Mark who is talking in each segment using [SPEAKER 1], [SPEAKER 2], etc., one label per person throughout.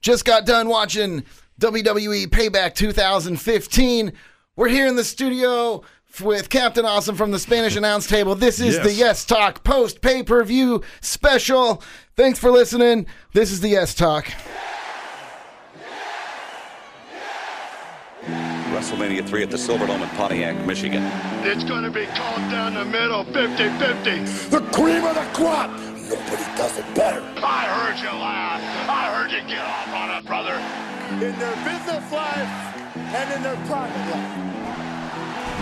[SPEAKER 1] Just got done watching WWE Payback 2015. We're here in the studio f- with Captain Awesome from the Spanish announce table. This is the
[SPEAKER 2] Yes.
[SPEAKER 1] Yes Talk post pay per view special. Thanks for listening. This is the Yes Talk.
[SPEAKER 3] WrestleMania 3 at the Silverdome in Pontiac, Michigan.
[SPEAKER 4] It's gonna be called down the middle, 50-50.
[SPEAKER 5] the cream of the crop. Nobody does it better.
[SPEAKER 4] I heard you laugh. I heard you get off on it, brother.
[SPEAKER 5] In their business life and in their private life.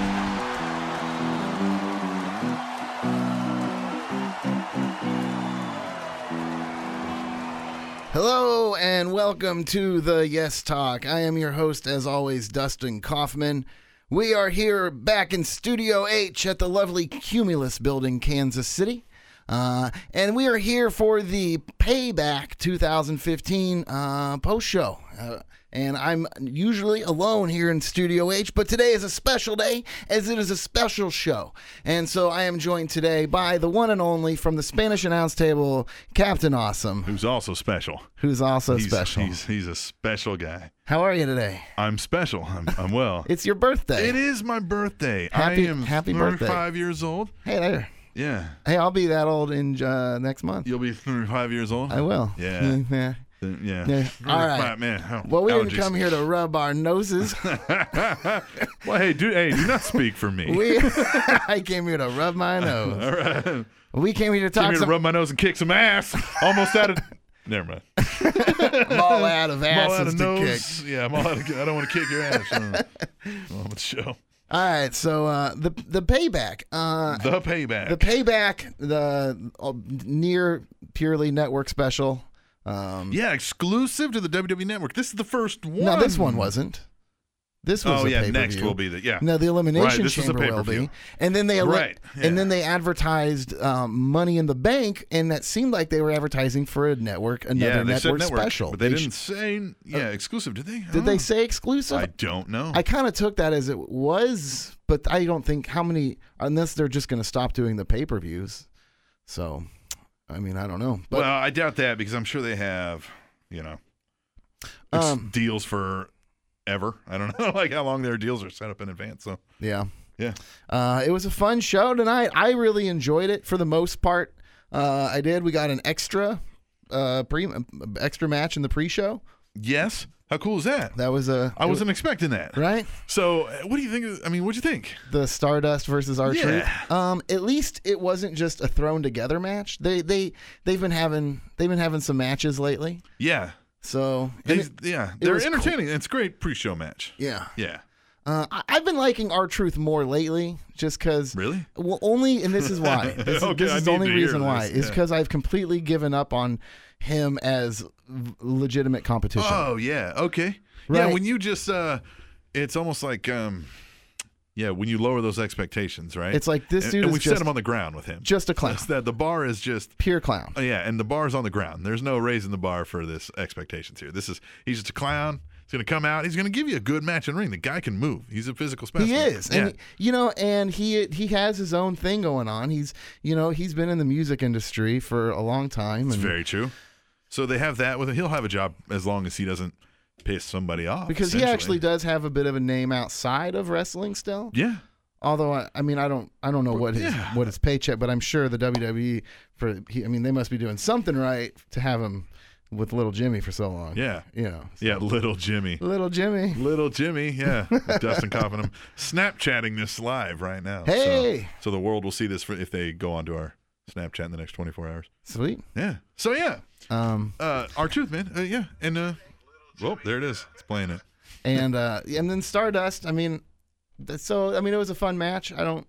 [SPEAKER 1] Hello and welcome to the Yes Talk. I am your host, as always, Dustin Kaufman. We are here back in Studio H at the lovely Cumulus building, Kansas City. Uh, and we are here for the Payback 2015 uh, post show. Uh, and I'm usually alone here in Studio H, but today is a special day as it is a special show. And so I am joined today by the one and only from the Spanish announce table, Captain Awesome
[SPEAKER 2] who's also special.
[SPEAKER 1] who's also
[SPEAKER 2] He's,
[SPEAKER 1] special.
[SPEAKER 2] He's, he's a special guy.
[SPEAKER 1] How are you today?
[SPEAKER 2] I'm special. I'm, I'm well.
[SPEAKER 1] It's your birthday.
[SPEAKER 2] it is my birthday.
[SPEAKER 1] Happy-
[SPEAKER 2] I am
[SPEAKER 1] happy birthday.
[SPEAKER 2] 35 years old.
[SPEAKER 1] Hey there.
[SPEAKER 2] Yeah.
[SPEAKER 1] Hey, I'll be that old in uh, next month.
[SPEAKER 2] You'll be 35 years old?
[SPEAKER 1] I will.
[SPEAKER 2] Yeah.
[SPEAKER 1] yeah.
[SPEAKER 2] Then- Yeah.
[SPEAKER 1] Yeah. All right.
[SPEAKER 2] Right, man. Oh,
[SPEAKER 1] Well, we
[SPEAKER 2] allergies.
[SPEAKER 1] didn't come here to rub our noses.
[SPEAKER 2] Well, hey, dude, hey, do not speak for me.
[SPEAKER 1] We, I came here to rub my nose.
[SPEAKER 2] All right. Came
[SPEAKER 1] We came here to talk
[SPEAKER 2] here to
[SPEAKER 1] some
[SPEAKER 2] rub my nose and kick some ass. Almost out of. Never mind. I'm
[SPEAKER 1] ball out of
[SPEAKER 2] all
[SPEAKER 1] asses
[SPEAKER 2] out of
[SPEAKER 1] to
[SPEAKER 2] nose.
[SPEAKER 1] kick.
[SPEAKER 2] Yeah, I'm all out of. I don't want to kick your ass. Uh, well, let's show
[SPEAKER 1] All right. So uh, the the payback. Uh,
[SPEAKER 2] the payback.
[SPEAKER 1] the payback. The uh, near purely network special. Um,
[SPEAKER 2] yeah, exclusive to the WWE Network. This is the first one.
[SPEAKER 1] no, this one wasn't. This was
[SPEAKER 2] Oh
[SPEAKER 1] a
[SPEAKER 2] yeah, next
[SPEAKER 1] pay-per-view.
[SPEAKER 2] will be the yeah.
[SPEAKER 1] No, the elimination
[SPEAKER 2] Right, this was a
[SPEAKER 1] chamber will
[SPEAKER 2] pay-per-view.
[SPEAKER 1] be, and then they ele-
[SPEAKER 2] Right, yeah.
[SPEAKER 1] and then they advertised um, Money in the Bank, and that seemed like they were advertising for a network, another
[SPEAKER 2] yeah, they
[SPEAKER 1] network,
[SPEAKER 2] said network,
[SPEAKER 1] special.
[SPEAKER 2] but they,
[SPEAKER 1] sh- uh,
[SPEAKER 2] didn't say yeah exclusive. Did they?
[SPEAKER 1] did they
[SPEAKER 2] Huh.
[SPEAKER 1] say exclusive?
[SPEAKER 2] I don't know.
[SPEAKER 1] I kind of took that as it was, but I don't think how many, unless they're just going to stop doing the pay per views. So, I mean, I don't know. But
[SPEAKER 2] well, I doubt that because I'm sure they have you know ex-
[SPEAKER 1] Um,
[SPEAKER 2] deals for ever. I don't know like how long their deals are set up in advance. So
[SPEAKER 1] yeah.
[SPEAKER 2] yeah,
[SPEAKER 1] Uh, it was a fun show tonight. I really enjoyed it for the most part. Uh, I did. We got an extra uh, pre extra match in the pre show.
[SPEAKER 2] yes. How cool is that?
[SPEAKER 1] That was a
[SPEAKER 2] I wasn't expecting that.
[SPEAKER 1] right.
[SPEAKER 2] So uh, what do you think? of- I mean, what'd you think?
[SPEAKER 1] The Stardust versus R Truth.
[SPEAKER 2] Yeah.
[SPEAKER 1] Um, at least it wasn't just a thrown together match. They they they've been having they've been having some matches lately.
[SPEAKER 2] Yeah,
[SPEAKER 1] So
[SPEAKER 2] they,
[SPEAKER 1] and it-
[SPEAKER 2] yeah, they're
[SPEAKER 1] was cool.
[SPEAKER 2] entertaining. It's a great pre-show match.
[SPEAKER 1] yeah.
[SPEAKER 2] Yeah,
[SPEAKER 1] Uh, I, I've been liking R Truth more lately, just because.
[SPEAKER 2] Really?
[SPEAKER 1] Well, only, and this is why. This, is-
[SPEAKER 2] Okay,
[SPEAKER 1] this
[SPEAKER 2] I
[SPEAKER 1] is the
[SPEAKER 2] need
[SPEAKER 1] only
[SPEAKER 2] to hear
[SPEAKER 1] reason why
[SPEAKER 2] this,
[SPEAKER 1] is
[SPEAKER 2] yeah.
[SPEAKER 1] because I've completely given up on him as v- legitimate competition.
[SPEAKER 2] Oh yeah, okay.
[SPEAKER 1] Right?
[SPEAKER 2] Yeah, when you just uh it's almost like um yeah, when you lower those expectations, right?
[SPEAKER 1] It's like this
[SPEAKER 2] and,
[SPEAKER 1] dude
[SPEAKER 2] and
[SPEAKER 1] is
[SPEAKER 2] we've
[SPEAKER 1] just-
[SPEAKER 2] set him on the ground with him.
[SPEAKER 1] just a clown.
[SPEAKER 2] It's that the bar is just
[SPEAKER 1] Pure clown.
[SPEAKER 2] oh, yeah, and the bar's on the ground. There's no raising the bar for this expectations here. This is he's just a clown. He's gonna come out. He's gonna give you a good match and ring. The guy can move. He's a physical specimen.
[SPEAKER 1] He is,
[SPEAKER 2] Oh, Yeah.
[SPEAKER 1] and he- you know, and he he has his own thing going on. He's you know he's been in the music industry for a long time. And
[SPEAKER 2] it's very true. So they have that with him. He'll have a job as long as he doesn't piss somebody off.
[SPEAKER 1] because he actually
[SPEAKER 2] essentially.
[SPEAKER 1] does have a bit of a name outside of wrestling still.
[SPEAKER 2] Yeah.
[SPEAKER 1] Although I, I mean I don't I don't know what his
[SPEAKER 2] yeah.
[SPEAKER 1] what his paycheck, but I'm sure the WWE for he, I mean they must be doing something right to have him with little Jimmy for so long.
[SPEAKER 2] Yeah.
[SPEAKER 1] you know,
[SPEAKER 2] Yeah, little Jimmy.
[SPEAKER 1] little Jimmy.
[SPEAKER 2] Little Jimmy, yeah, Dustin Coffin. I'm Snapchatting this live right now.
[SPEAKER 1] Hey!
[SPEAKER 2] so, so the world will see this for, if they go onto our Snapchat in the next 24 hours.
[SPEAKER 1] Sweet.
[SPEAKER 2] Yeah. So yeah,
[SPEAKER 1] Um,
[SPEAKER 2] uh, our truth, man. Uh, yeah, and uh, well, there it is. It's playing it.
[SPEAKER 1] and uh, and then Stardust. I mean, th- so I mean it was a fun match. I don't,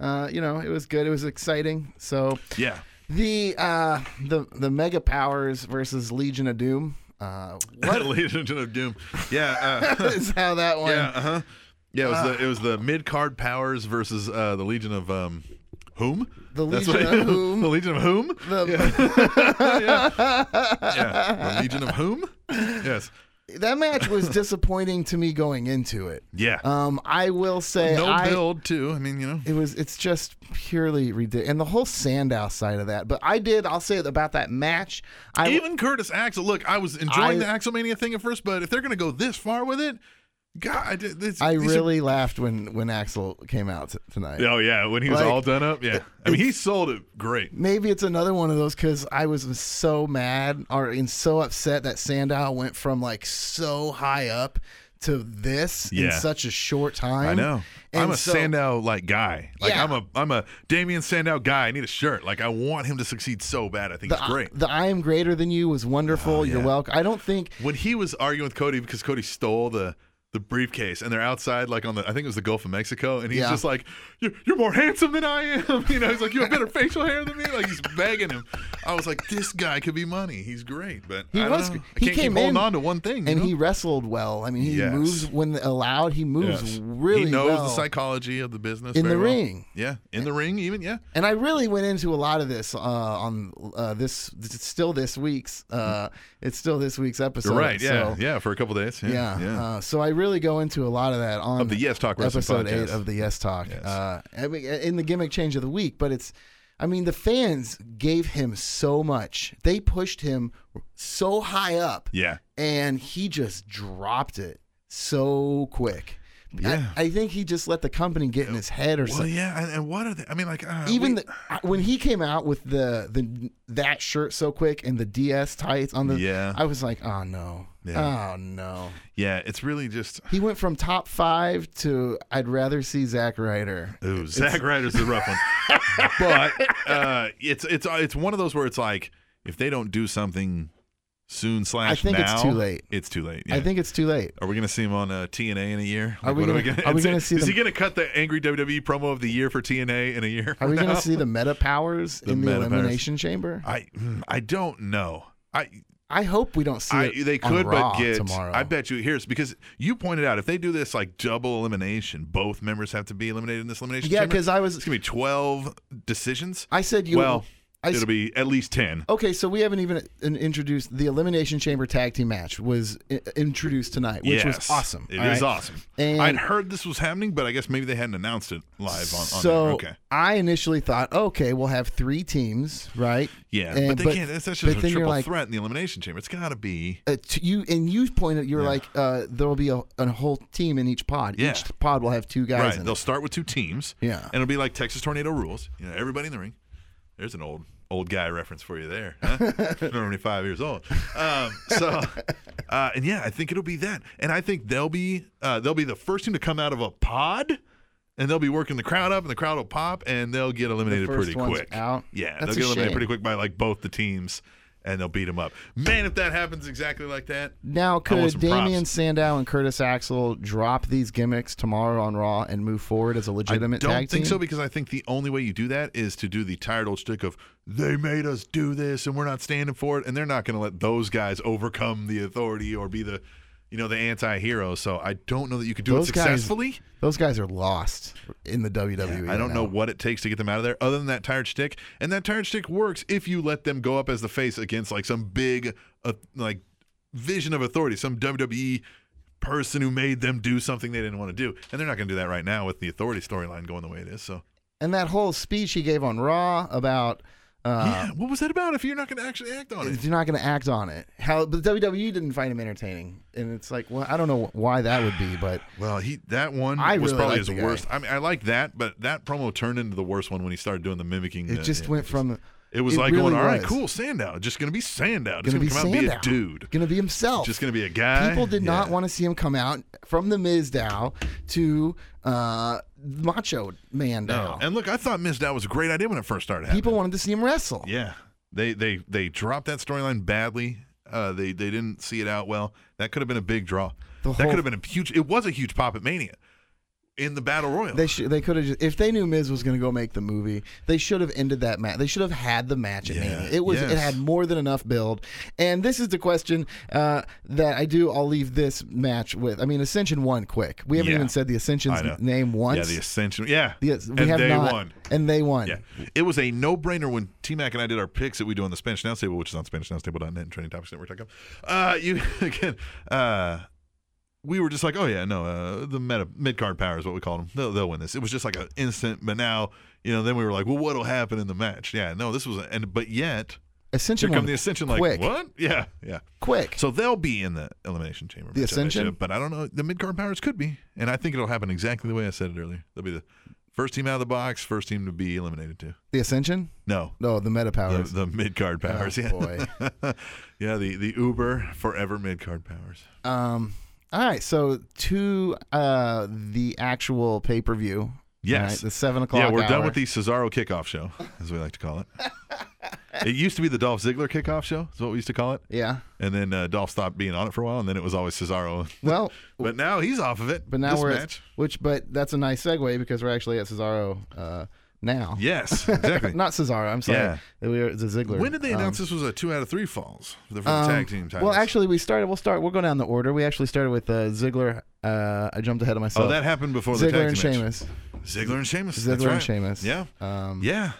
[SPEAKER 1] uh, you know, it was good. It was exciting. So
[SPEAKER 2] Yeah.
[SPEAKER 1] the uh, the the Mega Powers versus Legion of Doom. Uh, what
[SPEAKER 2] Legion of Doom. Yeah. Uh,
[SPEAKER 1] is how that one?
[SPEAKER 2] yeah. Uh huh. Yeah. It was the it was the mid card powers versus uh, the Legion of um. Whom?
[SPEAKER 1] The
[SPEAKER 2] That's what-
[SPEAKER 1] Legion of Whom.
[SPEAKER 2] the Legion of whom?
[SPEAKER 1] The-
[SPEAKER 2] yeah. yeah. The Legion of whom? Yes.
[SPEAKER 1] that match was disappointing to me going into it.
[SPEAKER 2] Yeah.
[SPEAKER 1] Um, I will say
[SPEAKER 2] no
[SPEAKER 1] I,
[SPEAKER 2] build too. I mean, you know.
[SPEAKER 1] It was. It's just purely ridiculous, and the whole Sandow side of that. But I did. I'll say about that match. I
[SPEAKER 2] Even Curtis Axel. Look, I was enjoying
[SPEAKER 1] I-
[SPEAKER 2] the Axelmania thing at first, but if they're gonna go this far with it, God, I, did- this,
[SPEAKER 1] I
[SPEAKER 2] these are-
[SPEAKER 1] really laughed when when Axel came out t- tonight.
[SPEAKER 2] Oh yeah, when he was
[SPEAKER 1] Like,
[SPEAKER 2] all done up. Yeah, I mean, he sold it great.
[SPEAKER 1] Maybe it's another one of those because I was so mad or and so upset that Sandow went from like so high up to this in
[SPEAKER 2] Yeah.
[SPEAKER 1] such a short time.
[SPEAKER 2] I know.
[SPEAKER 1] And
[SPEAKER 2] I'm a
[SPEAKER 1] so-
[SPEAKER 2] Sandow like guy. Like
[SPEAKER 1] Yeah.
[SPEAKER 2] I'm a I'm a Damian Sandow guy. I need a shirt. Like I want him to succeed so bad. I think
[SPEAKER 1] The,
[SPEAKER 2] it's great. Oh,
[SPEAKER 1] the I am greater than you was wonderful. You're welcome. I don't think
[SPEAKER 2] when he was arguing with Cody because Cody stole the the briefcase and they're outside like on the I think it was the Gulf of Mexico and he's
[SPEAKER 1] Yeah.
[SPEAKER 2] just like you're, you're more handsome than I am you know he's like you have better facial hair than me like he's begging him I was like this guy could be money he's great but
[SPEAKER 1] He
[SPEAKER 2] I don't
[SPEAKER 1] was.
[SPEAKER 2] know. I
[SPEAKER 1] He
[SPEAKER 2] can't keep
[SPEAKER 1] came in
[SPEAKER 2] holding on to one thing you
[SPEAKER 1] and
[SPEAKER 2] know?
[SPEAKER 1] he wrestled well. I mean, he
[SPEAKER 2] Yes.
[SPEAKER 1] moves when allowed. He moves
[SPEAKER 2] Yes.
[SPEAKER 1] really
[SPEAKER 2] he knows
[SPEAKER 1] well.
[SPEAKER 2] the psychology of the business
[SPEAKER 1] In the
[SPEAKER 2] very well.
[SPEAKER 1] ring.
[SPEAKER 2] yeah in the ring even yeah
[SPEAKER 1] and I really went into a lot of this uh, on uh, this. It's still this week's. Uh, it's still this week's episode.
[SPEAKER 2] Mm-hmm. you're right yeah
[SPEAKER 1] so-
[SPEAKER 2] yeah for a couple days yeah
[SPEAKER 1] Yeah. Uh, so I really go into a lot of that on
[SPEAKER 2] Of the Yes Talk Wrestling
[SPEAKER 1] episode
[SPEAKER 2] podcast.
[SPEAKER 1] eight of the Yes Talk.
[SPEAKER 2] Yes.
[SPEAKER 1] Uh, I mean, in the gimmick change of the week, but it's, I mean, the fans gave him so much. They pushed him so high up,
[SPEAKER 2] yeah
[SPEAKER 1] and he just dropped it so quick.
[SPEAKER 2] Yeah.
[SPEAKER 1] I, I think he just let the company get in his head or
[SPEAKER 2] well
[SPEAKER 1] something.
[SPEAKER 2] yeah and, and what are they I mean like uh,
[SPEAKER 1] Even
[SPEAKER 2] we-
[SPEAKER 1] the, when he came out with the the that shirt so quick and the DS tights on the,
[SPEAKER 2] Yeah.
[SPEAKER 1] I was like, oh no,
[SPEAKER 2] Yeah.
[SPEAKER 1] oh no.
[SPEAKER 2] yeah it's really just
[SPEAKER 1] He went from top five to I'd rather see Zack Ryder.
[SPEAKER 2] Ooh, Zack Ryder's the rough one. but uh, it's it's it's one of those where it's like if they don't do something soon slash
[SPEAKER 1] think it's
[SPEAKER 2] now,
[SPEAKER 1] too late.
[SPEAKER 2] It's too late. yeah.
[SPEAKER 1] I think it's too late.
[SPEAKER 2] Are we gonna see him on uh, TNA in a year?
[SPEAKER 1] Are we
[SPEAKER 2] what
[SPEAKER 1] gonna- are we
[SPEAKER 2] is
[SPEAKER 1] gonna
[SPEAKER 2] it-
[SPEAKER 1] see
[SPEAKER 2] Is he
[SPEAKER 1] them-
[SPEAKER 2] gonna cut the angry WWE promo of the year for TNA in a year?
[SPEAKER 1] Are
[SPEAKER 2] from
[SPEAKER 1] we going
[SPEAKER 2] now?
[SPEAKER 1] to see the meta powers in the
[SPEAKER 2] meta powers.
[SPEAKER 1] elimination chamber?
[SPEAKER 2] I mm, I don't know. I
[SPEAKER 1] I hope we don't see
[SPEAKER 2] I,
[SPEAKER 1] it.
[SPEAKER 2] they
[SPEAKER 1] on
[SPEAKER 2] could,
[SPEAKER 1] Raw
[SPEAKER 2] but get.
[SPEAKER 1] tomorrow.
[SPEAKER 2] I bet you here's because you pointed out if they do this like double elimination, both members have to be eliminated in this elimination.
[SPEAKER 1] Yeah,
[SPEAKER 2] chamber,
[SPEAKER 1] 'cause I was-
[SPEAKER 2] It's gonna be twelve decisions.
[SPEAKER 1] I said you.
[SPEAKER 2] well,
[SPEAKER 1] I, s- Oh,
[SPEAKER 2] it'll be at least ten.
[SPEAKER 1] okay, so we haven't even uh, introduced the elimination chamber tag team match was i- introduced tonight, which was
[SPEAKER 2] Yes.
[SPEAKER 1] awesome.
[SPEAKER 2] It is
[SPEAKER 1] all right?
[SPEAKER 2] awesome.
[SPEAKER 1] And-
[SPEAKER 2] I'd heard this was happening, but I guess maybe they hadn't announced it live on. on
[SPEAKER 1] so
[SPEAKER 2] there. okay.
[SPEAKER 1] I initially thought, okay, we'll have three teams, right?
[SPEAKER 2] Yeah,
[SPEAKER 1] And-
[SPEAKER 2] but they can't. That's, that's just
[SPEAKER 1] but
[SPEAKER 2] a
[SPEAKER 1] then you're
[SPEAKER 2] triple
[SPEAKER 1] like,
[SPEAKER 2] threat in the elimination chamber. It's got to be.
[SPEAKER 1] uh, t you and you pointed you were like uh, there will be a, a whole team in each pod.
[SPEAKER 2] Yeah.
[SPEAKER 1] Each pod will have two guys.
[SPEAKER 2] right.
[SPEAKER 1] In
[SPEAKER 2] They'll
[SPEAKER 1] it.
[SPEAKER 2] start with two teams.
[SPEAKER 1] Yeah.
[SPEAKER 2] And it'll be like Texas Tornado rules. You know, everybody in the ring. There's an old old guy reference for you there. Huh? I'm only five years old. Um, so, uh, and yeah, I think it'll be that. And I think they'll be uh, they'll be the first team to come out of a pod. And they'll be working the crowd up, and the crowd will pop, and they'll get eliminated
[SPEAKER 1] first
[SPEAKER 2] pretty
[SPEAKER 1] one's
[SPEAKER 2] quick.
[SPEAKER 1] out?
[SPEAKER 2] Yeah,
[SPEAKER 1] That's
[SPEAKER 2] they'll get
[SPEAKER 1] a
[SPEAKER 2] eliminated
[SPEAKER 1] shame.
[SPEAKER 2] pretty quick by like both the teams, and they'll beat them up. Man, if that happens exactly like that,
[SPEAKER 1] Now,
[SPEAKER 2] I want
[SPEAKER 1] could
[SPEAKER 2] some
[SPEAKER 1] Damian
[SPEAKER 2] props.
[SPEAKER 1] Sandow and Curtis Axel drop these gimmicks tomorrow on Raw and move forward as a legitimate
[SPEAKER 2] I don't
[SPEAKER 1] tag
[SPEAKER 2] think
[SPEAKER 1] team?
[SPEAKER 2] so because I think the only way you do that is to do the tired old stick of they made us do this and we're not standing for it and they're not going to let those guys overcome the authority or be the you know the anti-hero so I don't know that you could do
[SPEAKER 1] Those
[SPEAKER 2] it
[SPEAKER 1] guys-
[SPEAKER 2] successfully.
[SPEAKER 1] Those guys are lost in the WWE.
[SPEAKER 2] I
[SPEAKER 1] right
[SPEAKER 2] don't
[SPEAKER 1] now.
[SPEAKER 2] know what it takes to get them out of there other than that tired stick and that tired stick works if you let them go up as the face against like some big uh, like vision of authority some WWE person who made them do something they didn't want to do and they're not going to do that right now with the authority storyline going the way it is so
[SPEAKER 1] And that whole speech he gave on Raw about uh,
[SPEAKER 2] yeah, what was that about? If you're not going to actually act on it,
[SPEAKER 1] if you're not going to act on it, how but WWE E didn't find him entertaining, and it's like, well, I don't know why that would be, but
[SPEAKER 2] well, he that one
[SPEAKER 1] I
[SPEAKER 2] was
[SPEAKER 1] really
[SPEAKER 2] probably
[SPEAKER 1] like
[SPEAKER 2] his
[SPEAKER 1] the guy.
[SPEAKER 2] worst. I mean, I like that, but that promo turned into the worst one when he started doing the mimicking.
[SPEAKER 1] it
[SPEAKER 2] the-
[SPEAKER 1] just went from.
[SPEAKER 2] It was like going,
[SPEAKER 1] really
[SPEAKER 2] all right,
[SPEAKER 1] was.
[SPEAKER 2] cool, Sandow, just going to be Sandow, just
[SPEAKER 1] Gonna be
[SPEAKER 2] going to come out and be
[SPEAKER 1] Sandow.
[SPEAKER 2] a dude,
[SPEAKER 1] Gonna be himself.
[SPEAKER 2] just going to be a guy.
[SPEAKER 1] People did not
[SPEAKER 2] Yeah.
[SPEAKER 1] want to see him come out from the Miz Dow to uh, Macho Man Dow.
[SPEAKER 2] And look, I thought Miz Dow was a great idea when it first started.
[SPEAKER 1] People wanted to see him wrestle.
[SPEAKER 2] happening. yeah, they they they dropped that storyline badly. Uh, they they didn't see it out well. That could have been a big draw.
[SPEAKER 1] The
[SPEAKER 2] that
[SPEAKER 1] whole-
[SPEAKER 2] could have been a huge. It was a huge pop at Mania. in the battle royal.
[SPEAKER 1] They should. They could have. just If they knew Miz was going to go make the movie, they should have ended that match. They should have had the match at
[SPEAKER 2] Yeah,
[SPEAKER 1] Mania. It was. It
[SPEAKER 2] yes.
[SPEAKER 1] had more than enough build. And this is the question uh, that I do. I'll leave this match with. I mean, Ascension won quick. We haven't
[SPEAKER 2] Yeah.
[SPEAKER 1] even said the Ascension's
[SPEAKER 2] I know.
[SPEAKER 1] name once.
[SPEAKER 2] Yeah, the Ascension. Yeah,
[SPEAKER 1] The- we
[SPEAKER 2] and
[SPEAKER 1] have
[SPEAKER 2] they
[SPEAKER 1] not,
[SPEAKER 2] won.
[SPEAKER 1] And they won.
[SPEAKER 2] Yeah, it was a no-brainer when T Mac and I did our picks that we do on the Spanish Announce Table, which is on SpanishAnnounceTable.net and TrainingTopicsNetwork.com. Uh, you again, uh, we were just like, oh yeah, no, uh, the meta mid-card power is what we call them. They'll, they'll win this. It was just like an instant, but now you know. Then we were like, well, what'll happen in the match? Yeah, no, this was, a, and but yet
[SPEAKER 1] Ascension
[SPEAKER 2] here
[SPEAKER 1] won
[SPEAKER 2] come the Ascension.
[SPEAKER 1] quick.
[SPEAKER 2] Like what? Yeah, yeah.
[SPEAKER 1] quick.
[SPEAKER 2] So they'll be in the elimination chamber.
[SPEAKER 1] The
[SPEAKER 2] match, I bet
[SPEAKER 1] Ascension?
[SPEAKER 2] you, but I don't know. The mid card powers could be, and I think it'll happen exactly the way I said it earlier. They'll be the first team out of the box, first team to be eliminated too.
[SPEAKER 1] the Ascension.
[SPEAKER 2] No,
[SPEAKER 1] No, the meta
[SPEAKER 2] the,
[SPEAKER 1] powers.
[SPEAKER 2] the mid card powers. yeah,
[SPEAKER 1] Oh, boy.
[SPEAKER 2] yeah. The the Uber forever mid card powers.
[SPEAKER 1] Um. All right. So to uh, the actual pay per view.
[SPEAKER 2] Yes.
[SPEAKER 1] the seven o'clock.
[SPEAKER 2] yeah, we're
[SPEAKER 1] hour.
[SPEAKER 2] done with the Cesaro kickoff show, as we like to call it. it used to be the Dolph Ziggler kickoff show, is what we used to call it.
[SPEAKER 1] Yeah.
[SPEAKER 2] And then uh, Dolph stopped being on it for a while, and then it was always Cesaro.
[SPEAKER 1] Well,
[SPEAKER 2] but now he's off of it.
[SPEAKER 1] But now
[SPEAKER 2] This
[SPEAKER 1] we're
[SPEAKER 2] match.
[SPEAKER 1] At, which, but that's a nice segue because we're actually at Cesaro uh, now.
[SPEAKER 2] yes, exactly.
[SPEAKER 1] Not Cesaro. I'm sorry.
[SPEAKER 2] Yeah.
[SPEAKER 1] We are the Ziggler.
[SPEAKER 2] When did they
[SPEAKER 1] Um,
[SPEAKER 2] announce this was a two out of three falls for the, for the tag team titles?
[SPEAKER 1] Well, actually, we started. We'll start. We'll go down the order. We actually started with uh, Ziggler. Uh, I jumped ahead of
[SPEAKER 2] oh,
[SPEAKER 1] myself.
[SPEAKER 2] that happened before the
[SPEAKER 1] Ziggler
[SPEAKER 2] tag
[SPEAKER 1] and
[SPEAKER 2] team match.
[SPEAKER 1] Sheamus.
[SPEAKER 2] Ziggler and Sheamus.
[SPEAKER 1] Ziggler
[SPEAKER 2] that's
[SPEAKER 1] and
[SPEAKER 2] right.
[SPEAKER 1] Sheamus.
[SPEAKER 2] Yeah,
[SPEAKER 1] Um,
[SPEAKER 2] yeah.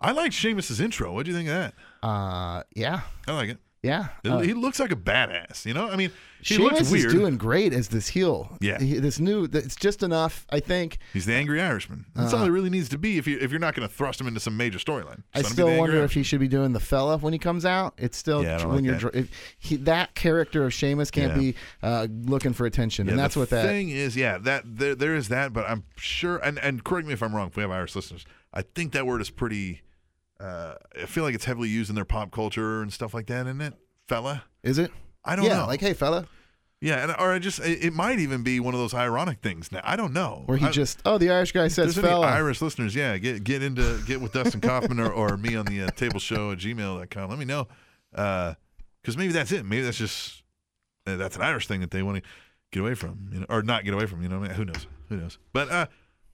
[SPEAKER 2] I liked Sheamus's intro. What do you think of that?
[SPEAKER 1] uh, yeah.
[SPEAKER 2] I like it.
[SPEAKER 1] Yeah.
[SPEAKER 2] It-
[SPEAKER 1] Uh,
[SPEAKER 2] he looks like a badass. You know, I mean, he
[SPEAKER 1] Sheamus
[SPEAKER 2] looks weird.
[SPEAKER 1] is doing great as this heel.
[SPEAKER 2] Yeah.
[SPEAKER 1] He- this new. th- It's just enough. I think.
[SPEAKER 2] He's the angry Irishman. That's all he really needs to be if you if you're not going to thrust him into some major storyline.
[SPEAKER 1] Uh-huh. I
[SPEAKER 2] Just let him be the
[SPEAKER 1] still
[SPEAKER 2] angry
[SPEAKER 1] wonder if
[SPEAKER 2] Irishman.
[SPEAKER 1] he should be doing the fella when he comes out. It's still
[SPEAKER 2] Yeah, I don't
[SPEAKER 1] when
[SPEAKER 2] like
[SPEAKER 1] you're
[SPEAKER 2] that.
[SPEAKER 1] dr- if he, that character of Sheamus can't
[SPEAKER 2] Yeah.
[SPEAKER 1] be uh, looking for attention,
[SPEAKER 2] Yeah,
[SPEAKER 1] and that's
[SPEAKER 2] the
[SPEAKER 1] what that.
[SPEAKER 2] thing is. Yeah, that there there is that, but I'm sure. And and correct me if I'm wrong. If we have Irish listeners, I think that word is pretty. Uh, I feel like it's heavily used in their pop culture and stuff like that, isn't it, fella?
[SPEAKER 1] Is it?
[SPEAKER 2] I don't
[SPEAKER 1] yeah,
[SPEAKER 2] know.
[SPEAKER 1] like hey fella,
[SPEAKER 2] Yeah, and or I just it, it might even be one of those ironic things. Now I don't know.
[SPEAKER 1] or he
[SPEAKER 2] I,
[SPEAKER 1] just oh the Irish guy
[SPEAKER 2] if
[SPEAKER 1] says
[SPEAKER 2] there's any
[SPEAKER 1] fella.
[SPEAKER 2] Irish listeners, yeah, get get into get with Dustin Kaufman or, or me on the uh, table show at gmail.com. Let me know, because maybe that's it. Maybe that's just uh, that's an Irish thing that they want to get away from, you know, or not get away from. You know, who knows? Who knows? But uh,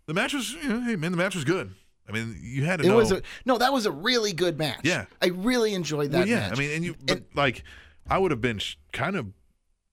[SPEAKER 2] the match was, you know, hey man, the match was good. I mean, you had to
[SPEAKER 1] it
[SPEAKER 2] know.
[SPEAKER 1] was a, no, that was a really good match.
[SPEAKER 2] Yeah.
[SPEAKER 1] I really enjoyed that.
[SPEAKER 2] Well, yeah,
[SPEAKER 1] match.
[SPEAKER 2] I mean, and you but, like, I would have been sh- kind of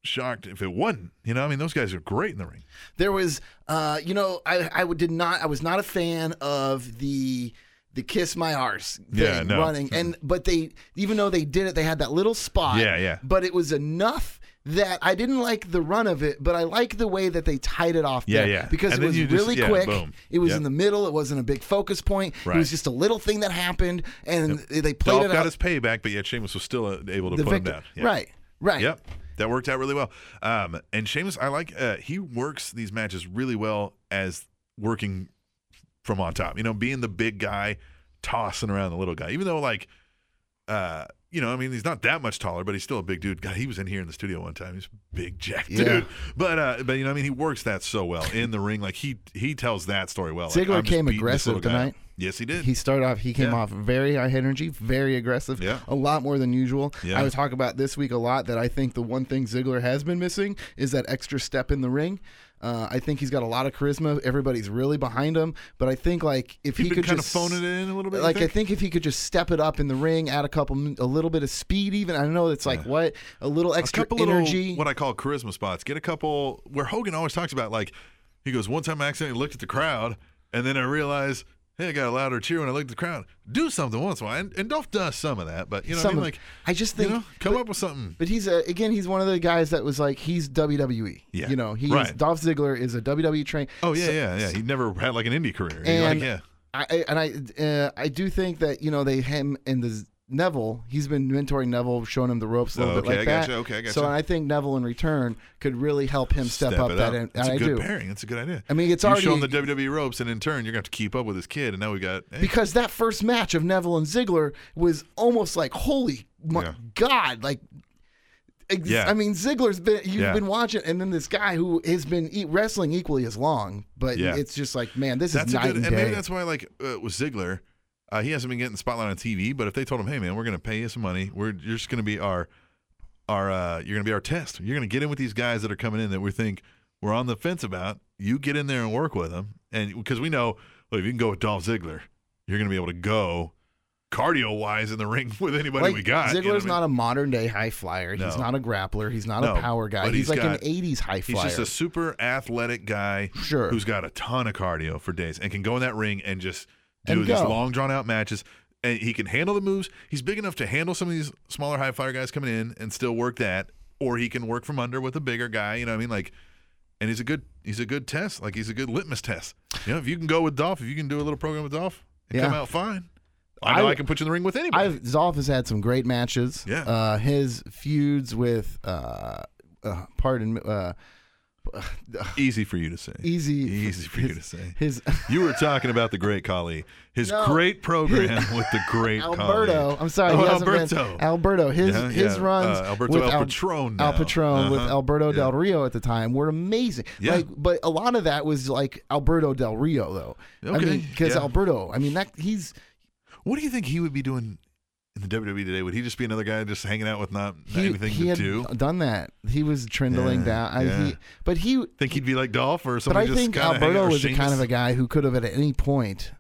[SPEAKER 2] shocked if it wasn't. You know, I mean, those guys are great in the ring.
[SPEAKER 1] There was, uh, you know, I I would- did not I was not a fan of the the kiss my arse thing
[SPEAKER 2] Yeah, no.
[SPEAKER 1] running and but they even though they did it they had that little spot
[SPEAKER 2] Yeah, yeah.
[SPEAKER 1] but it was enough that I didn't like the run of it but I like the way that they tied it off
[SPEAKER 2] Yeah,
[SPEAKER 1] there
[SPEAKER 2] yeah.
[SPEAKER 1] because
[SPEAKER 2] And
[SPEAKER 1] it
[SPEAKER 2] then
[SPEAKER 1] was
[SPEAKER 2] you just-
[SPEAKER 1] really
[SPEAKER 2] yeah,
[SPEAKER 1] quick
[SPEAKER 2] boom.
[SPEAKER 1] it was
[SPEAKER 2] Yep.
[SPEAKER 1] in the middle it wasn't a big focus point it
[SPEAKER 2] Right.
[SPEAKER 1] was just a little thing that happened and they played
[SPEAKER 2] Dolph
[SPEAKER 1] it out
[SPEAKER 2] got his payback, but yet Sheamus was still uh, able to
[SPEAKER 1] the
[SPEAKER 2] put
[SPEAKER 1] victor-
[SPEAKER 2] him down. Yeah.
[SPEAKER 1] right right
[SPEAKER 2] Yep. That worked out really well. Um, and Sheamus, I like. Uh, he works these matches really well as working from on top. You know, being the big guy, tossing around the little guy. Even though, like, uh, you know, I mean, he's not that much taller, but he's still a big dude. God, he was in here in the studio one time. He's a big jack
[SPEAKER 1] Yeah.
[SPEAKER 2] dude. But uh, but you know, I mean, he works that so well in the ring. Like he he tells that story well. Like,
[SPEAKER 1] Ziggler
[SPEAKER 2] I'm just
[SPEAKER 1] came
[SPEAKER 2] beating this
[SPEAKER 1] aggressive
[SPEAKER 2] little guy
[SPEAKER 1] tonight.
[SPEAKER 2] up. Yes, he did.
[SPEAKER 1] he started off he came
[SPEAKER 2] Yeah.
[SPEAKER 1] off very high energy very aggressive
[SPEAKER 2] Yeah.
[SPEAKER 1] a lot more than usual
[SPEAKER 2] Yeah.
[SPEAKER 1] i was talking about this week a lot that i think the one thing ziggler has been missing is that extra step in the ring uh, i think he's got a lot of charisma everybody's really behind him but i think like if
[SPEAKER 2] He'd
[SPEAKER 1] he
[SPEAKER 2] been
[SPEAKER 1] could
[SPEAKER 2] kinda
[SPEAKER 1] just
[SPEAKER 2] phoning it in a little bit, you
[SPEAKER 1] like
[SPEAKER 2] think?
[SPEAKER 1] i think if he could just step it up in the ring add a couple a little bit of speed even i know it's like what a little
[SPEAKER 2] a
[SPEAKER 1] extra
[SPEAKER 2] couple
[SPEAKER 1] energy
[SPEAKER 2] little what I call charisma spots. Get a couple where Hogan always talks about like he goes, one time I accidentally looked at the crowd and then I realized, hey, I got a louder cheer when I looked at the crowd. Do something once in a while. And, and Dolph does some of that, but you know, what I
[SPEAKER 1] Some of
[SPEAKER 2] mean,
[SPEAKER 1] it.
[SPEAKER 2] like
[SPEAKER 1] I just
[SPEAKER 2] you
[SPEAKER 1] think-
[SPEAKER 2] know, come
[SPEAKER 1] but-
[SPEAKER 2] up with something.
[SPEAKER 1] But he's a, again, he's one of the guys that was like he's WWE.
[SPEAKER 2] Yeah.
[SPEAKER 1] You know, he's
[SPEAKER 2] Right.
[SPEAKER 1] Dolph Ziggler is a WWE train.
[SPEAKER 2] Oh yeah, yeah, yeah. He never had like an indie career. You're
[SPEAKER 1] and
[SPEAKER 2] like, yeah,
[SPEAKER 1] I I- and I uh, I do think that you know they him and the Neville he's been mentoring Neville showing him the ropes a little
[SPEAKER 2] Oh,
[SPEAKER 1] bit
[SPEAKER 2] okay,
[SPEAKER 1] like
[SPEAKER 2] I
[SPEAKER 1] that
[SPEAKER 2] gotcha, okay, I
[SPEAKER 1] so
[SPEAKER 2] gotcha.
[SPEAKER 1] I think Neville in return could really help him step, up
[SPEAKER 2] it
[SPEAKER 1] that and,
[SPEAKER 2] That's a
[SPEAKER 1] I
[SPEAKER 2] good
[SPEAKER 1] do
[SPEAKER 2] pairing. That's a good idea.
[SPEAKER 1] I mean, it's
[SPEAKER 2] you
[SPEAKER 1] already-
[SPEAKER 2] show him the WWE ropes, and in turn, you're gonna have to keep up with his kid. And now we got hey,
[SPEAKER 1] because that first match of Neville and Ziggler was almost like holy my
[SPEAKER 2] Yeah.
[SPEAKER 1] god like ex-
[SPEAKER 2] Yeah.
[SPEAKER 1] I mean Ziggler's been you've
[SPEAKER 2] Yeah.
[SPEAKER 1] been watching and then this guy who has been e- wrestling equally as long but
[SPEAKER 2] Yeah.
[SPEAKER 1] it's just like man this
[SPEAKER 2] That's
[SPEAKER 1] is
[SPEAKER 2] a
[SPEAKER 1] night
[SPEAKER 2] good,
[SPEAKER 1] and
[SPEAKER 2] and
[SPEAKER 1] day
[SPEAKER 2] maybe that's why, like uh, with Ziggler, uh, he hasn't been getting the spotlight on TV. But if they told him, "Hey, man, we're going to pay you some money. We're you're just going to be our, our, uh, you're going to be our test. You're going to get in with these guys that are coming in that we think we're on the fence about, you get in there and work with them. And because we know, well, if you can go with Dolph Ziggler, you're going to be able to go cardio wise in the ring with anybody
[SPEAKER 1] Like
[SPEAKER 2] we got.
[SPEAKER 1] Ziggler's not a modern day high flyer. He's
[SPEAKER 2] No.
[SPEAKER 1] not a grappler. He's not
[SPEAKER 2] No,
[SPEAKER 1] a power guy.
[SPEAKER 2] but
[SPEAKER 1] He's,
[SPEAKER 2] he's
[SPEAKER 1] like an
[SPEAKER 2] got-
[SPEAKER 1] '80s high
[SPEAKER 2] He's
[SPEAKER 1] flyer.
[SPEAKER 2] just a super athletic guy
[SPEAKER 1] Sure.
[SPEAKER 2] who's got a ton of cardio for days and can go in that ring and just do
[SPEAKER 1] And
[SPEAKER 2] these
[SPEAKER 1] go.
[SPEAKER 2] long drawn out matches. And he can handle the moves. He's big enough to handle some of these smaller high flyer guys coming in and still work that. Or he can work from under with a bigger guy. You know what I mean? Like and he's a good he's a good test. Like he's a good litmus test. You know, if you can go with Dolph, if you can do a little program with Dolph and come
[SPEAKER 1] Yeah.
[SPEAKER 2] out fine. I know I,
[SPEAKER 1] I-
[SPEAKER 2] can put you in the ring with anybody.
[SPEAKER 1] I've Zolf has had some great matches.
[SPEAKER 2] Yeah.
[SPEAKER 1] Uh, his feuds with, uh, uh, pardon, me, uh,
[SPEAKER 2] Easy for you to say.
[SPEAKER 1] easy,
[SPEAKER 2] Easy for you
[SPEAKER 1] his-
[SPEAKER 2] to say.
[SPEAKER 1] His
[SPEAKER 2] You were talking about the great Kali, his
[SPEAKER 1] No.
[SPEAKER 2] great program with the great
[SPEAKER 1] Alberto.
[SPEAKER 2] Khali.
[SPEAKER 1] I'm sorry,
[SPEAKER 2] Oh,
[SPEAKER 1] he hasn't been-
[SPEAKER 2] Alberto.
[SPEAKER 1] Alberto. His
[SPEAKER 2] Yeah,
[SPEAKER 1] his
[SPEAKER 2] yeah.
[SPEAKER 1] runs
[SPEAKER 2] Uh, Alberto
[SPEAKER 1] with
[SPEAKER 2] El Patron
[SPEAKER 1] Al
[SPEAKER 2] now.
[SPEAKER 1] Patron with
[SPEAKER 2] Uh-huh.
[SPEAKER 1] Alberto
[SPEAKER 2] Yeah.
[SPEAKER 1] Del Rio at the time were amazing.
[SPEAKER 2] Yeah.
[SPEAKER 1] Like, but a lot of that was like Alberto Del Rio though. I
[SPEAKER 2] Okay,
[SPEAKER 1] mean, because
[SPEAKER 2] yeah.
[SPEAKER 1] Alberto, I mean that he's
[SPEAKER 2] what do you think he would be doing in the WWE today? Would he just be another guy just hanging out with not, not
[SPEAKER 1] he,
[SPEAKER 2] anything
[SPEAKER 1] he
[SPEAKER 2] to
[SPEAKER 1] had
[SPEAKER 2] do?
[SPEAKER 1] done that. He was trindling
[SPEAKER 2] Yeah,
[SPEAKER 1] down. I,
[SPEAKER 2] yeah.
[SPEAKER 1] he, but he
[SPEAKER 2] Think he'd be like Dolph or
[SPEAKER 1] But
[SPEAKER 2] somebody
[SPEAKER 1] I
[SPEAKER 2] just
[SPEAKER 1] think
[SPEAKER 2] kinda hanging
[SPEAKER 1] Alberto
[SPEAKER 2] out, or
[SPEAKER 1] was the kind
[SPEAKER 2] Sheamus?
[SPEAKER 1] of a guy who could have at any point,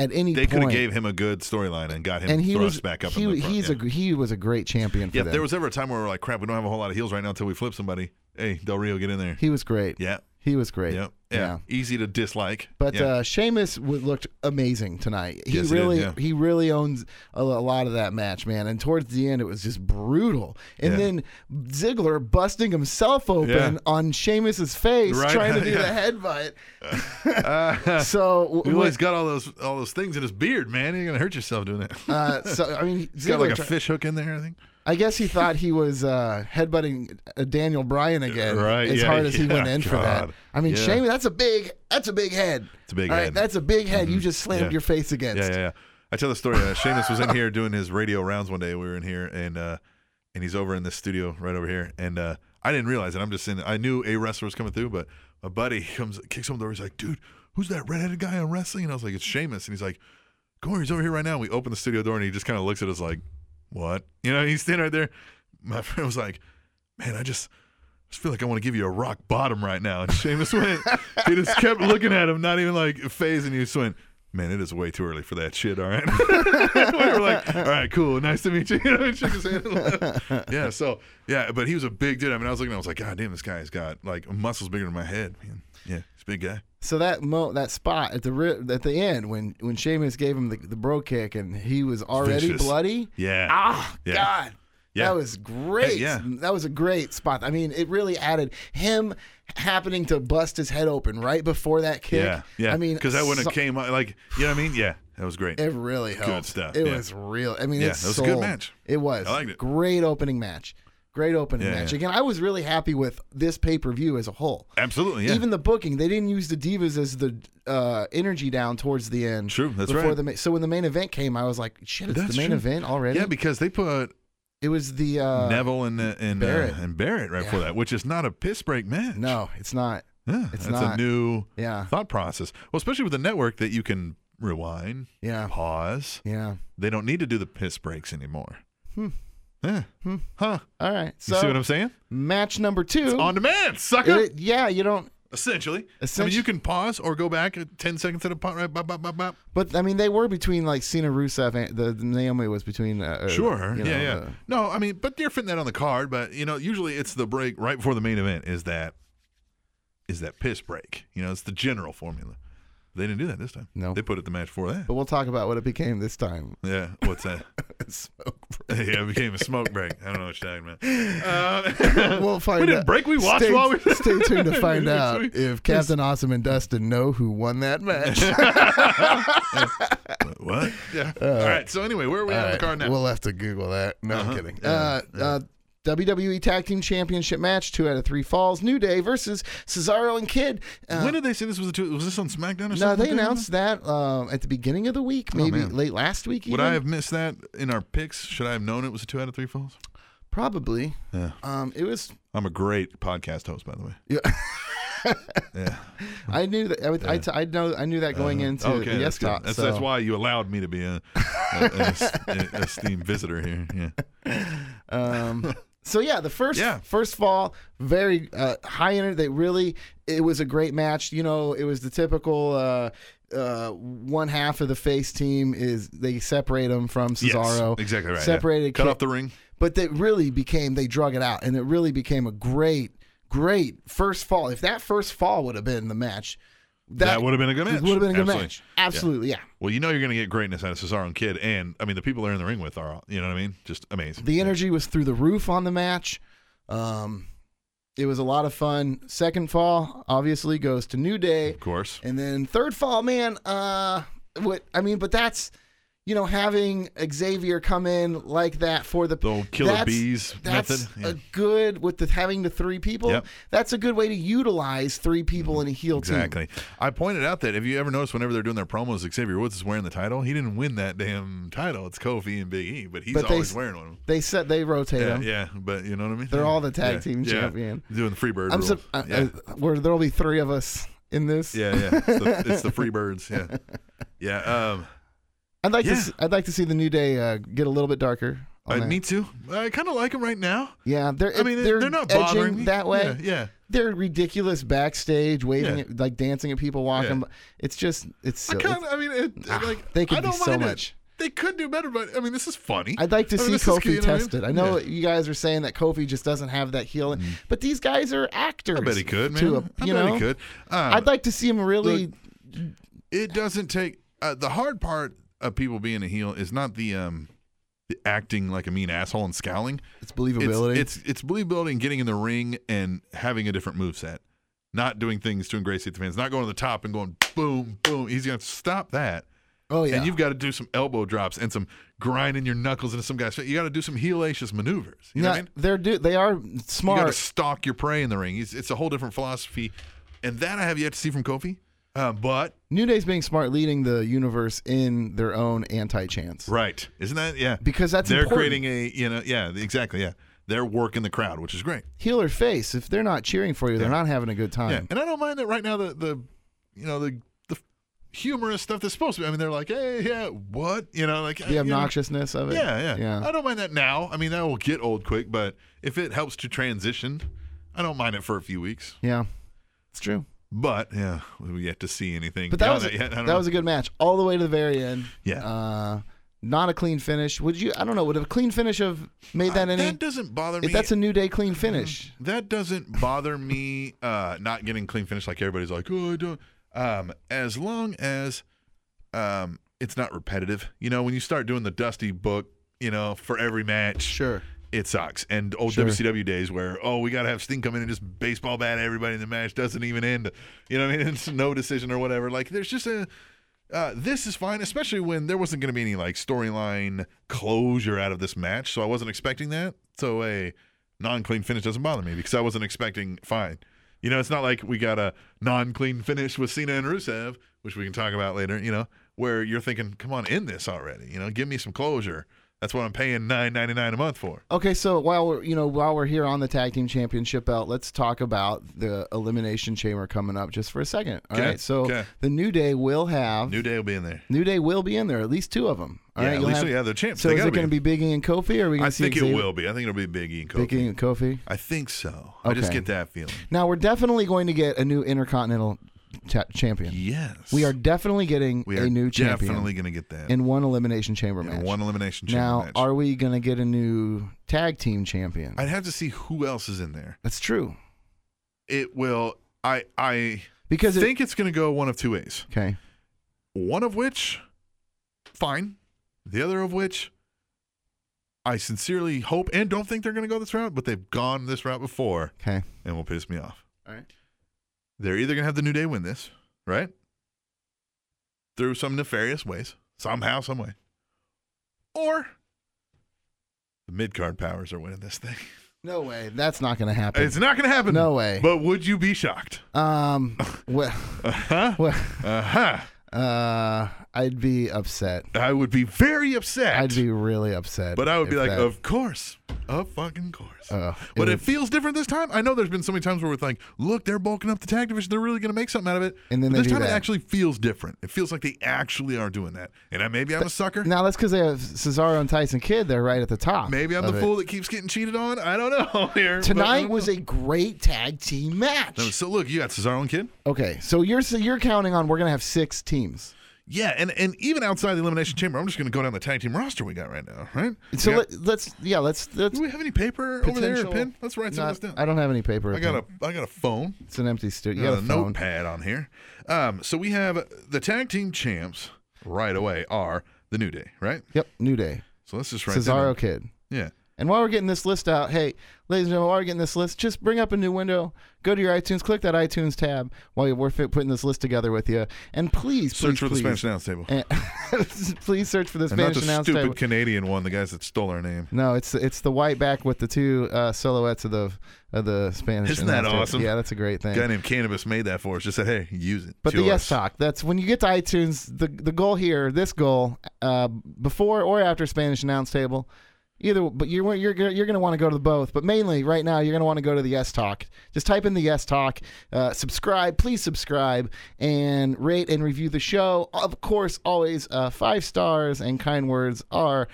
[SPEAKER 1] at any
[SPEAKER 2] They could have
[SPEAKER 1] point,
[SPEAKER 2] gave him a good storyline and got him
[SPEAKER 1] and he
[SPEAKER 2] thrust
[SPEAKER 1] was
[SPEAKER 2] back up.
[SPEAKER 1] he,
[SPEAKER 2] in the front,
[SPEAKER 1] he's
[SPEAKER 2] yeah.
[SPEAKER 1] a he was a great champion for
[SPEAKER 2] yeah. If
[SPEAKER 1] them.
[SPEAKER 2] there was ever a time where we are like, crap, we don't have a whole lot of heels right now until we flip somebody. Hey, Del Rio, get in there.
[SPEAKER 1] he was great.
[SPEAKER 2] yeah,
[SPEAKER 1] He was great.
[SPEAKER 2] yeah, yeah, Easy to dislike,
[SPEAKER 1] But
[SPEAKER 2] yeah.
[SPEAKER 1] uh, Sheamus w- looked amazing tonight. He
[SPEAKER 2] Yes, he did,
[SPEAKER 1] really, he,
[SPEAKER 2] yeah.
[SPEAKER 1] really owns a, lo- a lot of that match, man. And towards the end, it was just brutal. And
[SPEAKER 2] Yeah.
[SPEAKER 1] then Ziggler busting himself open
[SPEAKER 2] Yeah.
[SPEAKER 1] on Sheamus's face,
[SPEAKER 2] Right,
[SPEAKER 1] trying to do
[SPEAKER 2] yeah. Uh,
[SPEAKER 1] the headbutt. so, w-
[SPEAKER 2] You
[SPEAKER 1] w-
[SPEAKER 2] always got all those all those things in his beard, man. You're gonna hurt yourself doing that.
[SPEAKER 1] uh, so I mean,
[SPEAKER 2] He's got like
[SPEAKER 1] Ziggler
[SPEAKER 2] a
[SPEAKER 1] tri-
[SPEAKER 2] fish hook in there, I think.
[SPEAKER 1] I guess he thought he was uh, headbutting uh, Daniel Bryan again,
[SPEAKER 2] Uh, Right,
[SPEAKER 1] As
[SPEAKER 2] yeah,
[SPEAKER 1] hard as he
[SPEAKER 2] yeah,
[SPEAKER 1] went in for that.
[SPEAKER 2] God.
[SPEAKER 1] I mean,
[SPEAKER 2] Yeah.
[SPEAKER 1] Shane, that's a big, that's a big head.
[SPEAKER 2] It's a big
[SPEAKER 1] All right,
[SPEAKER 2] head. Mm-hmm.
[SPEAKER 1] that's a big head. You just slammed
[SPEAKER 2] Yeah.
[SPEAKER 1] your face against.
[SPEAKER 2] Yeah, yeah, yeah. I tell the story. Uh, Seamus was in here doing his radio rounds one day. We were in here, and uh, and he's over in the studio right over here. And uh, I didn't realize it. I'm just in. I knew a wrestler was coming through, but my buddy comes, kicks on the door. He's like, "Dude, who's that redheaded guy on wrestling?" And I was like, "It's Seamus." And he's like, "Come on, he's over here right now." And we open the studio door, and he just kind of looks at us like, "What?" You know, he's standing right there. My friend was like, "Man, I just." I just feel like I want to give you a rock bottom right now. And Seamus went, he just kept looking at him, not even like phasing. He just went, man, it is way too early for that shit. All right. we were like, all right, cool. Nice to meet you. You know, and shook his hand and left. yeah. So, yeah, but he was a big dude. I mean, I was looking, I was like, God damn, this guy's got like muscles bigger than my head, man. Yeah. He's a big guy.
[SPEAKER 1] So that mo- that spot at the ri- at the end when when Sheamus gave him the, the bro kick and he was already
[SPEAKER 2] Vicious.
[SPEAKER 1] bloody.
[SPEAKER 2] Yeah.
[SPEAKER 1] Ah,
[SPEAKER 2] Yeah.
[SPEAKER 1] God.
[SPEAKER 2] Yeah.
[SPEAKER 1] That was great.
[SPEAKER 2] Yeah.
[SPEAKER 1] That was a great spot. I mean, it really added him happening to bust his head open right before that kick.
[SPEAKER 2] Yeah. Yeah.
[SPEAKER 1] I mean,
[SPEAKER 2] because that
[SPEAKER 1] so-
[SPEAKER 2] wouldn't have came out, like, you know what I mean? Yeah. That was great.
[SPEAKER 1] It really helped.
[SPEAKER 2] stuff,
[SPEAKER 1] It
[SPEAKER 2] yeah.
[SPEAKER 1] was real. I mean,
[SPEAKER 2] Yeah,
[SPEAKER 1] it
[SPEAKER 2] that was a good
[SPEAKER 1] sold.
[SPEAKER 2] match.
[SPEAKER 1] It was.
[SPEAKER 2] I liked it.
[SPEAKER 1] Great opening match. Great opening
[SPEAKER 2] Yeah,
[SPEAKER 1] match.
[SPEAKER 2] yeah.
[SPEAKER 1] Again, I was really happy with this pay per view as a whole.
[SPEAKER 2] Absolutely. Yeah.
[SPEAKER 1] Even the booking, they didn't use the divas as the uh, energy down towards the end.
[SPEAKER 2] True, that's
[SPEAKER 1] before
[SPEAKER 2] right.
[SPEAKER 1] The ma- so when the main event came, I was like, "Shit, it's
[SPEAKER 2] That's
[SPEAKER 1] the main
[SPEAKER 2] true.
[SPEAKER 1] event already."
[SPEAKER 2] yeah, because they put
[SPEAKER 1] it was the uh,
[SPEAKER 2] Neville and uh,
[SPEAKER 1] Barrett.
[SPEAKER 2] and Barrett, uh, and Barrett right before that, which is not a piss break match.
[SPEAKER 1] No, it's not.
[SPEAKER 2] yeah,
[SPEAKER 1] it's
[SPEAKER 2] that's
[SPEAKER 1] not.
[SPEAKER 2] a new
[SPEAKER 1] Yeah.
[SPEAKER 2] thought process. Well, especially with the network that you can rewind,
[SPEAKER 1] Yeah.
[SPEAKER 2] pause.
[SPEAKER 1] Yeah.
[SPEAKER 2] They don't need to do the piss breaks anymore. Hmm. Yeah. Huh.
[SPEAKER 1] All right.
[SPEAKER 2] You
[SPEAKER 1] So
[SPEAKER 2] see what I'm saying?
[SPEAKER 1] match number two.
[SPEAKER 2] On demand, sucker.
[SPEAKER 1] It- yeah, you don't.
[SPEAKER 2] essentially. I
[SPEAKER 1] Essentially-
[SPEAKER 2] mean, you can pause or go back at 10 seconds at a pot, right? Bop, bop, bop, bop.
[SPEAKER 1] But I mean, they were between like Cena Rusev and the, the Naomi was between. Uh, uh,
[SPEAKER 2] Sure.
[SPEAKER 1] you
[SPEAKER 2] yeah,
[SPEAKER 1] know,
[SPEAKER 2] yeah.
[SPEAKER 1] the-
[SPEAKER 2] no, I mean, but they're fitting that on the card. But you know, usually it's the break right before the main event. Is that is that piss break? You know, it's the general formula. They didn't do that this time.
[SPEAKER 1] No.
[SPEAKER 2] they put it the match before that.
[SPEAKER 1] but we'll talk about what it became this time.
[SPEAKER 2] Yeah, what's that?
[SPEAKER 1] Smoke break.
[SPEAKER 2] yeah, it became a smoke break. I don't know what you're talking about. Uh,
[SPEAKER 1] We'll find
[SPEAKER 2] didn't
[SPEAKER 1] out.
[SPEAKER 2] break, we watched
[SPEAKER 1] stay,
[SPEAKER 2] while we-
[SPEAKER 1] stay tuned to find out
[SPEAKER 2] Sorry.
[SPEAKER 1] if Captain Awesome and Dustin know who won that match.
[SPEAKER 2] What? what? Yeah. all right. So anyway, where are we at on the card now?
[SPEAKER 1] We'll have to Google that. No, I'm kidding.
[SPEAKER 2] Uh-huh. Yeah,
[SPEAKER 1] Uh, uh, WWE Tag Team Championship match, two out of three falls. New Day versus Cesaro and Kidd. Uh,
[SPEAKER 2] when did they say this was a two? Was this on SmackDown or something?
[SPEAKER 1] no,
[SPEAKER 2] like
[SPEAKER 1] they
[SPEAKER 2] that?
[SPEAKER 1] announced that um, at the beginning of the week, maybe
[SPEAKER 2] Oh, man.
[SPEAKER 1] late last week.
[SPEAKER 2] Would
[SPEAKER 1] even.
[SPEAKER 2] I have missed that in our picks? Should I have known it was a two out of three falls?
[SPEAKER 1] Probably.
[SPEAKER 2] Yeah.
[SPEAKER 1] Um, it was.
[SPEAKER 2] I'm a great podcast host, by the way.
[SPEAKER 1] Yeah.
[SPEAKER 2] Yeah.
[SPEAKER 1] I knew that. I, would- I, t- I know. I knew that going into the yes
[SPEAKER 2] Uh-huh. that's good.
[SPEAKER 1] talk.
[SPEAKER 2] That's,
[SPEAKER 1] so.
[SPEAKER 2] that's why you allowed me to be a, a, an es- an esteemed visitor here. Yeah.
[SPEAKER 1] Um, So yeah, the first
[SPEAKER 2] Yeah.
[SPEAKER 1] first fall, very uh, high energy. They really it was a great match. You know, it was the typical uh, uh, one half of the face team is they separate them from
[SPEAKER 2] Yes,
[SPEAKER 1] Cesaro.
[SPEAKER 2] exactly right. yeah.
[SPEAKER 1] Separated,
[SPEAKER 2] Cut
[SPEAKER 1] kick-
[SPEAKER 2] off the ring.
[SPEAKER 1] but they really became they drug it out, and it really became a great great first fall. If that first fall would have been the match,
[SPEAKER 2] That, would have been a good match.
[SPEAKER 1] Would have been a good
[SPEAKER 2] Absolutely.
[SPEAKER 1] match. Absolutely, yeah.
[SPEAKER 2] Well, you know you're going to get greatness out of Cesaro and Kid, and I mean the people they're in the ring with are, all- you know what I mean, just amazing.
[SPEAKER 1] The energy was through the roof on the match. Um, it was a lot of fun. Second fall obviously goes to New Day.
[SPEAKER 2] of course.
[SPEAKER 1] And then third fall, man, uh what I mean, but that's you know, having Xavier come in like that for the
[SPEAKER 2] The old killer
[SPEAKER 1] that's-
[SPEAKER 2] bees
[SPEAKER 1] That's
[SPEAKER 2] method, yeah.
[SPEAKER 1] a good with the having the three people.
[SPEAKER 2] Yep. Mm-hmm.
[SPEAKER 1] That's a good way to utilize three people in a heel team.
[SPEAKER 2] Exactly. I pointed out that if you ever notice, whenever they're doing their promos, Xavier Woods is wearing the title. He didn't win that damn title. It's Kofi and Big E, but he's
[SPEAKER 1] But they
[SPEAKER 2] always
[SPEAKER 1] s-
[SPEAKER 2] wearing one.
[SPEAKER 1] They said they rotate
[SPEAKER 2] Yeah,
[SPEAKER 1] them.
[SPEAKER 2] yeah, but you know what I mean.
[SPEAKER 1] They're all the tag
[SPEAKER 2] Yeah,
[SPEAKER 1] team
[SPEAKER 2] yeah.
[SPEAKER 1] champion.
[SPEAKER 2] Doing the Freebird
[SPEAKER 1] I'm
[SPEAKER 2] rules.
[SPEAKER 1] so, uh,
[SPEAKER 2] yeah.
[SPEAKER 1] uh, where there'll be three of us in this.
[SPEAKER 2] yeah, yeah. It's the, it's the Freebirds. Yeah, yeah. Um,
[SPEAKER 1] I'd like
[SPEAKER 2] Yeah.
[SPEAKER 1] to. See, would like to see the new day uh, get a little bit darker. on
[SPEAKER 2] I,
[SPEAKER 1] that.
[SPEAKER 2] Uh, me too. I kind of like him right now.
[SPEAKER 1] yeah, they're
[SPEAKER 2] I mean,
[SPEAKER 1] they're,
[SPEAKER 2] they're, not
[SPEAKER 1] edging
[SPEAKER 2] bothering me
[SPEAKER 1] that way.
[SPEAKER 2] Yeah, yeah.
[SPEAKER 1] they're ridiculous backstage, waving
[SPEAKER 2] Yeah.
[SPEAKER 1] at, like dancing at people walking.
[SPEAKER 2] Yeah.
[SPEAKER 1] It's just it's.
[SPEAKER 2] I
[SPEAKER 1] Silly.
[SPEAKER 2] kind of. I mean, it,
[SPEAKER 1] Ah,
[SPEAKER 2] like
[SPEAKER 1] they could
[SPEAKER 2] I
[SPEAKER 1] do
[SPEAKER 2] don't
[SPEAKER 1] so
[SPEAKER 2] mind it.
[SPEAKER 1] much.
[SPEAKER 2] They could do better, but I mean, this is funny.
[SPEAKER 1] I'd like to
[SPEAKER 2] I mean,
[SPEAKER 1] see
[SPEAKER 2] this is
[SPEAKER 1] Kofi
[SPEAKER 2] cute, you know what I mean?
[SPEAKER 1] tested. I know
[SPEAKER 2] Yeah.
[SPEAKER 1] you guys are saying that Kofi just doesn't have that heel, but these guys are actors.
[SPEAKER 2] Mm-hmm. I bet he could, man.
[SPEAKER 1] to a-
[SPEAKER 2] I
[SPEAKER 1] you
[SPEAKER 2] bet
[SPEAKER 1] know,
[SPEAKER 2] he could. Um,
[SPEAKER 1] I'd like to see him really.
[SPEAKER 2] Look, it doesn't take uh, the hard part of people being a heel is not the um the acting like a mean asshole and scowling.
[SPEAKER 1] it's
[SPEAKER 2] It's,
[SPEAKER 1] believability.
[SPEAKER 2] it's it's believability and getting in the ring and having a different moveset. Not doing things to ingratiate the fans, not going to the top and going boom, boom. He's gonna have to stop that.
[SPEAKER 1] oh yeah.
[SPEAKER 2] And you've got to do some elbow drops and some grinding your knuckles into some guy's face. You got to do some heelacious maneuvers. You know
[SPEAKER 1] yeah,
[SPEAKER 2] what I mean?
[SPEAKER 1] they're do they are
[SPEAKER 2] You got
[SPEAKER 1] smart.
[SPEAKER 2] to stalk your prey in the ring. It's, it's a whole different philosophy. And that I have yet to see from Kofi. Uh, but
[SPEAKER 1] New Day's being smart, leading the universe in their own anti-chance.
[SPEAKER 2] Right. Isn't that yeah?
[SPEAKER 1] Because that's
[SPEAKER 2] they're
[SPEAKER 1] important.
[SPEAKER 2] creating a you know yeah exactly yeah they're working the crowd which is great
[SPEAKER 1] Heel or face, if they're not cheering for you, they're not having a good time.
[SPEAKER 2] yeah Uh, and I don't mind that right now the the you know the the humorous stuff that's supposed to be I mean they're like hey yeah what you know like
[SPEAKER 1] the
[SPEAKER 2] you know,
[SPEAKER 1] obnoxiousness of it.
[SPEAKER 2] yeah yeah
[SPEAKER 1] yeah.
[SPEAKER 2] I don't mind that now I mean that will get old quick but if it helps to transition I don't mind it for a few weeks
[SPEAKER 1] Yeah, it's true.
[SPEAKER 2] but yeah we've yet to see anything
[SPEAKER 1] But that
[SPEAKER 2] beyond
[SPEAKER 1] was
[SPEAKER 2] yet. I
[SPEAKER 1] that
[SPEAKER 2] don't know.
[SPEAKER 1] was a good match all the way to the very end.
[SPEAKER 2] Yeah.
[SPEAKER 1] Uh, not a clean finish. Would you? I don't know. Would a clean finish have made that any?
[SPEAKER 2] Uh, that doesn't Mm-hmm. bother me
[SPEAKER 1] if that's a new day clean finish.
[SPEAKER 2] That doesn't bother me uh, not getting clean finish like everybody's like, oh, I don't. Um, as long as um, it's not repetitive. You know, when you start doing the dusty book, you know, for every match,
[SPEAKER 1] Sure.
[SPEAKER 2] it sucks. And old
[SPEAKER 1] Sure.
[SPEAKER 2] WCW days where, oh, we got to have Sting come in and just baseball bat everybody in the match doesn't even end. You know what I mean? It's no decision or whatever. Like, there's just a. Uh, this is fine, especially when there wasn't going to be any like storyline closure out of this match, so I wasn't expecting that. So a non-clean finish doesn't bother me because I wasn't expecting fine. You know, it's not like we got a non-clean finish with Cena and Rusev, which we can talk about later. You know, where you're thinking, come on, end this already. You know, give me some closure. That's what I'm paying nine ninety nine a month for.
[SPEAKER 1] Okay, so while we're you know while we're here on the tag team championship belt, let's talk about the elimination chamber coming up just for a second. All right,
[SPEAKER 2] Okay,
[SPEAKER 1] so
[SPEAKER 2] okay.
[SPEAKER 1] the new day will have
[SPEAKER 2] New Day will be in there.
[SPEAKER 1] New Day will be in there, at least two of them. All
[SPEAKER 2] Yeah,
[SPEAKER 1] right,
[SPEAKER 2] at
[SPEAKER 1] you'll
[SPEAKER 2] least
[SPEAKER 1] have-
[SPEAKER 2] so, yeah, they're champs.
[SPEAKER 1] So
[SPEAKER 2] They
[SPEAKER 1] is
[SPEAKER 2] gotta
[SPEAKER 1] it going
[SPEAKER 2] be.
[SPEAKER 1] to be Biggie and Kofi, or are we going
[SPEAKER 2] I
[SPEAKER 1] to see
[SPEAKER 2] think it
[SPEAKER 1] Xavier-
[SPEAKER 2] will be. I think it'll be Big E and Kofi.
[SPEAKER 1] Biggie and Kofi?
[SPEAKER 2] I think so. I just
[SPEAKER 1] Okay.
[SPEAKER 2] get that feeling.
[SPEAKER 1] Now we're definitely going to get a new Intercontinental cha- champion.
[SPEAKER 2] Yes,
[SPEAKER 1] We are definitely getting
[SPEAKER 2] We
[SPEAKER 1] a
[SPEAKER 2] are
[SPEAKER 1] new champion
[SPEAKER 2] definitely going to get that.
[SPEAKER 1] in one elimination chamber
[SPEAKER 2] in
[SPEAKER 1] match.
[SPEAKER 2] one elimination chamber
[SPEAKER 1] now,
[SPEAKER 2] match.
[SPEAKER 1] are we going to get a new tag team champion?
[SPEAKER 2] I'd have to see who else is in there.
[SPEAKER 1] That's true
[SPEAKER 2] It will. I I
[SPEAKER 1] because it-
[SPEAKER 2] think it's going to go one of two ways.
[SPEAKER 1] okay,
[SPEAKER 2] One of which, fine. The other of which, I sincerely hope and don't think they're going to go this route, but they've gone this route before
[SPEAKER 1] okay,
[SPEAKER 2] and will piss me off.
[SPEAKER 1] all right.
[SPEAKER 2] They're either going to have the New Day win this, right? Through some nefarious ways, somehow, some way. Or the mid card powers are winning this thing.
[SPEAKER 1] No way, that's not going to happen.
[SPEAKER 2] It's not going to happen.
[SPEAKER 1] No way.
[SPEAKER 2] But would you be shocked?
[SPEAKER 1] um, well,
[SPEAKER 2] Uh huh.
[SPEAKER 1] well,
[SPEAKER 2] Uh huh.
[SPEAKER 1] uh, I'd be upset.
[SPEAKER 2] I would be very upset.
[SPEAKER 1] I'd be really upset.
[SPEAKER 2] But I would be
[SPEAKER 1] if
[SPEAKER 2] like,
[SPEAKER 1] that-
[SPEAKER 2] of course, of fucking course.
[SPEAKER 1] Uh, it
[SPEAKER 2] but it,
[SPEAKER 1] would-
[SPEAKER 2] feels different this time. I know there's been so many times where it's like, look, they're bulking up the tag division. They're really going to make something out of it.
[SPEAKER 1] And then
[SPEAKER 2] But
[SPEAKER 1] they
[SPEAKER 2] this
[SPEAKER 1] do
[SPEAKER 2] time it
[SPEAKER 1] that.
[SPEAKER 2] actually feels different. It feels like they actually are doing that. And I, maybe I'm a sucker.
[SPEAKER 1] now that's because they have Cesaro and Tyson Kidd. They're right at the top.
[SPEAKER 2] maybe I'm
[SPEAKER 1] of
[SPEAKER 2] the
[SPEAKER 1] it.
[SPEAKER 2] fool that keeps getting cheated on. I don't know here. but-
[SPEAKER 1] Tonight was a great tag team match.
[SPEAKER 2] So look, you got Cesaro and Kid.
[SPEAKER 1] okay, so you're so you're counting on we're gonna have six teams.
[SPEAKER 2] Yeah, and, and even outside the Elimination Chamber, I'm just going to go down the tag team roster we got right now, right?
[SPEAKER 1] So
[SPEAKER 2] We got-
[SPEAKER 1] let, let's yeah let's let's
[SPEAKER 2] do we have any paper over there or a
[SPEAKER 1] potential-
[SPEAKER 2] pen? Let's write some of
[SPEAKER 1] not-
[SPEAKER 2] this down.
[SPEAKER 1] I don't have any paper.
[SPEAKER 2] I got a I got a phone.
[SPEAKER 1] It's an empty studio. You
[SPEAKER 2] got
[SPEAKER 1] got
[SPEAKER 2] a
[SPEAKER 1] a phone.
[SPEAKER 2] notepad on here. Um, so we have the tag team champs right away are the New Day, right?
[SPEAKER 1] Yep. New Day.
[SPEAKER 2] So let's just write that
[SPEAKER 1] Cesaro
[SPEAKER 2] down.
[SPEAKER 1] Kid.
[SPEAKER 2] Yeah.
[SPEAKER 1] And while we're getting this list out, hey, ladies and gentlemen, while we're getting this list, just bring up a new window, go to your iTunes, click that iTunes tab while you're- we're fit- putting this list together with you, and please,
[SPEAKER 2] Search
[SPEAKER 1] please,
[SPEAKER 2] for the
[SPEAKER 1] please,
[SPEAKER 2] Spanish announce table. And,
[SPEAKER 1] and- please search for the
[SPEAKER 2] not
[SPEAKER 1] Spanish
[SPEAKER 2] the
[SPEAKER 1] announce
[SPEAKER 2] stupid
[SPEAKER 1] table.
[SPEAKER 2] Canadian one, the guys that stole our name.
[SPEAKER 1] No, it's it's the white back with the two uh, silhouettes of the of the Spanish.
[SPEAKER 2] Isn't that
[SPEAKER 1] announce table.
[SPEAKER 2] awesome?
[SPEAKER 1] Yeah, that's a great thing.
[SPEAKER 2] guy named Cannabis made that for us. Just said, hey, use it.
[SPEAKER 1] But
[SPEAKER 2] It's
[SPEAKER 1] the yes
[SPEAKER 2] yours.
[SPEAKER 1] talk. That's when you get to iTunes. The the goal here, this goal, uh, before or after Spanish announce table, either. But you're you're gonna- you're going to want to go to the both. But mainly right now, you're going to want to go to the yes talk. Just type in the yes talk. Uh, subscribe, please subscribe and rate and review the show. Of course, always uh, five stars and kind words are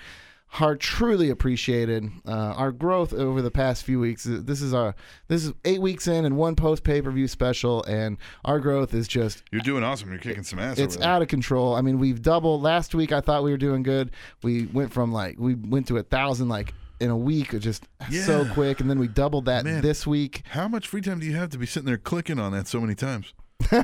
[SPEAKER 1] are truly appreciated. Uh, our growth over the past few weeks. uh, This is our this is eight weeks in and one post pay per view special, and our growth is just
[SPEAKER 2] You're doing awesome. You're kicking some ass.
[SPEAKER 1] it's
[SPEAKER 2] over there.
[SPEAKER 1] out of control. I mean, we've doubled. Last week, I thought we were doing good. We went from like we went to a thousand like in a week, uh, just so
[SPEAKER 2] Yeah.
[SPEAKER 1] quick, and then we doubled that
[SPEAKER 2] Man.
[SPEAKER 1] this week.
[SPEAKER 2] How much free time do you have to be sitting there clicking on that so many times?
[SPEAKER 1] Man,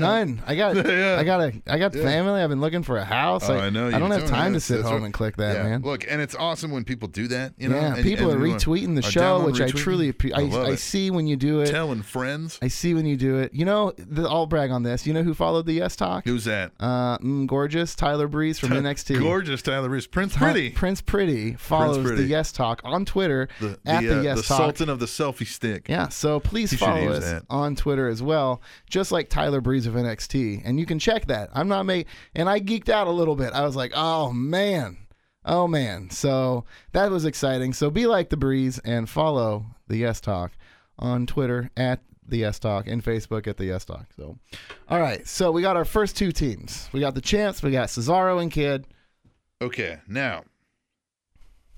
[SPEAKER 1] none. I got,
[SPEAKER 2] Yeah.
[SPEAKER 1] I got a, I got family. I've been looking for a house.
[SPEAKER 2] Oh, I know.
[SPEAKER 1] I
[SPEAKER 2] you're
[SPEAKER 1] don't have
[SPEAKER 2] doing
[SPEAKER 1] time
[SPEAKER 2] this.
[SPEAKER 1] to sit
[SPEAKER 2] That's
[SPEAKER 1] home
[SPEAKER 2] right.
[SPEAKER 1] and click that,
[SPEAKER 2] Yeah.
[SPEAKER 1] man.
[SPEAKER 2] Look, and it's awesome when people do that. You know,
[SPEAKER 1] yeah,
[SPEAKER 2] and-
[SPEAKER 1] people
[SPEAKER 2] and
[SPEAKER 1] are
[SPEAKER 2] everyone-
[SPEAKER 1] retweeting the
[SPEAKER 2] or
[SPEAKER 1] show,
[SPEAKER 2] download,
[SPEAKER 1] which I
[SPEAKER 2] retweeting.
[SPEAKER 1] truly, appre-
[SPEAKER 2] I love
[SPEAKER 1] I, I
[SPEAKER 2] it.
[SPEAKER 1] see when you do it.
[SPEAKER 2] telling friends.
[SPEAKER 1] I see when you do it. You know, the, I'll brag on this. You know who followed the Yes Talk?
[SPEAKER 2] Who's that?
[SPEAKER 1] Uh, mm, gorgeous Tyler Breeze from NXT.
[SPEAKER 2] Gorgeous Tyler Reese. Prince
[SPEAKER 1] Ty-
[SPEAKER 2] Pretty.
[SPEAKER 1] Prince Pretty follows
[SPEAKER 2] Pretty.
[SPEAKER 1] the Yes Talk on Twitter
[SPEAKER 2] The, the,
[SPEAKER 1] at the,
[SPEAKER 2] uh,
[SPEAKER 1] Yes
[SPEAKER 2] the
[SPEAKER 1] Talk.
[SPEAKER 2] Sultan of the selfie stick.
[SPEAKER 1] Yeah, so please
[SPEAKER 2] He should
[SPEAKER 1] follow
[SPEAKER 2] use
[SPEAKER 1] us
[SPEAKER 2] that.
[SPEAKER 1] on Twitter as well, just like Tyler Breeze of NXT, and you can check that. I'm not make and I geeked out a little bit. I was like, oh man, oh man. So that was exciting. So be like the Breeze and follow the Yes Talk on Twitter at the Yes Talk and Facebook at the Yes Talk. So, all right. So we got our first two teams. We got the champs. We got Cesaro and Kid.
[SPEAKER 2] Okay, now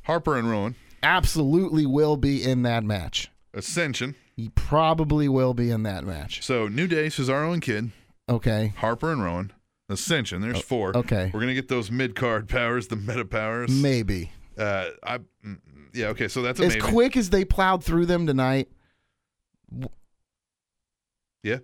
[SPEAKER 2] Harper and Rowan,
[SPEAKER 1] Absolutely will be in that match.
[SPEAKER 2] Ascension.
[SPEAKER 1] He probably will be in that match.
[SPEAKER 2] So New Day, Cesaro and Kid,
[SPEAKER 1] Okay.
[SPEAKER 2] Harper and Rowan, Ascension. There's four.
[SPEAKER 1] Oh, okay.
[SPEAKER 2] We're gonna get those mid card powers, the meta powers.
[SPEAKER 1] Maybe.
[SPEAKER 2] uh, I, mm, yeah. Okay, so that's a
[SPEAKER 1] as
[SPEAKER 2] maybe.
[SPEAKER 1] quick as they plowed through them tonight.
[SPEAKER 2] Yeah.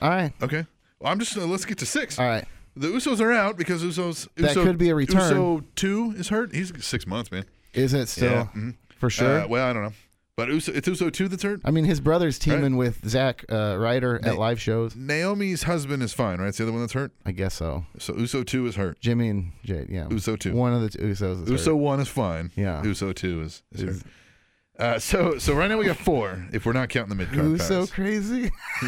[SPEAKER 1] All right,
[SPEAKER 2] Okay. Well, I'm just uh, let's get to six.
[SPEAKER 1] all right.
[SPEAKER 2] The Usos are out because Usos.
[SPEAKER 1] That
[SPEAKER 2] Uso-
[SPEAKER 1] could be a return.
[SPEAKER 2] Uso two is hurt. He's six months, man.
[SPEAKER 1] Is it still
[SPEAKER 2] Yeah, mhm.
[SPEAKER 1] for sure?
[SPEAKER 2] Uh, well, I don't know, but Uso, it's Uso two that's hurt.
[SPEAKER 1] I mean, his brother's teaming with Zach uh, Ryder at live shows.
[SPEAKER 2] Naomi's husband is fine, right? It's the other one that's hurt.
[SPEAKER 1] I guess so.
[SPEAKER 2] So Uso two is hurt.
[SPEAKER 1] Jimmy and Jade, yeah.
[SPEAKER 2] Uso too.
[SPEAKER 1] One of the two Usos. Is
[SPEAKER 2] Uso
[SPEAKER 1] hurt.
[SPEAKER 2] one is fine.
[SPEAKER 1] Yeah.
[SPEAKER 2] Uso two is, is hurt. Uh, so so right now we got four if we're not counting the mid card.
[SPEAKER 1] Who's so crazy?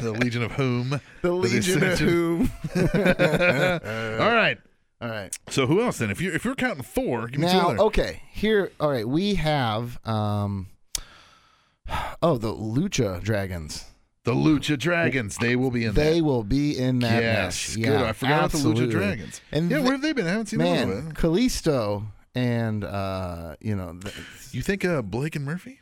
[SPEAKER 2] the Legion of Whom.
[SPEAKER 1] the
[SPEAKER 2] With
[SPEAKER 1] Legion of
[SPEAKER 2] Ascension.
[SPEAKER 1] Whom.
[SPEAKER 2] All right.
[SPEAKER 1] All right.
[SPEAKER 2] So who else then? If you're if you're counting four, give me two
[SPEAKER 1] Now,
[SPEAKER 2] other.
[SPEAKER 1] okay. Here, all right. We have, um, oh, the Lucha Dragons.
[SPEAKER 2] the Lucha Dragons. They will be in
[SPEAKER 1] They
[SPEAKER 2] that.
[SPEAKER 1] will be in that
[SPEAKER 2] yes.
[SPEAKER 1] match.
[SPEAKER 2] Good.
[SPEAKER 1] Yeah,
[SPEAKER 2] I forgot about
[SPEAKER 1] absolutely.
[SPEAKER 2] the Lucha Dragons.
[SPEAKER 1] And
[SPEAKER 2] yeah,
[SPEAKER 1] th-
[SPEAKER 2] where have they been? I haven't seen them. in a
[SPEAKER 1] man,
[SPEAKER 2] while.
[SPEAKER 1] Kalisto and uh, you know, th-
[SPEAKER 2] You think uh, Blake and Murphy,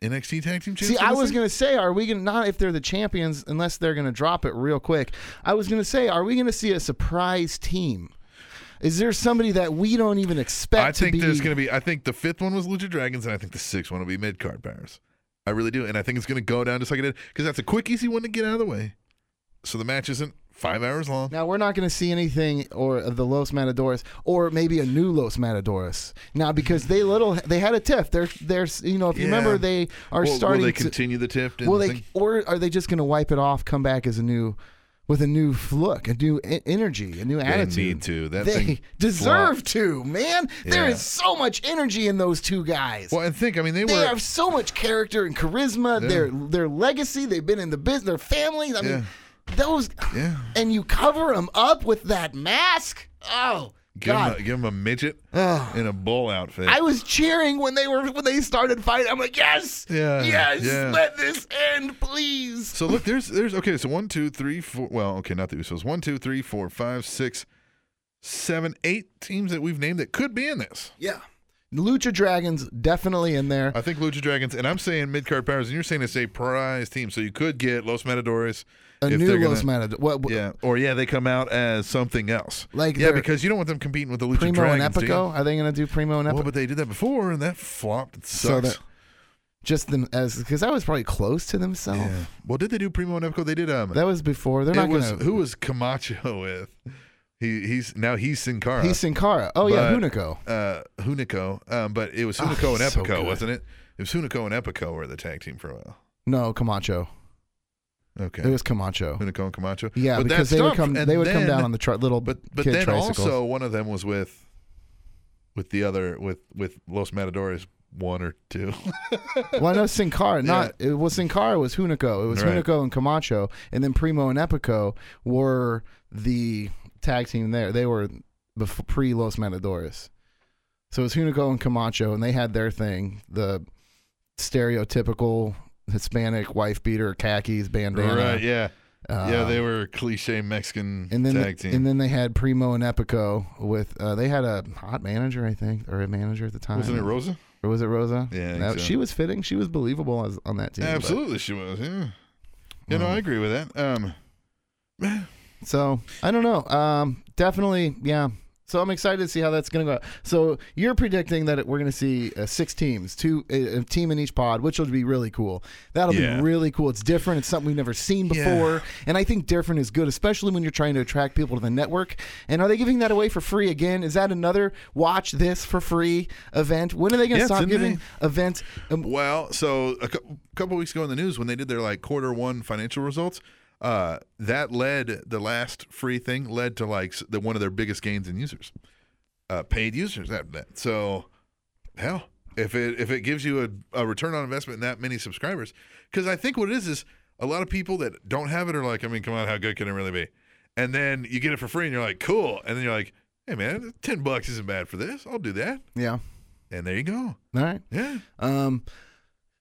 [SPEAKER 2] NXT tag team champs?
[SPEAKER 1] see,
[SPEAKER 2] for
[SPEAKER 1] I
[SPEAKER 2] this
[SPEAKER 1] was
[SPEAKER 2] thing?
[SPEAKER 1] gonna say, are we gonna not if they're the champions, unless they're gonna drop it real quick? I was gonna say, are we gonna see a surprise team? Is there somebody that we don't even expect
[SPEAKER 2] I
[SPEAKER 1] to
[SPEAKER 2] think
[SPEAKER 1] be?
[SPEAKER 2] there's going to be. I think the fifth one was Lucha Dragons, and I think the sixth one will be mid card powers. I really do, and I think it's going to go down just like it did because that's a quick, easy one to get out of the way. So the match isn't five hours long.
[SPEAKER 1] now we're not going to see anything or of the Los Matadores or maybe a new Los Matadores now because they little they had a tiff. They're they're you know if you
[SPEAKER 2] Yeah.
[SPEAKER 1] remember they are
[SPEAKER 2] will,
[SPEAKER 1] starting
[SPEAKER 2] Will they
[SPEAKER 1] to
[SPEAKER 2] continue the tiff? and
[SPEAKER 1] Well,
[SPEAKER 2] the
[SPEAKER 1] they
[SPEAKER 2] thing?
[SPEAKER 1] or are they just going to wipe it off, come back as a new, with a new look, a new e- energy, a new attitude?
[SPEAKER 2] need to. That
[SPEAKER 1] they
[SPEAKER 2] thing
[SPEAKER 1] deserve
[SPEAKER 2] flopped.
[SPEAKER 1] to, man. There
[SPEAKER 2] Yeah.
[SPEAKER 1] is so much energy in those two guys.
[SPEAKER 2] Well, and think. I mean, they,
[SPEAKER 1] they
[SPEAKER 2] were.
[SPEAKER 1] have so much character and charisma. Their their legacy. They've been in the business. Their family. I mean, those,
[SPEAKER 2] Yeah.
[SPEAKER 1] and you cover him up with that mask. Oh
[SPEAKER 2] Give him, a,
[SPEAKER 1] God!
[SPEAKER 2] give him a midget
[SPEAKER 1] Ugh.
[SPEAKER 2] in a bull outfit.
[SPEAKER 1] I was cheering when they were when they started fighting. I'm like, yes,
[SPEAKER 2] Yeah,
[SPEAKER 1] yes,
[SPEAKER 2] yeah.
[SPEAKER 1] let this end, please.
[SPEAKER 2] So look, there's there's okay. So one, two, three, four. Well, okay, not the Usos. One, two, three, four, five, six, seven, eight teams that we've named that could be in this.
[SPEAKER 1] Yeah, Lucha Dragons definitely in there.
[SPEAKER 2] I think Lucha Dragons, and I'm saying mid card powers, and you're saying it's a prize team, so you could get Los Matadores.
[SPEAKER 1] A
[SPEAKER 2] if
[SPEAKER 1] new
[SPEAKER 2] they're gonna-
[SPEAKER 1] Los Matadores. What, what-
[SPEAKER 2] Yeah, or yeah, they come out as something else.
[SPEAKER 1] Like
[SPEAKER 2] yeah,
[SPEAKER 1] they're-
[SPEAKER 2] because you don't want them competing with the Lucha
[SPEAKER 1] Primo
[SPEAKER 2] Dragons.
[SPEAKER 1] and
[SPEAKER 2] do you?
[SPEAKER 1] Epico? Are they going to do Primo and Epico?
[SPEAKER 2] Well, but they did that before, and that flopped. It sucks.
[SPEAKER 1] So that just them as because that was probably close to themselves.
[SPEAKER 2] yeah. Well, did they do Primo and Epico? They did. Um,
[SPEAKER 1] That was before. They're
[SPEAKER 2] it
[SPEAKER 1] not
[SPEAKER 2] was
[SPEAKER 1] going
[SPEAKER 2] who was Camacho with? He he's now he's Sin Cara.
[SPEAKER 1] He's Sin Cara. Oh yeah,
[SPEAKER 2] but-
[SPEAKER 1] Hunico.
[SPEAKER 2] uh, Hunico, um, but it was
[SPEAKER 1] Oh,
[SPEAKER 2] Hunico and
[SPEAKER 1] he's so
[SPEAKER 2] Epico,
[SPEAKER 1] good.
[SPEAKER 2] wasn't it? It was Hunico and Epico were the tag team for a while.
[SPEAKER 1] No, Camacho.
[SPEAKER 2] Okay,
[SPEAKER 1] It was Camacho.
[SPEAKER 2] Hunico and Camacho.
[SPEAKER 1] Yeah,
[SPEAKER 2] But that
[SPEAKER 1] because they would
[SPEAKER 2] stumped,
[SPEAKER 1] come.
[SPEAKER 2] and
[SPEAKER 1] They would come
[SPEAKER 2] then-
[SPEAKER 1] down on the tri- little
[SPEAKER 2] But but
[SPEAKER 1] kid
[SPEAKER 2] then
[SPEAKER 1] tricycles.
[SPEAKER 2] also one of them was with with the other with with Los Matadores one or two.
[SPEAKER 1] well, I know Sin Cara. Not it was Sin Cara was Hunico. It was
[SPEAKER 2] Right.
[SPEAKER 1] Hunico and Camacho, and then Primo and Epico were the tag team there. They were before, pre Los Matadores, so it was Hunico and Camacho, and they had their thing, the stereotypical Hispanic wife beater, khakis, bandana,
[SPEAKER 2] right? Yeah, yeah.
[SPEAKER 1] uh,
[SPEAKER 2] They were cliche Mexican
[SPEAKER 1] and then
[SPEAKER 2] tag team.
[SPEAKER 1] and then they had Primo and Epico with uh, they had a hot manager, I think, or a manager at the time.
[SPEAKER 2] Wasn't it Rosa?
[SPEAKER 1] Or was it Rosa?
[SPEAKER 2] Yeah, I think
[SPEAKER 1] That-
[SPEAKER 2] so.
[SPEAKER 1] she was fitting. She was believable as, on that team. but-
[SPEAKER 2] Absolutely, she was. Yeah. Yeah, no, I agree with that. Um,
[SPEAKER 1] So I don't know. Um, definitely, yeah. So I'm excited to see how that's going to go. So you're predicting that it, we're going to see uh, six teams, two uh, a, a team in each pod, which will be really cool. That'll
[SPEAKER 2] Yeah.
[SPEAKER 1] be really cool. It's different. It's something we've never seen before, and I think different is good, especially when you're trying to attract people to the network. And are they giving that away for free again? Is that another watch this for free event? When are they going to
[SPEAKER 2] Yeah, it's
[SPEAKER 1] stop
[SPEAKER 2] in May.
[SPEAKER 1] giving events? Um,
[SPEAKER 2] Well, so a cou- couple weeks ago in the news, when they did their like quarter one financial results, uh, that led the last free thing led to like s- the one of their biggest gains in users, uh, paid users after that. So, hell, if it if it gives you a, a return on investment in that many subscribers, because I think what it is is a lot of people that don't have it are like, I mean, come on, how good can it really be? And then you get it for free, and you're like, cool. And then you're like, hey man, ten bucks isn't bad for this. I'll do that.
[SPEAKER 1] yeah.
[SPEAKER 2] And there you go.
[SPEAKER 1] All right.
[SPEAKER 2] Yeah.
[SPEAKER 1] Um,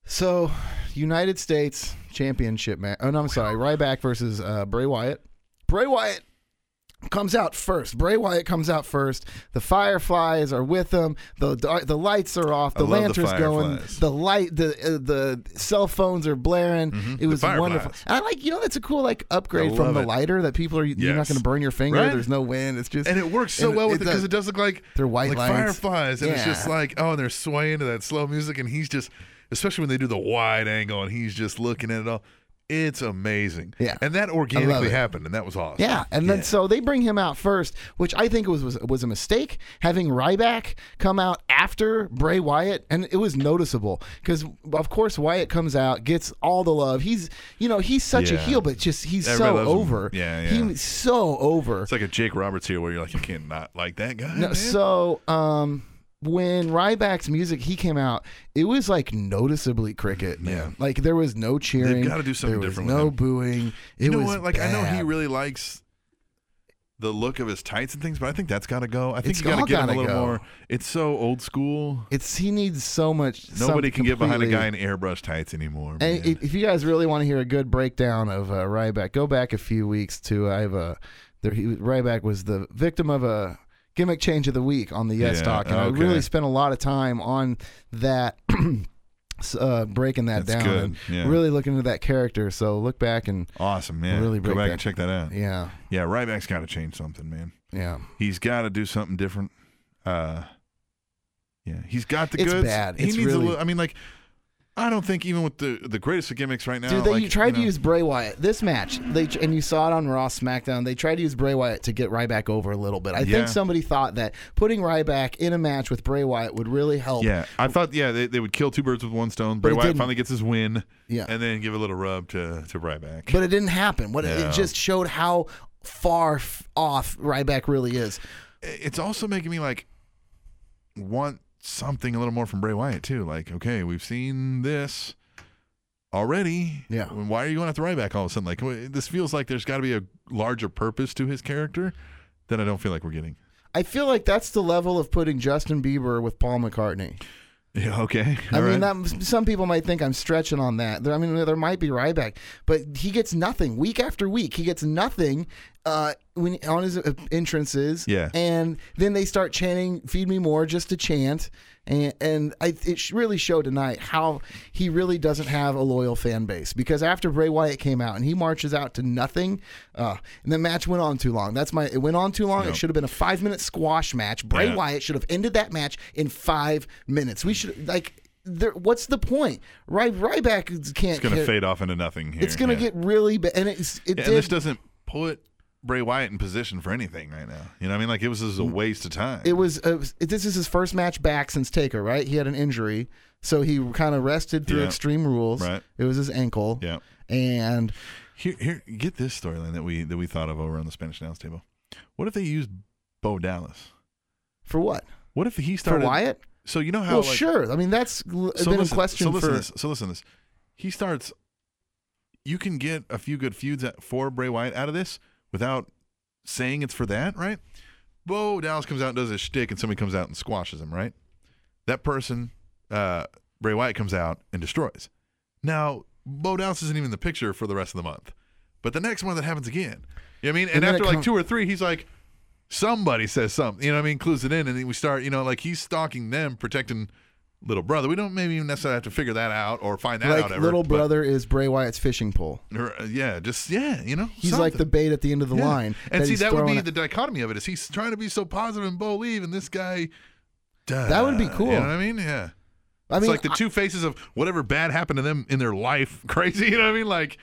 [SPEAKER 1] so United States Championship match. Oh no, I'm sorry. Ryback versus uh, Bray Wyatt. Bray Wyatt comes out first. Bray Wyatt comes out first. The Fireflies are with him. the The, the lights are off. The
[SPEAKER 2] love the
[SPEAKER 1] lanterns going.
[SPEAKER 2] Fireflies.
[SPEAKER 1] The light. The uh, the cell phones are blaring. It was
[SPEAKER 2] Mm-hmm. Fireflies.
[SPEAKER 1] wonderful. And I like. You know, that's a cool like upgrade
[SPEAKER 2] I
[SPEAKER 1] from
[SPEAKER 2] love
[SPEAKER 1] the
[SPEAKER 2] it.
[SPEAKER 1] lighter that people are. You're not
[SPEAKER 2] Yes.
[SPEAKER 1] going to burn your finger.
[SPEAKER 2] Right?
[SPEAKER 1] There's no wind. It's just
[SPEAKER 2] and it works so
[SPEAKER 1] and
[SPEAKER 2] well with it
[SPEAKER 1] does.
[SPEAKER 2] because it does look like
[SPEAKER 1] They're white
[SPEAKER 2] like
[SPEAKER 1] lines.
[SPEAKER 2] fireflies, and it's just
[SPEAKER 1] Yeah.
[SPEAKER 2] like oh, and they're swaying to that slow music, and he's just especially when they do the wide angle, and he's just looking at it all. It's amazing,
[SPEAKER 1] Yeah.
[SPEAKER 2] and that
[SPEAKER 1] it.
[SPEAKER 2] organically happened, and that was awesome.
[SPEAKER 1] Yeah, and then so they bring him out first, which I think was, was was a mistake. Having Ryback come out after Bray Wyatt, and it was noticeable because of course Wyatt comes out, gets all the love. He's you know he's such a
[SPEAKER 2] Yeah.
[SPEAKER 1] heel, but just he's
[SPEAKER 2] Everybody
[SPEAKER 1] so
[SPEAKER 2] loves him.
[SPEAKER 1] over.
[SPEAKER 2] Yeah, yeah.
[SPEAKER 1] he's so over.
[SPEAKER 2] it's like a Jake Roberts here, where you're like you can't not like that guy.
[SPEAKER 1] No,
[SPEAKER 2] man.
[SPEAKER 1] so um when Ryback's music he came out, it was like noticeably cricket, man.
[SPEAKER 2] Yeah.
[SPEAKER 1] Like there was no cheering.
[SPEAKER 2] gotta do something
[SPEAKER 1] there was
[SPEAKER 2] different with
[SPEAKER 1] No
[SPEAKER 2] him.
[SPEAKER 1] booing. It
[SPEAKER 2] you know
[SPEAKER 1] was
[SPEAKER 2] what? Like I know he
[SPEAKER 1] bad.
[SPEAKER 2] really likes the look of his tights and things, but I think that's got to go. I think
[SPEAKER 1] It's
[SPEAKER 2] you got
[SPEAKER 1] all
[SPEAKER 2] to get him a
[SPEAKER 1] gotta
[SPEAKER 2] little
[SPEAKER 1] go.
[SPEAKER 2] more. It's so old school.
[SPEAKER 1] It's he needs so much.
[SPEAKER 2] Nobody
[SPEAKER 1] some-
[SPEAKER 2] can get behind a
[SPEAKER 1] completely-
[SPEAKER 2] guy in airbrush tights anymore.
[SPEAKER 1] And
[SPEAKER 2] man.
[SPEAKER 1] if, if you guys really want to hear a good breakdown of uh, Ryback, go back a few weeks to I have a there, he, Ryback was the victim of a gimmick change of the week on the Yes
[SPEAKER 2] Yeah,
[SPEAKER 1] Talk, and
[SPEAKER 2] okay.
[SPEAKER 1] I really spent a lot of time on that. s- uh, breaking that
[SPEAKER 2] That's
[SPEAKER 1] down
[SPEAKER 2] good,
[SPEAKER 1] and
[SPEAKER 2] yeah.
[SPEAKER 1] really looking into that character. So look back and
[SPEAKER 2] awesome, man.
[SPEAKER 1] really
[SPEAKER 2] Go
[SPEAKER 1] break
[SPEAKER 2] back
[SPEAKER 1] that-
[SPEAKER 2] and check that out.
[SPEAKER 1] yeah,
[SPEAKER 2] Yeah, Ryback's got to change something, man.
[SPEAKER 1] yeah.
[SPEAKER 2] He's got to do something different. Uh, yeah, he's got the
[SPEAKER 1] It's
[SPEAKER 2] goods.
[SPEAKER 1] bad.
[SPEAKER 2] He
[SPEAKER 1] It's
[SPEAKER 2] needs
[SPEAKER 1] really-
[SPEAKER 2] a little. I mean, like, I don't think even with the the greatest of gimmicks right now,
[SPEAKER 1] Dude, they
[SPEAKER 2] like,
[SPEAKER 1] you tried to
[SPEAKER 2] know,
[SPEAKER 1] use Bray Wyatt this match. They tr- and you saw it on Raw SmackDown. They tried to use Bray Wyatt to get Ryback over a little bit. I
[SPEAKER 2] Yeah.
[SPEAKER 1] think somebody thought that putting Ryback in a match with Bray Wyatt would really help.
[SPEAKER 2] Yeah, I thought yeah they, they would kill two birds with one stone.
[SPEAKER 1] it
[SPEAKER 2] Bray Wyatt
[SPEAKER 1] didn't.
[SPEAKER 2] finally gets his win.
[SPEAKER 1] Yeah.
[SPEAKER 2] and then give a little rub to to Ryback.
[SPEAKER 1] But it didn't happen. What
[SPEAKER 2] No.
[SPEAKER 1] it just showed how far f- off Ryback really is.
[SPEAKER 2] it's also making me like want something a little more from Bray Wyatt too. Like, okay, we've seen this. already.
[SPEAKER 1] Yeah.
[SPEAKER 2] Why are you going after Ryback all of a sudden? Like wh- this feels like there's got to be a larger purpose to his character that I don't feel like we're getting.
[SPEAKER 1] I feel like that's the level of putting Justin Bieber with Paul McCartney.
[SPEAKER 2] Yeah. Okay.
[SPEAKER 1] I
[SPEAKER 2] All
[SPEAKER 1] mean,
[SPEAKER 2] right.
[SPEAKER 1] that, some people might think I'm stretching on that. There, I mean, there might be Ryback, but he gets nothing week after week. He gets nothing uh, when on his uh, entrances.
[SPEAKER 2] Yeah.
[SPEAKER 1] and then they start chanting "Feed me more" just to chant, and and I, it sh- really showed tonight how he really doesn't have a loyal fan base because after Bray Wyatt came out and he marches out to nothing, uh, and the match went on too long. That's my it went on too long. It should have been a five minute squash match. Bray
[SPEAKER 2] Yeah.
[SPEAKER 1] Wyatt should have ended that match in five minutes. We should like there, what's the point? Ry- Ryback can't.
[SPEAKER 2] it's gonna fade off into nothing here.
[SPEAKER 1] It's gonna
[SPEAKER 2] Yeah.
[SPEAKER 1] get really bad, and it's it
[SPEAKER 2] Yeah,
[SPEAKER 1] did.
[SPEAKER 2] and this doesn't put Bray Wyatt in position for anything right now. You know, what I mean, like it was just a waste of time.
[SPEAKER 1] Mm. it was uh, this is his first match back since Taker, right? He had an injury, so he kind of rested through
[SPEAKER 2] Yeah.
[SPEAKER 1] Extreme Rules.
[SPEAKER 2] Right.
[SPEAKER 1] It was his ankle.
[SPEAKER 2] Yeah.
[SPEAKER 1] and
[SPEAKER 2] Here, here, get this storyline that we that we thought of over on the Spanish announce table. What if they used Bo Dallas?
[SPEAKER 1] for what?
[SPEAKER 2] What if he
[SPEAKER 1] For
[SPEAKER 2] started
[SPEAKER 1] Wyatt?
[SPEAKER 2] So you know how?
[SPEAKER 1] Well,
[SPEAKER 2] like-
[SPEAKER 1] sure. I mean, that's l- been a question
[SPEAKER 2] so listen
[SPEAKER 1] for.
[SPEAKER 2] to this. So listen to this. He starts. You can get a few good feuds at, for Bray Wyatt out of this without saying it's for that, right? Bo Dallas comes out and does his shtick, and somebody comes out and squashes him, right? That person, uh, Bray Wyatt, comes out and destroys. Now, Bo Dallas isn't even in the picture for the rest of the month, but the next month that happens again. You know what I mean? And,
[SPEAKER 1] And then
[SPEAKER 2] after
[SPEAKER 1] it
[SPEAKER 2] like
[SPEAKER 1] come-
[SPEAKER 2] two or three, he's like, somebody says something, you know what I mean, clues it in, and then we start, you know, like he's stalking them, protecting little brother. We don't maybe even necessarily have to figure that out or find that out
[SPEAKER 1] Like
[SPEAKER 2] ever.
[SPEAKER 1] little
[SPEAKER 2] but-
[SPEAKER 1] brother is Bray Wyatt's fishing pole.
[SPEAKER 2] or, uh, yeah, just yeah, you know,
[SPEAKER 1] He's like the
[SPEAKER 2] something.
[SPEAKER 1] bait at the end of the
[SPEAKER 2] Yeah.
[SPEAKER 1] line.
[SPEAKER 2] And see,
[SPEAKER 1] he's
[SPEAKER 2] that would
[SPEAKER 1] throwing
[SPEAKER 2] be
[SPEAKER 1] at-
[SPEAKER 2] the dichotomy of it. Is he's trying to be so positive and Bo leave, and this guy. Duh.
[SPEAKER 1] That would be cool.
[SPEAKER 2] You know what I mean? Yeah.
[SPEAKER 1] I mean,
[SPEAKER 2] it's like the two faces of whatever bad happened to them in their life. Crazy, you know what I mean? Like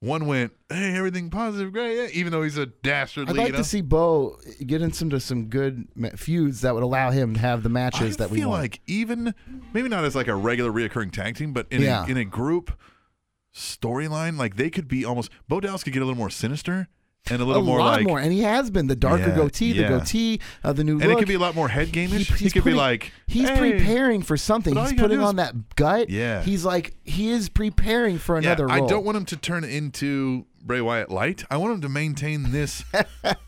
[SPEAKER 2] one went, hey, everything positive, great, yeah, even though he's a dastardly.
[SPEAKER 1] I'd like
[SPEAKER 2] you know?
[SPEAKER 1] to see Bo get into some, some good ma- feuds that would allow him to have the matches
[SPEAKER 2] I
[SPEAKER 1] that we
[SPEAKER 2] feel
[SPEAKER 1] want.
[SPEAKER 2] like even maybe not as like a regular reoccurring tag team, but in
[SPEAKER 1] Yeah.
[SPEAKER 2] a, in a group storyline, like they could be almost. Bo Dallas could get a little more sinister and a
[SPEAKER 1] a
[SPEAKER 2] little more
[SPEAKER 1] lot
[SPEAKER 2] like,
[SPEAKER 1] more, and he has been the darker
[SPEAKER 2] Yeah,
[SPEAKER 1] goatee, the
[SPEAKER 2] yeah.
[SPEAKER 1] goatee, uh, the new
[SPEAKER 2] and
[SPEAKER 1] look.
[SPEAKER 2] it could be a lot more head gameish.
[SPEAKER 1] He-
[SPEAKER 2] He,
[SPEAKER 1] he's
[SPEAKER 2] could
[SPEAKER 1] putting-
[SPEAKER 2] be like,
[SPEAKER 1] He's
[SPEAKER 2] "Hey."
[SPEAKER 1] preparing for something.
[SPEAKER 2] But all
[SPEAKER 1] He's
[SPEAKER 2] you gotta
[SPEAKER 1] putting
[SPEAKER 2] do is-
[SPEAKER 1] on that gut.
[SPEAKER 2] Yeah.
[SPEAKER 1] He's like he is preparing for
[SPEAKER 2] Yeah,
[SPEAKER 1] another role.
[SPEAKER 2] I don't want him to turn into Bray Wyatt light. I want him to maintain this.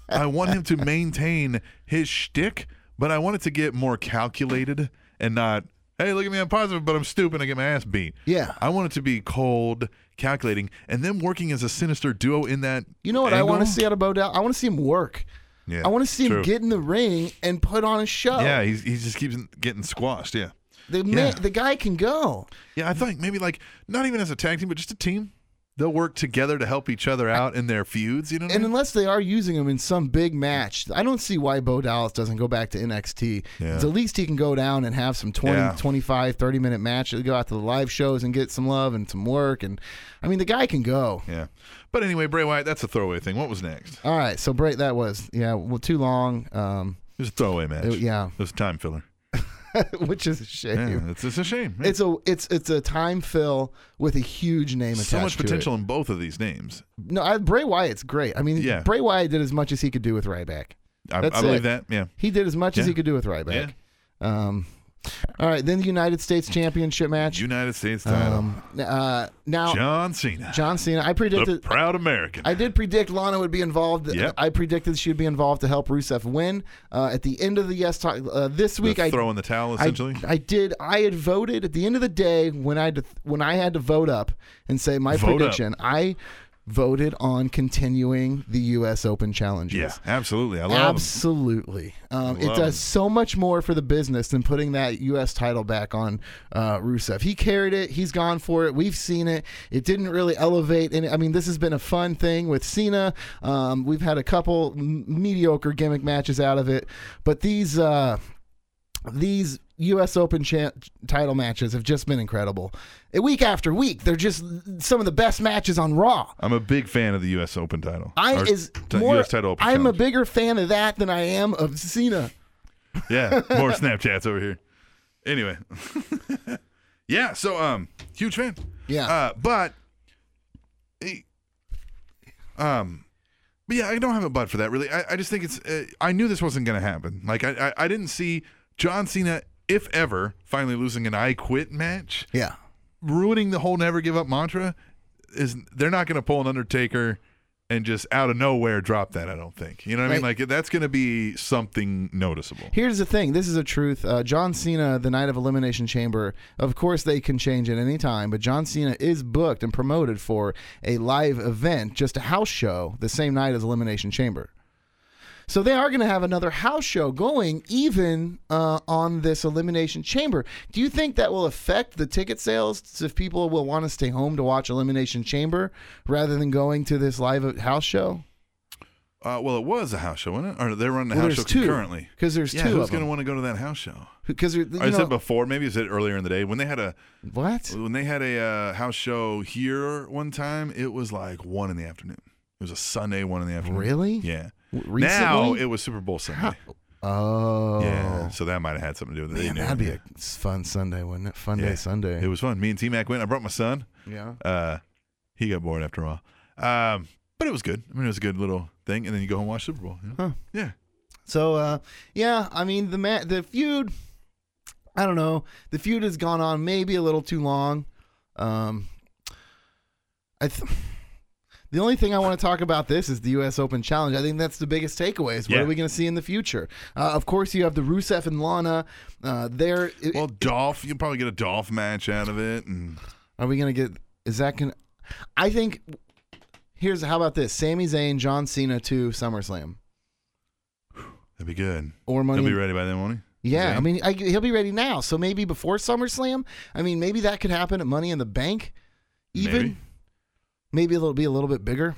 [SPEAKER 2] I want him to maintain his shtick, but I want it to get more calculated and not. Hey, look at me! I'm positive, but I'm stupid. and I get my ass beat.
[SPEAKER 1] Yeah.
[SPEAKER 2] I want it to be cold, calculating, and them working as a sinister duo in that.
[SPEAKER 1] You know what I want to
[SPEAKER 2] angle?
[SPEAKER 1] see out of Bodell? I want to see him work.
[SPEAKER 2] Yeah,
[SPEAKER 1] I want to see him
[SPEAKER 2] true.
[SPEAKER 1] get in the ring and put on a show.
[SPEAKER 2] Yeah, he's, he just keeps getting squashed. Yeah.
[SPEAKER 1] the man,
[SPEAKER 2] yeah.
[SPEAKER 1] the guy can go.
[SPEAKER 2] Yeah, I think maybe like not even as a tag team, but just a team. They'll work together to help each other out in their feuds. You know. What I
[SPEAKER 1] And
[SPEAKER 2] mean?
[SPEAKER 1] unless they are using him in some big match, I don't see why Bo Dallas doesn't go back to NXT.
[SPEAKER 2] Yeah.
[SPEAKER 1] At least he can go down and have some 20,
[SPEAKER 2] Yeah.
[SPEAKER 1] 25, 30 minute match. He'll go out to the live shows and get some love and some work. And I mean, the guy can go.
[SPEAKER 2] Yeah. But anyway, Bray Wyatt, that's a throwaway thing. What was next?
[SPEAKER 1] All right. So, Bray, that was, yeah, well, too long, um,
[SPEAKER 2] It was a throwaway match.
[SPEAKER 1] It- yeah.
[SPEAKER 2] It was a time filler.
[SPEAKER 1] which is a shame.
[SPEAKER 2] Yeah, it's, it's a shame.
[SPEAKER 1] It's a it's it's a time fill with a huge name attached
[SPEAKER 2] so much
[SPEAKER 1] to it.
[SPEAKER 2] potential in both of these names.
[SPEAKER 1] No, I, Bray Wyatt's great. I mean,
[SPEAKER 2] Yeah.
[SPEAKER 1] Bray Wyatt did as much as he could do with Ryback.
[SPEAKER 2] I,
[SPEAKER 1] That's
[SPEAKER 2] I believe
[SPEAKER 1] it.
[SPEAKER 2] that. Yeah.
[SPEAKER 1] He did as much as
[SPEAKER 2] Yeah.
[SPEAKER 1] he could do with Ryback. Um, all right, then the United States Championship match.
[SPEAKER 2] United States title.
[SPEAKER 1] Um, n- uh, now John,
[SPEAKER 2] John Cena.
[SPEAKER 1] Cena. I
[SPEAKER 2] the
[SPEAKER 1] predicted.
[SPEAKER 2] proud American.
[SPEAKER 1] I did predict Lana would be involved. uh,
[SPEAKER 2] Yep.
[SPEAKER 1] I predicted she'd be involved to help Rusev win. Uh, at the end of the yes talk uh, this week, I
[SPEAKER 2] throw in the towel,
[SPEAKER 1] I-
[SPEAKER 2] essentially.
[SPEAKER 1] I, did. I had voted at the end of the day when I had to- when I had to vote up and say my
[SPEAKER 2] Vote up.
[SPEAKER 1] prediction. I voted on continuing the U.S. Open challenges.
[SPEAKER 2] yeah, absolutely. I love him.
[SPEAKER 1] Absolutely. Um, it
[SPEAKER 2] Love
[SPEAKER 1] does
[SPEAKER 2] him.
[SPEAKER 1] so much more for the business than putting that U.S. title back on uh, Rusev. He carried it. He's gone for it. We've seen it. It didn't really elevate. And I mean, this has been a fun thing with Cena. Um, we've had a couple m- mediocre gimmick matches out of it, but these. Uh, these U.S. Open cha- title matches have just been incredible. Week after week, they're just some of the best matches on Raw.
[SPEAKER 2] I'm a big fan of the U.S. Open title.
[SPEAKER 1] I
[SPEAKER 2] Or
[SPEAKER 1] is
[SPEAKER 2] t-
[SPEAKER 1] more.
[SPEAKER 2] U.S. title Open
[SPEAKER 1] I'm
[SPEAKER 2] challenge.
[SPEAKER 1] a bigger fan of that than I am of Cena.
[SPEAKER 2] Yeah, more Snapchats over here. Anyway, yeah. So, um, huge fan.
[SPEAKER 1] Yeah.
[SPEAKER 2] Uh, but, eh, um, but yeah, I don't have a but for that really. I, I just think it's. Uh, I knew this wasn't gonna happen. Like I, I, I didn't see John Cena, if ever, finally losing an I Quit match.
[SPEAKER 1] Yeah.
[SPEAKER 2] ruining the whole never give up mantra is they're not going to pull an Undertaker and just out of nowhere drop that. I don't think. You know what I mean?
[SPEAKER 1] Right.
[SPEAKER 2] Like that's going to be something noticeable.
[SPEAKER 1] Here's the thing. This is a truth. Uh, John Cena, the night of Elimination Chamber, of course they can change at any time, but John Cena is booked and promoted for a live event, just a house show, the same night as Elimination Chamber. So they are going to have another house show going, even uh, on this Elimination Chamber. Do you think that will affect the ticket sales if people will want to stay home to watch Elimination Chamber rather than going to this live house show?
[SPEAKER 2] Uh, well, it was a house show, wasn't it? Or they're running a
[SPEAKER 1] Well,
[SPEAKER 2] house show
[SPEAKER 1] there's two,
[SPEAKER 2] currently.
[SPEAKER 1] 'cause there's
[SPEAKER 2] yeah,
[SPEAKER 1] two of
[SPEAKER 2] Who's
[SPEAKER 1] 'em.
[SPEAKER 2] going to want to go to that house show?
[SPEAKER 1] Because you
[SPEAKER 2] Or is
[SPEAKER 1] know-
[SPEAKER 2] it before? Maybe is it earlier in the day when they had a
[SPEAKER 1] what?
[SPEAKER 2] when they had a uh, house show here one time? It was like one in the afternoon. It was a Sunday one in the afternoon.
[SPEAKER 1] Really?
[SPEAKER 2] Yeah.
[SPEAKER 1] W-
[SPEAKER 2] Now
[SPEAKER 1] recently?
[SPEAKER 2] it was Super Bowl Sunday.
[SPEAKER 1] Oh,
[SPEAKER 2] Yeah, so that might have had something to do with it. They
[SPEAKER 1] Man,
[SPEAKER 2] knew.
[SPEAKER 1] that'd be a fun Sunday, wouldn't it? Fun
[SPEAKER 2] Yeah.
[SPEAKER 1] day Sunday.
[SPEAKER 2] It was fun. Me and T Mac went. I brought my son.
[SPEAKER 1] yeah.
[SPEAKER 2] Uh, he got bored after a while. Um, but it was good. I mean, it was a good little thing. And then you go home and watch Super Bowl. you know?
[SPEAKER 1] Huh.
[SPEAKER 2] Yeah.
[SPEAKER 1] So, uh, yeah, I mean the ma- the feud. I don't know. The feud has gone on maybe a little too long. Um, I th- the only thing I want to talk about this is the U.S. Open Challenge. I think that's the biggest takeaway. Is what
[SPEAKER 2] Yeah.
[SPEAKER 1] are we going to see in the future? Uh, of course, you have the Rusev and Lana. Uh, there
[SPEAKER 2] Well, Dolph, you'll probably get a Dolph match out of it. And
[SPEAKER 1] Are we gonna get? Is that gonna? I think. Here's how about this: Sami Zayn, John Cena to SummerSlam
[SPEAKER 2] that'd be good.
[SPEAKER 1] or Money.
[SPEAKER 2] He'll
[SPEAKER 1] in-
[SPEAKER 2] be ready by then, won't he?
[SPEAKER 1] Yeah,
[SPEAKER 2] Zayn?
[SPEAKER 1] I mean, I, he'll be ready now. So maybe before SummerSlam. I mean, maybe that could happen at Money in the Bank. Even
[SPEAKER 2] Maybe.
[SPEAKER 1] maybe, it'll be a little bit bigger.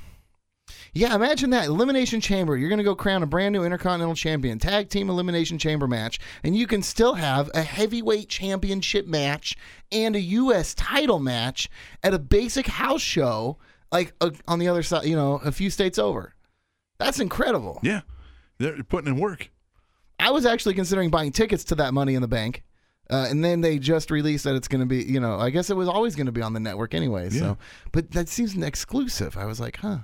[SPEAKER 1] Yeah, imagine that elimination chamber. You're gonna go crown a brand new Intercontinental Champion, tag team elimination chamber match, and you can still have a heavyweight championship match and a U.S. title match at a basic house show, like uh on the other side, you know, a few states over. That's incredible.
[SPEAKER 2] Yeah. They're putting in work.
[SPEAKER 1] I was actually considering buying tickets to that Money in the Bank, uh, and then they just released that it's going to be. You know, I guess it was always going to be on the network anyway.
[SPEAKER 2] Yeah.
[SPEAKER 1] So, but that seems an exclusive. I was like, huh,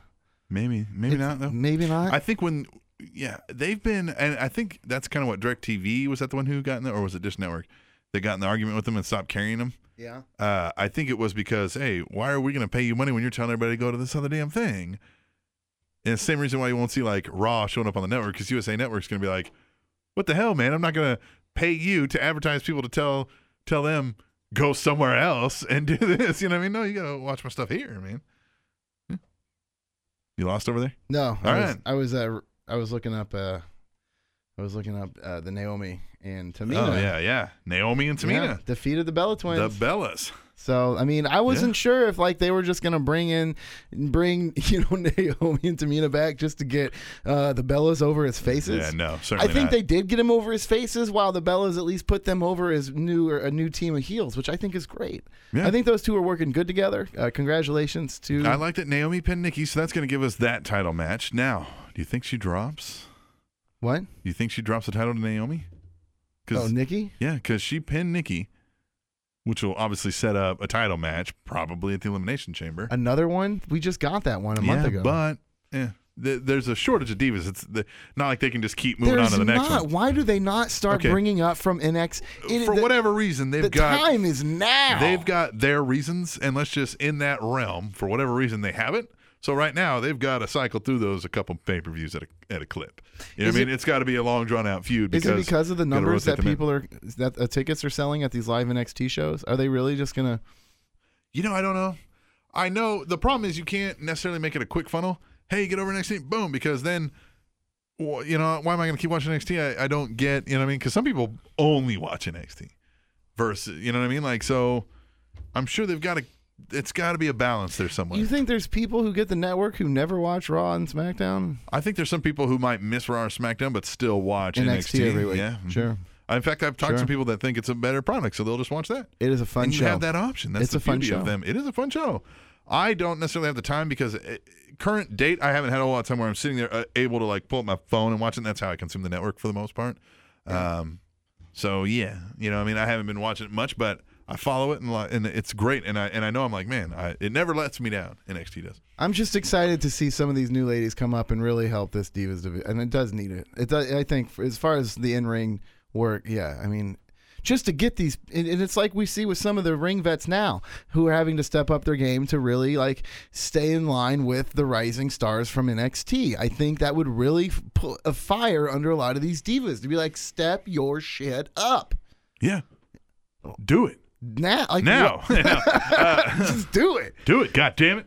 [SPEAKER 2] Maybe, maybe not though.
[SPEAKER 1] maybe not.
[SPEAKER 2] I think when, yeah, they've been, and I think that's kind of what DirecTV was that the one who got in there, or was it Dish Network? They got in the argument with them and stopped carrying them.
[SPEAKER 1] yeah,
[SPEAKER 2] Uh, I think it was because, hey, why are we going to pay you money when you're telling everybody to go to this other damn thing? And it's the same reason why you won't see like Raw showing up on the network because USA Network's going to be like, what the hell, man? I'm not going to pay you to advertise people to tell tell them go somewhere else and do this. You know what I mean? No, you got to watch my stuff here, man. Yeah. You lost over there?
[SPEAKER 1] no. I
[SPEAKER 2] All
[SPEAKER 1] was,
[SPEAKER 2] right.
[SPEAKER 1] I was, uh, I was looking up, uh, I was looking up uh, the Naomi and Tamina.
[SPEAKER 2] Oh yeah, yeah. Naomi and
[SPEAKER 1] Yeah,
[SPEAKER 2] Tamina,
[SPEAKER 1] defeated the Bella Twins.
[SPEAKER 2] the Bellas.
[SPEAKER 1] So I mean, I wasn't sure if like they were just gonna bring in, bring you know Naomi and Tamina back just to get uh, the Bellas over his faces.
[SPEAKER 2] Yeah, no,
[SPEAKER 1] I
[SPEAKER 2] certainly
[SPEAKER 1] think
[SPEAKER 2] not.
[SPEAKER 1] they did get him over his faces, while the Bellas at least put them over as new or a new team of heels, which I think is great.
[SPEAKER 2] Yeah.
[SPEAKER 1] I think those two are working good together. Uh, congratulations to
[SPEAKER 2] I like that Naomi pinned Nikki, so that's going to give us that title match. Now, do you think she drops?
[SPEAKER 1] what?
[SPEAKER 2] Do you think she drops the title to Naomi?
[SPEAKER 1] Oh,
[SPEAKER 2] Because
[SPEAKER 1] Nikki.
[SPEAKER 2] yeah, because she pinned Nikki, which will obviously set up a title match, probably at the Elimination Chamber
[SPEAKER 1] Another one. We just got that one a
[SPEAKER 2] yeah,
[SPEAKER 1] month ago.
[SPEAKER 2] But yeah, th- there's a shortage of divas. It's the, not like they can just keep moving
[SPEAKER 1] There's
[SPEAKER 2] on to the next
[SPEAKER 1] not.
[SPEAKER 2] one.
[SPEAKER 1] Why do they not start
[SPEAKER 2] Okay.
[SPEAKER 1] bringing up from NX? It-
[SPEAKER 2] For
[SPEAKER 1] the,
[SPEAKER 2] whatever reason, they've
[SPEAKER 1] the
[SPEAKER 2] got
[SPEAKER 1] time is now.
[SPEAKER 2] They've got their reasons, and let's just in that realm for whatever reason they have it. So right now they've got to cycle through those a couple pay per views at a at a clip. You know
[SPEAKER 1] Is
[SPEAKER 2] what I mean?
[SPEAKER 1] it-
[SPEAKER 2] it's got to be a long drawn out feud.
[SPEAKER 1] Is
[SPEAKER 2] Because
[SPEAKER 1] it because of the
[SPEAKER 2] you gotta
[SPEAKER 1] numbers
[SPEAKER 2] rotate
[SPEAKER 1] that
[SPEAKER 2] them in.
[SPEAKER 1] people are that uh, tickets are selling at these live NXT shows? Are they really just gonna?
[SPEAKER 2] You know, I don't know. I know the problem is you can't necessarily make it a quick funnel. Hey, get over next team, boom, because then. wh- You know, why am I going to keep watching NXT? I, I don't get, you know what I mean? Because some people only watch NXT versus, you know what I mean? Like, so I'm sure they've got to, it's got to be a balance there somewhere.
[SPEAKER 1] You think there's people who get the network who never watch Raw and SmackDown?
[SPEAKER 2] I think there's some people who might miss Raw or SmackDown, but still watch NXT,
[SPEAKER 1] NXT every week.
[SPEAKER 2] Yeah, mm-hmm. Uh,
[SPEAKER 1] Sure.
[SPEAKER 2] In fact, I've talked to
[SPEAKER 1] Sure.
[SPEAKER 2] some people that think it's a better product, so they'll just watch that.
[SPEAKER 1] It is a fun
[SPEAKER 2] and you
[SPEAKER 1] show.
[SPEAKER 2] have that option. That's
[SPEAKER 1] It's
[SPEAKER 2] the
[SPEAKER 1] a fun
[SPEAKER 2] beauty
[SPEAKER 1] show.
[SPEAKER 2] of them. It is a fun show. I don't necessarily have the time because uh, current date, I haven't had a lot of time where I'm sitting there uh, able to like pull up my phone and watch it. And that's how I consume the network for the most part. Um, so yeah, you know, I mean, I haven't been watching it much, but I follow it and, li- and it's great. And I and I know I'm like, man, I, it never lets me down. NXT does.
[SPEAKER 1] I'm just excited to see some of these new ladies come up and really help this divas division, and it does need it. It does. I think for, as far as the in ring work, yeah. I mean, just to get these. And, and it's like we see with some of the ring vets now who are having to step up their game to really like stay in line with the rising stars from NXT. I think that would really f- put a fire under a lot of these divas to be like, step your shit up
[SPEAKER 2] Yeah. Do it
[SPEAKER 1] now. Like,
[SPEAKER 2] now.
[SPEAKER 1] just do it.
[SPEAKER 2] Do it. God damn it.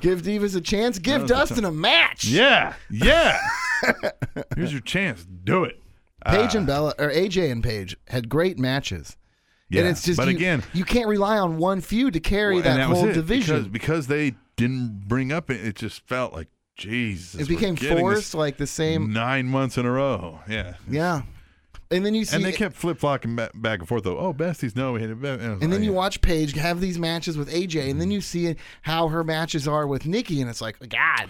[SPEAKER 1] Give divas a chance. Give Dustin a match.
[SPEAKER 2] Yeah. Yeah. Here's your chance. Do it. Uh,
[SPEAKER 1] Paige and Bella or AJ and Paige had great matches.
[SPEAKER 2] Yeah.
[SPEAKER 1] And it's just
[SPEAKER 2] but
[SPEAKER 1] you,
[SPEAKER 2] again,
[SPEAKER 1] you can't rely on one feud to carry
[SPEAKER 2] and
[SPEAKER 1] that,
[SPEAKER 2] that was
[SPEAKER 1] whole
[SPEAKER 2] it,
[SPEAKER 1] division.
[SPEAKER 2] because, because they didn't bring up it. It just felt like Jesus.
[SPEAKER 1] it
[SPEAKER 2] we're
[SPEAKER 1] became
[SPEAKER 2] getting this
[SPEAKER 1] forced, like the same.
[SPEAKER 2] nine months in a row. Yeah.
[SPEAKER 1] Yeah. And then you see
[SPEAKER 2] And they kept flip flopping back and forth though. Oh, besties, no, we hit it. back. I was
[SPEAKER 1] And then
[SPEAKER 2] like,
[SPEAKER 1] you watch Paige have these matches with AJ, and then you see how her matches are with Nikki, and it's like, God,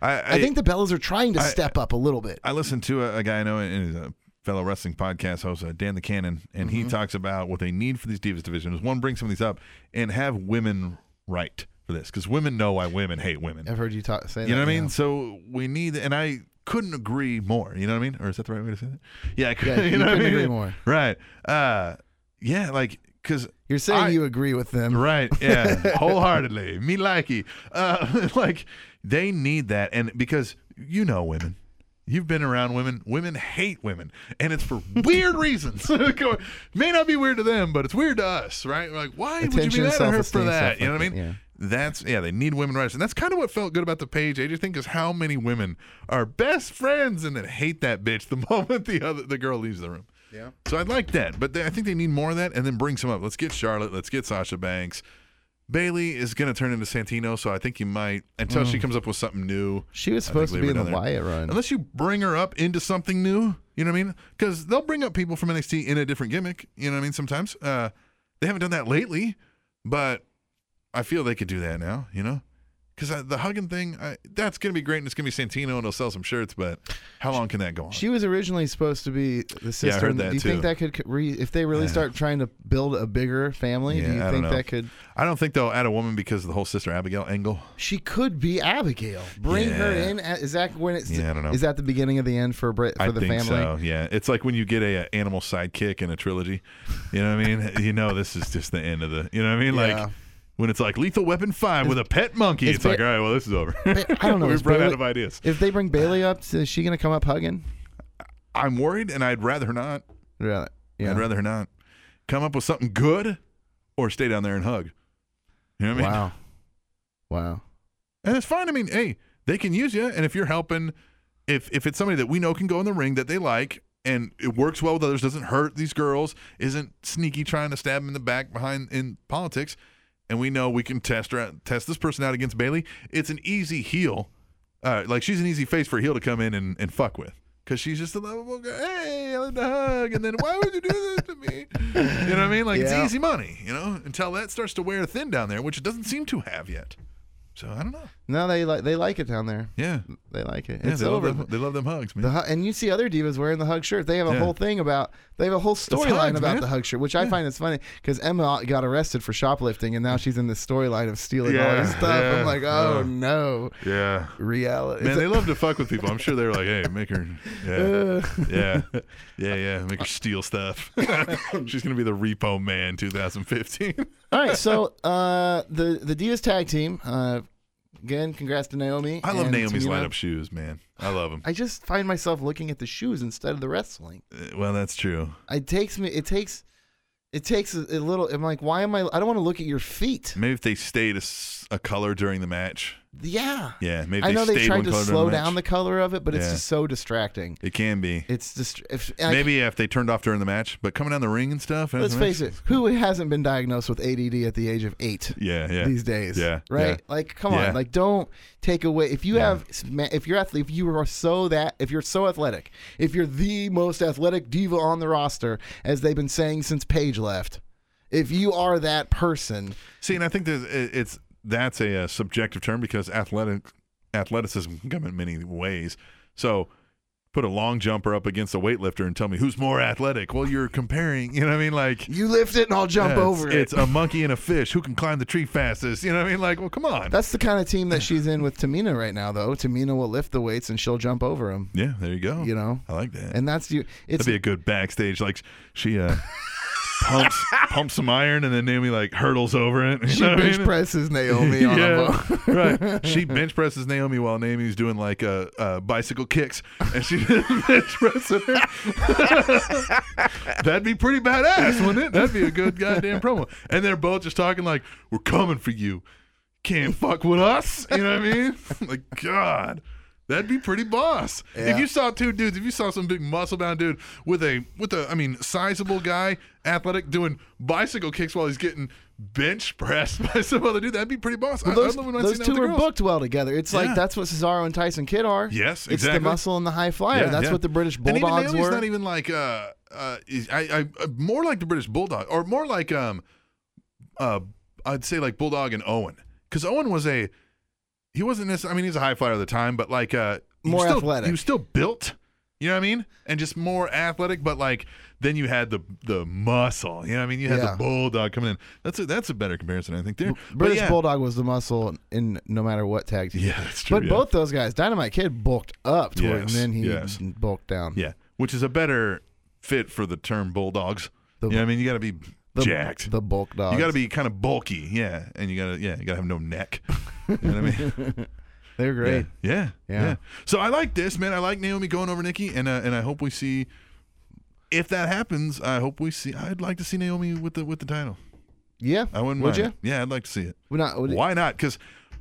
[SPEAKER 2] I, I,
[SPEAKER 1] I, think the Bellas are trying to
[SPEAKER 2] I-
[SPEAKER 1] step up a little bit.
[SPEAKER 2] I listened to a, a guy I know and he's a fellow wrestling podcast host, uh, Dan the Cannon, and
[SPEAKER 1] Mm-hmm.
[SPEAKER 2] he talks about what they need for these divas divisions. One, bring some of these up and have women right for this because women know why women hate women.
[SPEAKER 1] I've heard you talk, say that.
[SPEAKER 2] You know what I mean?
[SPEAKER 1] yeah.
[SPEAKER 2] So we need, and I couldn't agree more. You know what I mean? Or is that the right way to say that? Yeah, I could,
[SPEAKER 1] Yeah, you
[SPEAKER 2] know what I
[SPEAKER 1] couldn't
[SPEAKER 2] mean?
[SPEAKER 1] agree more.
[SPEAKER 2] Right. Uh, yeah, like because
[SPEAKER 1] You're saying you agree with them.
[SPEAKER 2] Right. Yeah. Wholeheartedly. Me likey. Uh, like they need that, and because you know women. You've been around women. Women hate women, and it's for weird reasons. Go- May not be weird to them, but it's weird to us, right? We're like, why would you
[SPEAKER 1] Attention,
[SPEAKER 2] be mad at her for
[SPEAKER 1] self-esteem,
[SPEAKER 2] that?
[SPEAKER 1] stuff
[SPEAKER 2] You know what
[SPEAKER 1] like
[SPEAKER 2] I mean?
[SPEAKER 1] that, yeah.
[SPEAKER 2] That's yeah. They need women rights, and that's kind of what felt good about the page AJ thing is how many women are best friends and then hate that bitch the moment the other the girl leaves the room. Yeah. So I like that, but they, I think they need more of that, and then bring some up. Let's get Charlotte. Let's get Sasha Banks. Bailey is going to turn into Santino, so I think you might until she comes up with something new.
[SPEAKER 1] She was
[SPEAKER 2] I think
[SPEAKER 1] Mm. supposed to
[SPEAKER 2] leave
[SPEAKER 1] be
[SPEAKER 2] her
[SPEAKER 1] in
[SPEAKER 2] down
[SPEAKER 1] the
[SPEAKER 2] there.
[SPEAKER 1] Wyatt run.
[SPEAKER 2] Unless you bring her up into something new, you know what I mean? Because they'll bring up people from NXT in a different gimmick. You know what I mean? Sometimes uh, they haven't done that lately, but I feel they could do that now. You know, because the hugging thing I, that's going to be great, and it's going to be Santino, and he'll sell some shirts. But how long can that go on?
[SPEAKER 1] She was originally supposed to be the sister.
[SPEAKER 2] Yeah, I heard
[SPEAKER 1] in the-
[SPEAKER 2] that
[SPEAKER 1] do you
[SPEAKER 2] too.
[SPEAKER 1] think that could re, if they really start trying to build a bigger family?
[SPEAKER 2] Yeah,
[SPEAKER 1] do you
[SPEAKER 2] I don't
[SPEAKER 1] think
[SPEAKER 2] know.
[SPEAKER 1] that could?
[SPEAKER 2] I don't think they'll add a woman because of the whole sister Abigail angle.
[SPEAKER 1] She could be Abigail. Bring her
[SPEAKER 2] Yeah.
[SPEAKER 1] in. Is that when it's?
[SPEAKER 2] Yeah, I don't know.
[SPEAKER 1] Is that the beginning of the end for Brit for
[SPEAKER 2] I
[SPEAKER 1] the
[SPEAKER 2] think
[SPEAKER 1] family?
[SPEAKER 2] so. Yeah, it's like when you get a, a animal sidekick in a trilogy. You know what I mean? you know this is just the end of the. You know what I mean?
[SPEAKER 1] Yeah.
[SPEAKER 2] Like when it's like Lethal Weapon Five with a pet monkey.
[SPEAKER 1] is
[SPEAKER 2] It's, like
[SPEAKER 1] Ba-
[SPEAKER 2] all right, well this is over.
[SPEAKER 1] Ba- I don't know.
[SPEAKER 2] We've
[SPEAKER 1] is
[SPEAKER 2] run out
[SPEAKER 1] Bailey-
[SPEAKER 2] of ideas.
[SPEAKER 1] If they bring Bailey up, is she gonna come up hugging?
[SPEAKER 2] I'm worried, and I'd rather her not.
[SPEAKER 1] Yeah. yeah.
[SPEAKER 2] I'd rather her not come up with something good, or stay down there and hug. You know what I mean?
[SPEAKER 1] Wow. Wow.
[SPEAKER 2] And it's fine. I mean, hey, they can use you, and if you're helping, if if it's somebody that we know can go in the ring that they like, and it works well with others, doesn't hurt these girls, isn't sneaky trying to stab them in the back behind in politics, and we know we can test her out, test this person out against Bailey. It's an easy heel, uh, like she's an easy face for a heel to come in and, and fuck with. Cause she's just a lovable girl. Hey, I love to hug, and then why would you do this to me? You know what I mean? Like
[SPEAKER 1] Yeah.
[SPEAKER 2] it's easy money, you know. Until that starts to wear thin down there, which it doesn't seem to have yet. So I don't know.
[SPEAKER 1] No, they like they like it down there.
[SPEAKER 2] Yeah.
[SPEAKER 1] They like it.
[SPEAKER 2] Yeah,
[SPEAKER 1] it's
[SPEAKER 2] they
[SPEAKER 1] over.
[SPEAKER 2] Love them, they love them hugs, man.
[SPEAKER 1] The hu- and you see other divas wearing the hug shirt. They have a
[SPEAKER 2] Yeah.
[SPEAKER 1] whole thing about. They have a whole storyline
[SPEAKER 2] hugs,
[SPEAKER 1] about
[SPEAKER 2] man.
[SPEAKER 1] the hug shirt, which I find is funny because Emma got arrested for shoplifting, and now she's in this storyline of stealing all
[SPEAKER 2] Yeah,
[SPEAKER 1] this stuff.
[SPEAKER 2] yeah,
[SPEAKER 1] I'm like, oh
[SPEAKER 2] yeah.
[SPEAKER 1] no,
[SPEAKER 2] yeah.
[SPEAKER 1] reality.
[SPEAKER 2] Man, they love to fuck with people. I'm sure they're like, hey, make her. Yeah. Yeah. Yeah, yeah. Make her steal stuff. She's going to be the repo man 2015.
[SPEAKER 1] all right, so uh, the the divas tag team. Uh, again, congrats to Naomi.
[SPEAKER 2] I love
[SPEAKER 1] and
[SPEAKER 2] Naomi's
[SPEAKER 1] Tamina.
[SPEAKER 2] light up shoes, man. I love them.
[SPEAKER 1] I just find myself looking at the shoes instead of the wrestling.
[SPEAKER 2] Uh, well, that's true.
[SPEAKER 1] It takes me. It takes. It takes a, a little. I'm like, why am I? I don't want to look at your feet.
[SPEAKER 2] Maybe if they stayed a, s- a color during the match.
[SPEAKER 1] Yeah.
[SPEAKER 2] Yeah, maybe
[SPEAKER 1] I
[SPEAKER 2] they
[SPEAKER 1] know they
[SPEAKER 2] stayed
[SPEAKER 1] tried
[SPEAKER 2] one
[SPEAKER 1] to
[SPEAKER 2] color during
[SPEAKER 1] slow
[SPEAKER 2] the match.
[SPEAKER 1] down the color of it, but it's
[SPEAKER 2] Yeah.
[SPEAKER 1] just so distracting.
[SPEAKER 2] It can be.
[SPEAKER 1] It's just if, and I-
[SPEAKER 2] Maybe if they turned off during the match, but coming down the ring and stuff.
[SPEAKER 1] let's face it, who hasn't been diagnosed with ADD at the age of eight?
[SPEAKER 2] Yeah, yeah.
[SPEAKER 1] These days,
[SPEAKER 2] Yeah.
[SPEAKER 1] right?
[SPEAKER 2] yeah.
[SPEAKER 1] Like, come
[SPEAKER 2] Yeah.
[SPEAKER 1] on, like, don't take away. If you have, if you're athlete, if you are so that, if you're so athletic, if you're the most athletic diva on the roster, as they've been saying since Paige left, if you are that person,
[SPEAKER 2] See, and I think there's it- it's that's a, uh subjective term because athletic athleticism can come in many ways. So put a long jumper up against a weightlifter and tell me who's more athletic. Well, you're comparing. You know what I mean? Like
[SPEAKER 1] you lift it and I'll jump
[SPEAKER 2] yeah, it's,
[SPEAKER 1] over it.
[SPEAKER 2] It's a monkey and a fish. Who can climb the tree fastest? You know what I mean? Like, well, come on.
[SPEAKER 1] That's the kind of team that she's in with Tamina right now, though. Tamina will lift the weights and she'll jump over him.
[SPEAKER 2] yeah, there you go.
[SPEAKER 1] You know?
[SPEAKER 2] I like that.
[SPEAKER 1] And that's you. It's
[SPEAKER 2] That'd be a good backstage. Like she, uh, pumps pumps some iron, and then Naomi like hurdles over it. You
[SPEAKER 1] She
[SPEAKER 2] know what I
[SPEAKER 1] bench
[SPEAKER 2] mean?
[SPEAKER 1] presses Naomi on
[SPEAKER 2] yeah,
[SPEAKER 1] him.
[SPEAKER 2] right. She bench presses Naomi while Naomi's doing like uh, uh, bicycle kicks, and she bench presses her. That'd be pretty badass, wouldn't it? That'd be a good goddamn promo. And they're both just talking like, "We're coming for you. Can't fuck with us." You know what I mean? like, God. That'd be pretty boss. If
[SPEAKER 1] Yeah.
[SPEAKER 2] you saw two dudes, if you saw some big muscle bound dude with a with a I mean sizable guy, athletic, doing bicycle kicks while he's getting bench pressed by some other dude, that'd be pretty boss. I- I
[SPEAKER 1] Those,
[SPEAKER 2] love when I
[SPEAKER 1] those
[SPEAKER 2] see that
[SPEAKER 1] two
[SPEAKER 2] with the
[SPEAKER 1] are
[SPEAKER 2] girls.
[SPEAKER 1] booked well together. It's
[SPEAKER 2] Yeah.
[SPEAKER 1] like that's what Cesaro and Tyson Kidd are.
[SPEAKER 2] Yes,
[SPEAKER 1] it's
[SPEAKER 2] exactly.
[SPEAKER 1] the muscle and the high flyer.
[SPEAKER 2] Yeah,
[SPEAKER 1] that's
[SPEAKER 2] yeah.
[SPEAKER 1] what the British
[SPEAKER 2] And
[SPEAKER 1] Bulldogs
[SPEAKER 2] even Naomi's
[SPEAKER 1] were.
[SPEAKER 2] not even like uh uh is, I, I uh, more like the British Bulldog or more like um uh I'd say like Bulldog and Owen because Owen was a he wasn't necessarily I mean he was a high flyer at the time but like uh he was
[SPEAKER 1] More
[SPEAKER 2] still,
[SPEAKER 1] athletic.
[SPEAKER 2] he was still built you know what I mean and just more athletic but like then you had the the muscle you know what I mean you had
[SPEAKER 1] Yeah.
[SPEAKER 2] the Bulldog coming in that's a that's a better comparison I think there But
[SPEAKER 1] British
[SPEAKER 2] yeah.
[SPEAKER 1] Bulldog was the muscle in no matter what tag team.
[SPEAKER 2] Yeah, that's true,
[SPEAKER 1] But
[SPEAKER 2] yeah.
[SPEAKER 1] both those guys, Dynamite Kid, bulked up to it, and
[SPEAKER 2] Yes,
[SPEAKER 1] then he
[SPEAKER 2] yes.
[SPEAKER 1] bulked down.
[SPEAKER 2] yeah which is a better fit for the term Bulldogs
[SPEAKER 1] The-
[SPEAKER 2] you know what I mean you got to be
[SPEAKER 1] the,
[SPEAKER 2] jacked
[SPEAKER 1] The bulk dog.
[SPEAKER 2] You got to be kind of bulky, yeah, and you gotta, yeah, you gotta have no neck. You know what I mean?
[SPEAKER 1] They're
[SPEAKER 2] Yeah,
[SPEAKER 1] great.
[SPEAKER 2] yeah,
[SPEAKER 1] Yeah.
[SPEAKER 2] yeah. So I like this, man. I like Naomi going over Nikki, and uh, and I hope we see. If that happens, I hope we see. I'd like to see Naomi with the with the title.
[SPEAKER 1] Yeah.
[SPEAKER 2] I wouldn't
[SPEAKER 1] Would
[SPEAKER 2] mind. you? Yeah, I'd like to see it.
[SPEAKER 1] We're not. would-
[SPEAKER 2] Why not? Because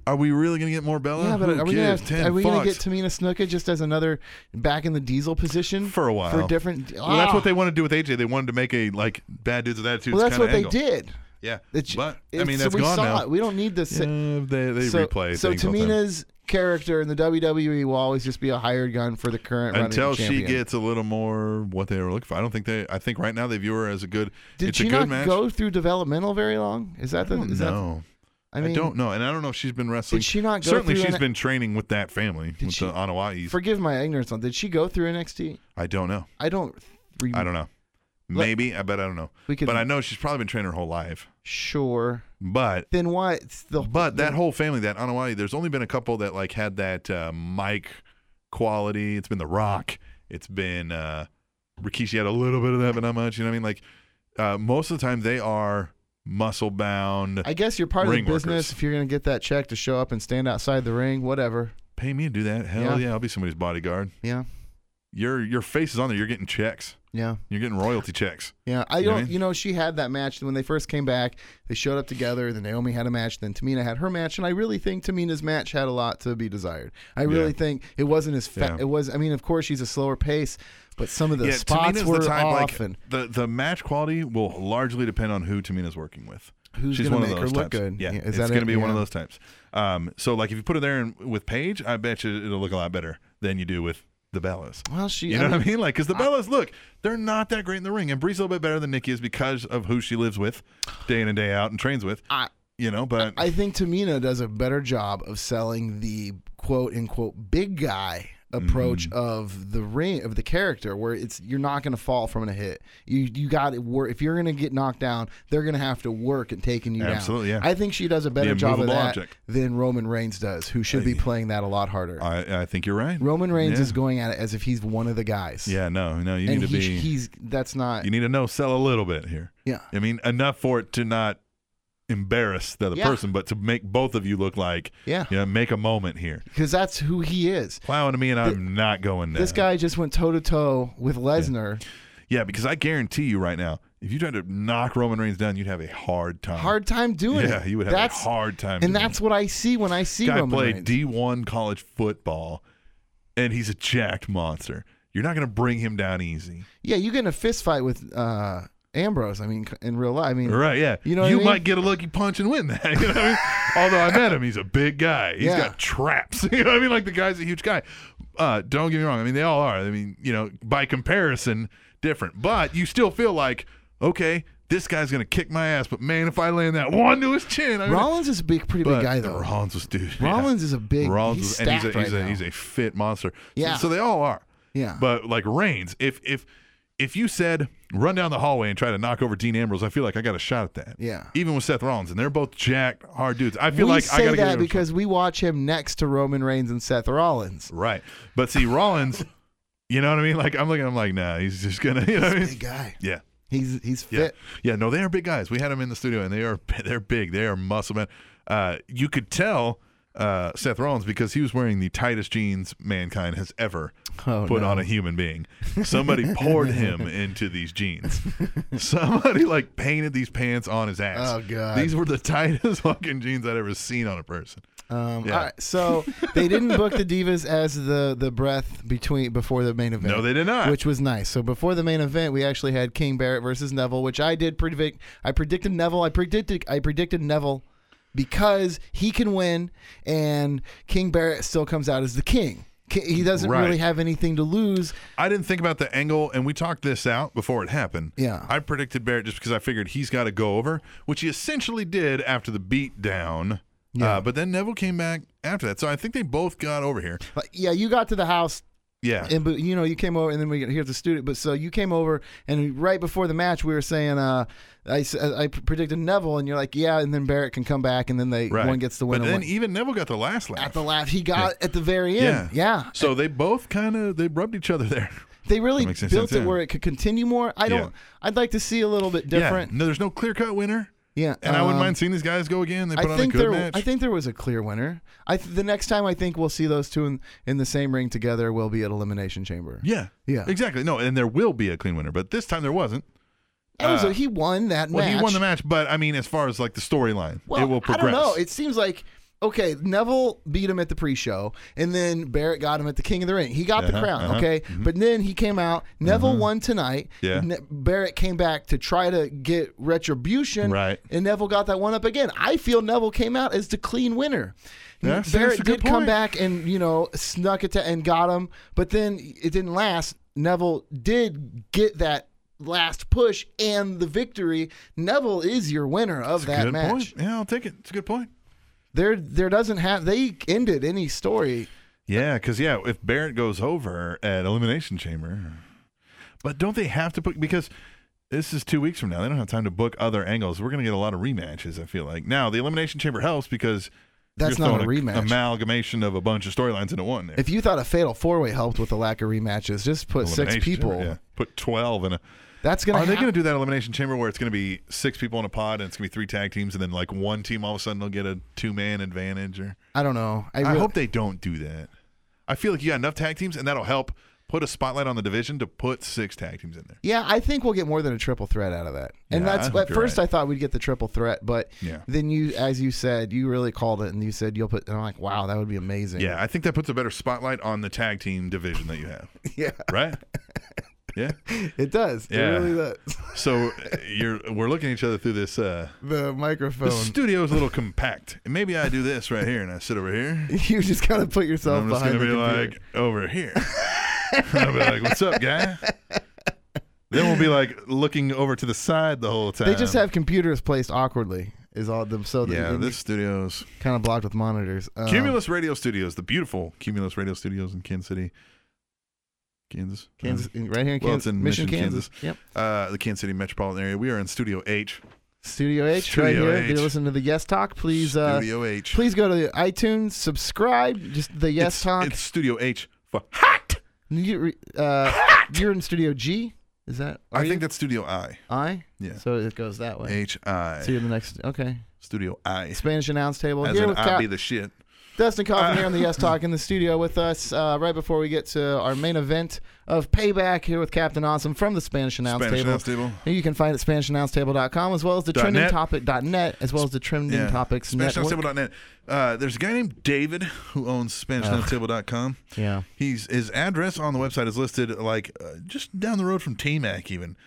[SPEAKER 2] are we really gonna get more Bella?
[SPEAKER 1] Yeah, but
[SPEAKER 2] Who
[SPEAKER 1] are we gonna
[SPEAKER 2] gives
[SPEAKER 1] have,
[SPEAKER 2] ten
[SPEAKER 1] are we gonna get
[SPEAKER 2] fucks?
[SPEAKER 1] Tamina Snuka just as another back in the diesel position
[SPEAKER 2] for a while
[SPEAKER 1] for different?
[SPEAKER 2] Well, that's
[SPEAKER 1] Ah!
[SPEAKER 2] what they wanted to do with AJ. They wanted to make a like bad dudes with attitudes.
[SPEAKER 1] Well, that's
[SPEAKER 2] kinda
[SPEAKER 1] what they
[SPEAKER 2] angle.
[SPEAKER 1] did.
[SPEAKER 2] Yeah,
[SPEAKER 1] It's-
[SPEAKER 2] but I
[SPEAKER 1] it's-
[SPEAKER 2] mean that's
[SPEAKER 1] we
[SPEAKER 2] gone
[SPEAKER 1] saw
[SPEAKER 2] now.
[SPEAKER 1] It. We don't need this.
[SPEAKER 2] Yeah, they they
[SPEAKER 1] so,
[SPEAKER 2] replay.
[SPEAKER 1] so
[SPEAKER 2] things all the time.
[SPEAKER 1] Tamina's character in the WWE will always just be a hired gun for the current running
[SPEAKER 2] until she
[SPEAKER 1] champion.
[SPEAKER 2] gets a little more what they were looking for. I don't think they. I think right now they view her as a good.
[SPEAKER 1] Did
[SPEAKER 2] it's
[SPEAKER 1] she
[SPEAKER 2] a good
[SPEAKER 1] not
[SPEAKER 2] match. Oh,
[SPEAKER 1] go through developmental very long? Is that the? is that-
[SPEAKER 2] no,
[SPEAKER 1] I mean,
[SPEAKER 2] don't know, and I don't know if she's been wrestling.
[SPEAKER 1] she not go
[SPEAKER 2] Certainly,
[SPEAKER 1] through
[SPEAKER 2] she's
[SPEAKER 1] an-
[SPEAKER 2] been training with that family with
[SPEAKER 1] she-
[SPEAKER 2] the Anawais.
[SPEAKER 1] Forgive my ignorance on. Did she go through NXT?
[SPEAKER 2] I don't know.
[SPEAKER 1] I don't. Re-
[SPEAKER 2] I don't know.
[SPEAKER 1] Let-
[SPEAKER 2] Maybe I bet I don't know.
[SPEAKER 1] We could-
[SPEAKER 2] but I know she's probably been training her whole life.
[SPEAKER 1] Sure.
[SPEAKER 2] But
[SPEAKER 1] Then why? It's the
[SPEAKER 2] but that whole family, that Anawai, there's only been a couple that like had that uh, mic quality. It's been The Rock. It's been uh, Rikishi had a little bit of that, but not much. You know what I mean? Like uh, most of the time, they are muscle bound.
[SPEAKER 1] I guess you're part of the
[SPEAKER 2] Ring
[SPEAKER 1] business
[SPEAKER 2] workers.
[SPEAKER 1] if you're gonna get that check to show up and stand outside the ring, whatever.
[SPEAKER 2] Pay me to do that. Hell
[SPEAKER 1] Yeah.
[SPEAKER 2] yeah, I'll be somebody's bodyguard.
[SPEAKER 1] Yeah.
[SPEAKER 2] Your your face is on there. You're getting checks.
[SPEAKER 1] Yeah.
[SPEAKER 2] You're getting royalty checks.
[SPEAKER 1] Yeah, I
[SPEAKER 2] know what I
[SPEAKER 1] don't.
[SPEAKER 2] mean?
[SPEAKER 1] You know, she had that match when they first came back. They showed up together. Then Naomi had a match. Then Tamina had her match, and I really think Tamina's match had a lot to be desired. I really
[SPEAKER 2] Yeah.
[SPEAKER 1] think it wasn't as fa-
[SPEAKER 2] Yeah.
[SPEAKER 1] it was. I mean, of course, she's a slower pace, but some of the
[SPEAKER 2] yeah,
[SPEAKER 1] spots
[SPEAKER 2] Tamina's
[SPEAKER 1] were
[SPEAKER 2] the type,
[SPEAKER 1] off, and
[SPEAKER 2] Like, the the match quality will largely depend on who Tamina's working with.
[SPEAKER 1] Who's
[SPEAKER 2] She's
[SPEAKER 1] gonna
[SPEAKER 2] one of
[SPEAKER 1] make her
[SPEAKER 2] those
[SPEAKER 1] look
[SPEAKER 2] types.
[SPEAKER 1] good?
[SPEAKER 2] Yeah,
[SPEAKER 1] Yeah, is
[SPEAKER 2] it's
[SPEAKER 1] that
[SPEAKER 2] going to
[SPEAKER 1] it?
[SPEAKER 2] be one of
[SPEAKER 1] Yeah.
[SPEAKER 2] those types. Um, so like if you put her there in, with Paige, I bet you it'll look a lot better than you do with the Bellas.
[SPEAKER 1] well, she.
[SPEAKER 2] You
[SPEAKER 1] I
[SPEAKER 2] know
[SPEAKER 1] mean,
[SPEAKER 2] what I mean? Like, because the Bellas, look, they're not that great in the ring, and Bree's a little bit better than Nikki is because of who she lives with, day in and day out, and trains with.
[SPEAKER 1] I-
[SPEAKER 2] you know, but
[SPEAKER 1] I think Tamina does a better job of selling the quote unquote big guy
[SPEAKER 2] Mm-hmm.
[SPEAKER 1] approach of the ring of the character where it's you're not going to fall from a hit you you got to work if you're going to get knocked down they're going to have to work at taking you
[SPEAKER 2] Absolutely,
[SPEAKER 1] down
[SPEAKER 2] yeah.
[SPEAKER 1] i think she does a better job of
[SPEAKER 2] immovable
[SPEAKER 1] that
[SPEAKER 2] object.
[SPEAKER 1] than roman reigns does who should be playing that a lot harder
[SPEAKER 2] I, I think you're right.
[SPEAKER 1] roman reigns
[SPEAKER 2] yeah.
[SPEAKER 1] is going at it as if he's one of the guys
[SPEAKER 2] Yeah, no, no, you
[SPEAKER 1] and
[SPEAKER 2] need to
[SPEAKER 1] he,
[SPEAKER 2] be.
[SPEAKER 1] he's that's not
[SPEAKER 2] you need to know sell a little bit here.
[SPEAKER 1] yeah
[SPEAKER 2] I mean, enough for it to not embarrass the other
[SPEAKER 1] Yeah.
[SPEAKER 2] person, but to make both of you look like,
[SPEAKER 1] Yeah.
[SPEAKER 2] you know, make a moment here.
[SPEAKER 1] because that's who he is
[SPEAKER 2] Plowing to me, and I'm not going there.
[SPEAKER 1] this guy just went toe to toe with lesnar
[SPEAKER 2] Yeah, because I guarantee you right now, if you tried to knock Roman Reigns down, you'd have a hard time.
[SPEAKER 1] hard time doing it.
[SPEAKER 2] Yeah, you would have a
[SPEAKER 1] That's-
[SPEAKER 2] hard time
[SPEAKER 1] And
[SPEAKER 2] doing
[SPEAKER 1] that's what I see when I see
[SPEAKER 2] guy
[SPEAKER 1] Roman
[SPEAKER 2] played
[SPEAKER 1] Reigns.
[SPEAKER 2] D1 college football, and he's a jacked monster. You're not going to bring him down easy,
[SPEAKER 1] yeah, you get in a fist fight with uh, Ambrose. I mean, c- in real life. I mean,
[SPEAKER 2] right? Yeah,
[SPEAKER 1] You know what I mean?
[SPEAKER 2] might get a lucky punch and win that. You know what I mean? Although I met him, he's a big guy. He's
[SPEAKER 1] Yeah.
[SPEAKER 2] got traps. You know what I mean? Like the guy's a huge guy. Uh, don't get me wrong. I mean, they all are. I mean, you know, by comparison, different. But you still feel like, okay, this guy's going to kick my ass. But man, if I land that one to his chin, I'm gonna-
[SPEAKER 1] Rollins is a big, pretty
[SPEAKER 2] But
[SPEAKER 1] big guy though.
[SPEAKER 2] Rollins was dude.
[SPEAKER 1] Rollins is a big-
[SPEAKER 2] Rollins
[SPEAKER 1] he's
[SPEAKER 2] was, and he's a,
[SPEAKER 1] stacked
[SPEAKER 2] he's,
[SPEAKER 1] right
[SPEAKER 2] a,
[SPEAKER 1] now.
[SPEAKER 2] he's a fit monster. So-
[SPEAKER 1] Yeah.
[SPEAKER 2] So, they all are.
[SPEAKER 1] Yeah.
[SPEAKER 2] But like Reigns, if if if you said run down the hallway and try to knock over Dean Ambrose, I feel like I got a shot at that.
[SPEAKER 1] Yeah.
[SPEAKER 2] Even with Seth Rollins, and they're both jacked, hard dudes. I
[SPEAKER 1] we
[SPEAKER 2] feel like I
[SPEAKER 1] say
[SPEAKER 2] got to
[SPEAKER 1] that because we watch him next to Roman Reigns and Seth Rollins.
[SPEAKER 2] right. But see Rollins, you know what I mean? Like I'm looking, I'm like, nah, he's just gonna. You know what I mean?
[SPEAKER 1] Big guy.
[SPEAKER 2] Yeah.
[SPEAKER 1] He's he's
[SPEAKER 2] Yeah,
[SPEAKER 1] fit.
[SPEAKER 2] yeah. No, they are big guys. We had them in the studio, and they are they're big. They are muscle men. Uh, you could tell uh, Seth Rollins because he was wearing the tightest jeans mankind has ever
[SPEAKER 1] Oh,
[SPEAKER 2] put
[SPEAKER 1] no.
[SPEAKER 2] on a human being. Somebody poured him into these jeans. Somebody like painted these pants on his ass.
[SPEAKER 1] Oh, God.
[SPEAKER 2] These were the tightest fucking jeans I'd ever seen on a person.
[SPEAKER 1] Um,
[SPEAKER 2] Yeah.
[SPEAKER 1] all right, so they didn't book the divas as the the breath between before the main event.
[SPEAKER 2] No, they did not.
[SPEAKER 1] which was nice. So before the main event, we actually had King Barrett versus Neville, which I did predict. I predicted Neville. I predicted I predicted Neville because he can win, and King Barrett still comes out as the king. Ki- He doesn't
[SPEAKER 2] Right.
[SPEAKER 1] really have anything to lose.
[SPEAKER 2] I didn't think about the angle, and we talked this out before it happened.
[SPEAKER 1] Yeah.
[SPEAKER 2] I predicted Barrett just because I figured he's got to go over, which he essentially did after the beat down.
[SPEAKER 1] Yeah.
[SPEAKER 2] Uh, but then Neville came back after that. So I think they both got over here.
[SPEAKER 1] Like, yeah, you got to the house
[SPEAKER 2] Yeah.
[SPEAKER 1] and but you know you came over and then we here's the studio but so you came over and right before the match we were saying uh I, s- I predicted Neville and you're like yeah and then Barrett can come back and then they
[SPEAKER 2] right.
[SPEAKER 1] one gets the win
[SPEAKER 2] But
[SPEAKER 1] and
[SPEAKER 2] then
[SPEAKER 1] one-
[SPEAKER 2] even Neville got the last laugh.
[SPEAKER 1] at the last he got at the very end yeah,
[SPEAKER 2] So they both kind of they rubbed each other there.
[SPEAKER 1] they really
[SPEAKER 2] That makes
[SPEAKER 1] built
[SPEAKER 2] sense,
[SPEAKER 1] it
[SPEAKER 2] yeah.
[SPEAKER 1] where it could continue more I don't I'd like to see a little bit different
[SPEAKER 2] Yeah. No, there's no clear cut winner.
[SPEAKER 1] Yeah,
[SPEAKER 2] And I wouldn't
[SPEAKER 1] um,
[SPEAKER 2] mind seeing these guys go again. They put
[SPEAKER 1] I
[SPEAKER 2] on
[SPEAKER 1] think
[SPEAKER 2] a good
[SPEAKER 1] there
[SPEAKER 2] match.
[SPEAKER 1] I think there was a clear winner I th- the next time I think we'll see those two in, in the same ring together will be at Elimination Chamber
[SPEAKER 2] yeah.
[SPEAKER 1] Yeah.
[SPEAKER 2] Exactly. No, and there will be a clean winner, but this time there wasn't.
[SPEAKER 1] That was a- he won that
[SPEAKER 2] uh, Well,
[SPEAKER 1] match
[SPEAKER 2] he won the match, but I mean, as far as like the storyline,
[SPEAKER 1] Well,
[SPEAKER 2] it will progress.
[SPEAKER 1] I don't know. It seems like okay, Neville beat him at the pre-show, and then Barrett got him at the King of the Ring. He got the
[SPEAKER 2] Uh-huh,
[SPEAKER 1] crown,
[SPEAKER 2] uh-huh, Mm-hmm.
[SPEAKER 1] okay. But then he came out. Neville won tonight.
[SPEAKER 2] Yeah.
[SPEAKER 1] Ne- Barrett came back to try to get retribution.
[SPEAKER 2] Right.
[SPEAKER 1] And Neville got that one up again. I feel Neville came out as the clean winner.
[SPEAKER 2] Yeah, see,
[SPEAKER 1] Barrett
[SPEAKER 2] that's a
[SPEAKER 1] did
[SPEAKER 2] good
[SPEAKER 1] come
[SPEAKER 2] point.
[SPEAKER 1] back and you know snuck it to, and got him, but then it didn't last. Neville did get that last push and the victory. Neville is your winner of that
[SPEAKER 2] good
[SPEAKER 1] match
[SPEAKER 2] point. Yeah, I'll take it. It's a good point.
[SPEAKER 1] there there doesn't have they ended any story.
[SPEAKER 2] Yeah, because yeah, if Barrett goes over at Elimination Chamber, but don't they have to put because this is two weeks from now. They don't have time to book other angles. We're gonna get a lot of rematches. I feel like now the Elimination Chamber helps because
[SPEAKER 1] That's
[SPEAKER 2] you're
[SPEAKER 1] not
[SPEAKER 2] throwing
[SPEAKER 1] a rematch.
[SPEAKER 2] amalgamation of a bunch of storylines into one. There.
[SPEAKER 1] If you thought a fatal four way helped with the lack of rematches, just put six
[SPEAKER 2] Elimination
[SPEAKER 1] people.
[SPEAKER 2] Chamber, yeah. put twelve in a.
[SPEAKER 1] That's gonna.
[SPEAKER 2] Are they
[SPEAKER 1] hap-
[SPEAKER 2] going to do that elimination chamber where it's going to be six people in a pod and it's going to be three tag teams and then like one team all of a sudden will get a two man advantage? Or
[SPEAKER 1] I don't know. I,
[SPEAKER 2] I,
[SPEAKER 1] really-
[SPEAKER 2] hope they don't do that. I feel like you got enough tag teams and that'll help put a spotlight on the division to put six tag teams in there.
[SPEAKER 1] Yeah, I think we'll get more than a triple threat out of that. And
[SPEAKER 2] Yeah, I
[SPEAKER 1] that's
[SPEAKER 2] hope
[SPEAKER 1] at
[SPEAKER 2] you're
[SPEAKER 1] first
[SPEAKER 2] right.
[SPEAKER 1] I thought we'd get the triple threat, but
[SPEAKER 2] Yeah.
[SPEAKER 1] then you, as you said, you really called it, and you said you'll put. And I'm like, wow, that would be amazing.
[SPEAKER 2] Yeah, I think that puts a better spotlight on the tag team division that you have,
[SPEAKER 1] yeah,
[SPEAKER 2] right? yeah.
[SPEAKER 1] it does.
[SPEAKER 2] Yeah.
[SPEAKER 1] It really does.
[SPEAKER 2] So uh, you're we're looking at each other through this. Uh,
[SPEAKER 1] The
[SPEAKER 2] the
[SPEAKER 1] microphone.
[SPEAKER 2] studio is a little compact, and maybe I do this right here and I sit over here.
[SPEAKER 1] you just gotta put yourself
[SPEAKER 2] I'm just
[SPEAKER 1] behind
[SPEAKER 2] gonna be
[SPEAKER 1] the computer.
[SPEAKER 2] like over here. I'll be like, "What's up, guy?" Then we'll be like looking over to the side the whole time.
[SPEAKER 1] they just have computers placed awkwardly. Is all them so
[SPEAKER 2] yeah.
[SPEAKER 1] that
[SPEAKER 2] This studio's
[SPEAKER 1] kind of blocked with monitors. Um,
[SPEAKER 2] Cumulus Radio Studios, the beautiful Cumulus Radio Studios in Kansas City, Kansas,
[SPEAKER 1] Kansas, right here in Kansas,
[SPEAKER 2] Uh, Well, it's in
[SPEAKER 1] Mission,
[SPEAKER 2] Mission,
[SPEAKER 1] Kansas.
[SPEAKER 2] Kansas.
[SPEAKER 1] Yep.
[SPEAKER 2] uh, the Kansas City metropolitan area. We are in Studio H.
[SPEAKER 1] Studio H, right
[SPEAKER 2] Studio
[SPEAKER 1] here. If
[SPEAKER 2] H.
[SPEAKER 1] you listen to the Yes Talk, please, uh,
[SPEAKER 2] Studio H.
[SPEAKER 1] please go to iTunes, subscribe. Just the Yes
[SPEAKER 2] it's,
[SPEAKER 1] Talk.
[SPEAKER 2] It's Studio H for hot.
[SPEAKER 1] you, re- uh, you're in Studio G. Is that?
[SPEAKER 2] I
[SPEAKER 1] are you?
[SPEAKER 2] think that's Studio I.
[SPEAKER 1] I.
[SPEAKER 2] Yeah.
[SPEAKER 1] So it goes that way.
[SPEAKER 2] H I.
[SPEAKER 1] So you're the next. Okay.
[SPEAKER 2] Studio I.
[SPEAKER 1] Spanish announce table
[SPEAKER 2] As
[SPEAKER 1] here
[SPEAKER 2] in,
[SPEAKER 1] with
[SPEAKER 2] I
[SPEAKER 1] Cap-
[SPEAKER 2] be the shit.
[SPEAKER 1] Dustin Coffin
[SPEAKER 2] Uh,
[SPEAKER 1] here on the Yes Talk in the studio with us uh, right before we get to our main event of Payback here with Captain Awesome from the Spanish Announce
[SPEAKER 2] Spanish
[SPEAKER 1] Table.
[SPEAKER 2] Announce Table.
[SPEAKER 1] And You can find it at SpanishAnnounceTable.com as well as the
[SPEAKER 2] Dot
[SPEAKER 1] trending
[SPEAKER 2] net.
[SPEAKER 1] topic.net as well as the trending
[SPEAKER 2] Yeah.
[SPEAKER 1] topics network.
[SPEAKER 2] SpanishNounceTable.net. Uh, there's a guy named David who owns SpanishNounceTable.com.
[SPEAKER 1] Yeah.
[SPEAKER 2] He's his address on the website is listed like uh, just down the road from T-Mac even.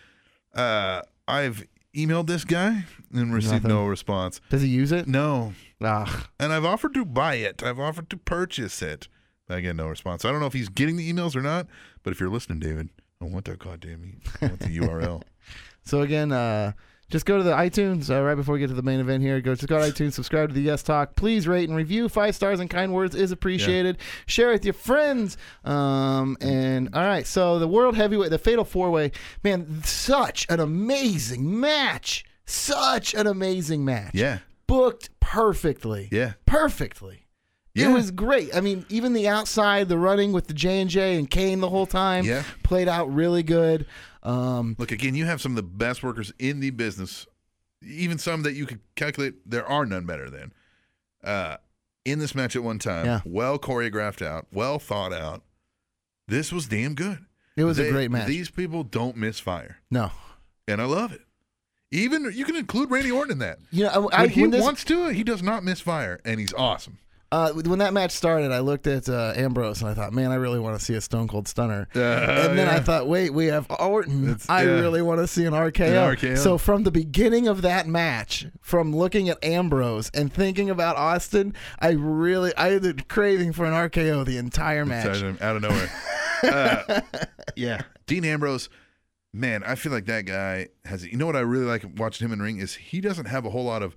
[SPEAKER 2] Uh, I've emailed this guy and received no response.
[SPEAKER 1] Does he use it?
[SPEAKER 2] No.
[SPEAKER 1] Ah,
[SPEAKER 2] And I've offered to buy it. I've offered to purchase it. Again, no response. I don't know if he's getting the emails or not, but if you're listening, David, I want that goddamn e- I want the URL.
[SPEAKER 1] So again, uh, just go to the iTunes uh, right before we get to the main event here. Go just go to iTunes, subscribe to the Yes Talk. Please rate and review. Five stars and kind words is appreciated. Share with your friends. Um, and all right, so the world heavyweight, the fatal four way, man, such an amazing match. Such an amazing match.
[SPEAKER 2] Yeah.
[SPEAKER 1] Booked perfectly.
[SPEAKER 2] Yeah.
[SPEAKER 1] Perfectly.
[SPEAKER 2] Yeah.
[SPEAKER 1] It was great. I mean, even the outside, the running with the J and J and Kane the whole time
[SPEAKER 2] Yeah.
[SPEAKER 1] played out really good. Um,
[SPEAKER 2] Look, again, you have some of the best workers in the business, even some that you could calculate there are none better than. Uh, in this match at one time,
[SPEAKER 1] Yeah.
[SPEAKER 2] well choreographed out, well thought out. This was damn good.
[SPEAKER 1] It was a great match.
[SPEAKER 2] These people don't miss fire,
[SPEAKER 1] no,
[SPEAKER 2] and I love it. Even you can include Randy Orton in that.
[SPEAKER 1] you know, I,
[SPEAKER 2] When
[SPEAKER 1] I,
[SPEAKER 2] he
[SPEAKER 1] when this,
[SPEAKER 2] wants to, he does not miss fire, and he's awesome.
[SPEAKER 1] uh, when that match started, I looked at uh, Ambrose and I thought, man, I really want to see a Stone Cold Stunner.
[SPEAKER 2] Uh,
[SPEAKER 1] and then I
[SPEAKER 2] yeah.
[SPEAKER 1] thought, wait, we have Orton. I
[SPEAKER 2] yeah.
[SPEAKER 1] really want to see an RKO.
[SPEAKER 2] An RKO.
[SPEAKER 1] So from the beginning of that match, from looking at Ambrose and thinking about Austin, I really I had a craving for an RKO the entire match.
[SPEAKER 2] Sorry, I'm out of nowhere. uh, yeah, Dean Ambrose, man, I feel like that guy has. You know what I really like watching him in ring is he doesn't have a whole lot of.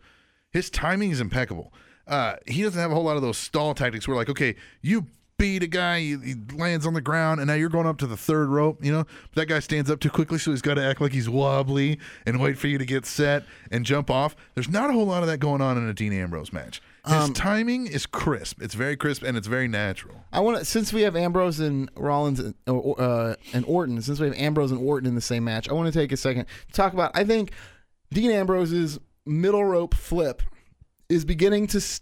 [SPEAKER 2] His timing is impeccable. Uh, he doesn't have a whole lot of those stall tactics where like, okay, you beat a guy, he, he lands on the ground, and now you're going up to the third rope. You know that guy stands up too quickly, so he's got to act like he's wobbly and wait for you to get set and jump off. There's not a whole lot of that going on in a Dean Ambrose match. His timing is crisp. It's very crisp and it's very natural.
[SPEAKER 1] I want to since we have Ambrose and Rollins and, or- uh, and Orton, since we have Ambrose and Orton in the same match, I want to take a second to talk about. I think Dean Ambrose's middle rope flip is beginning to s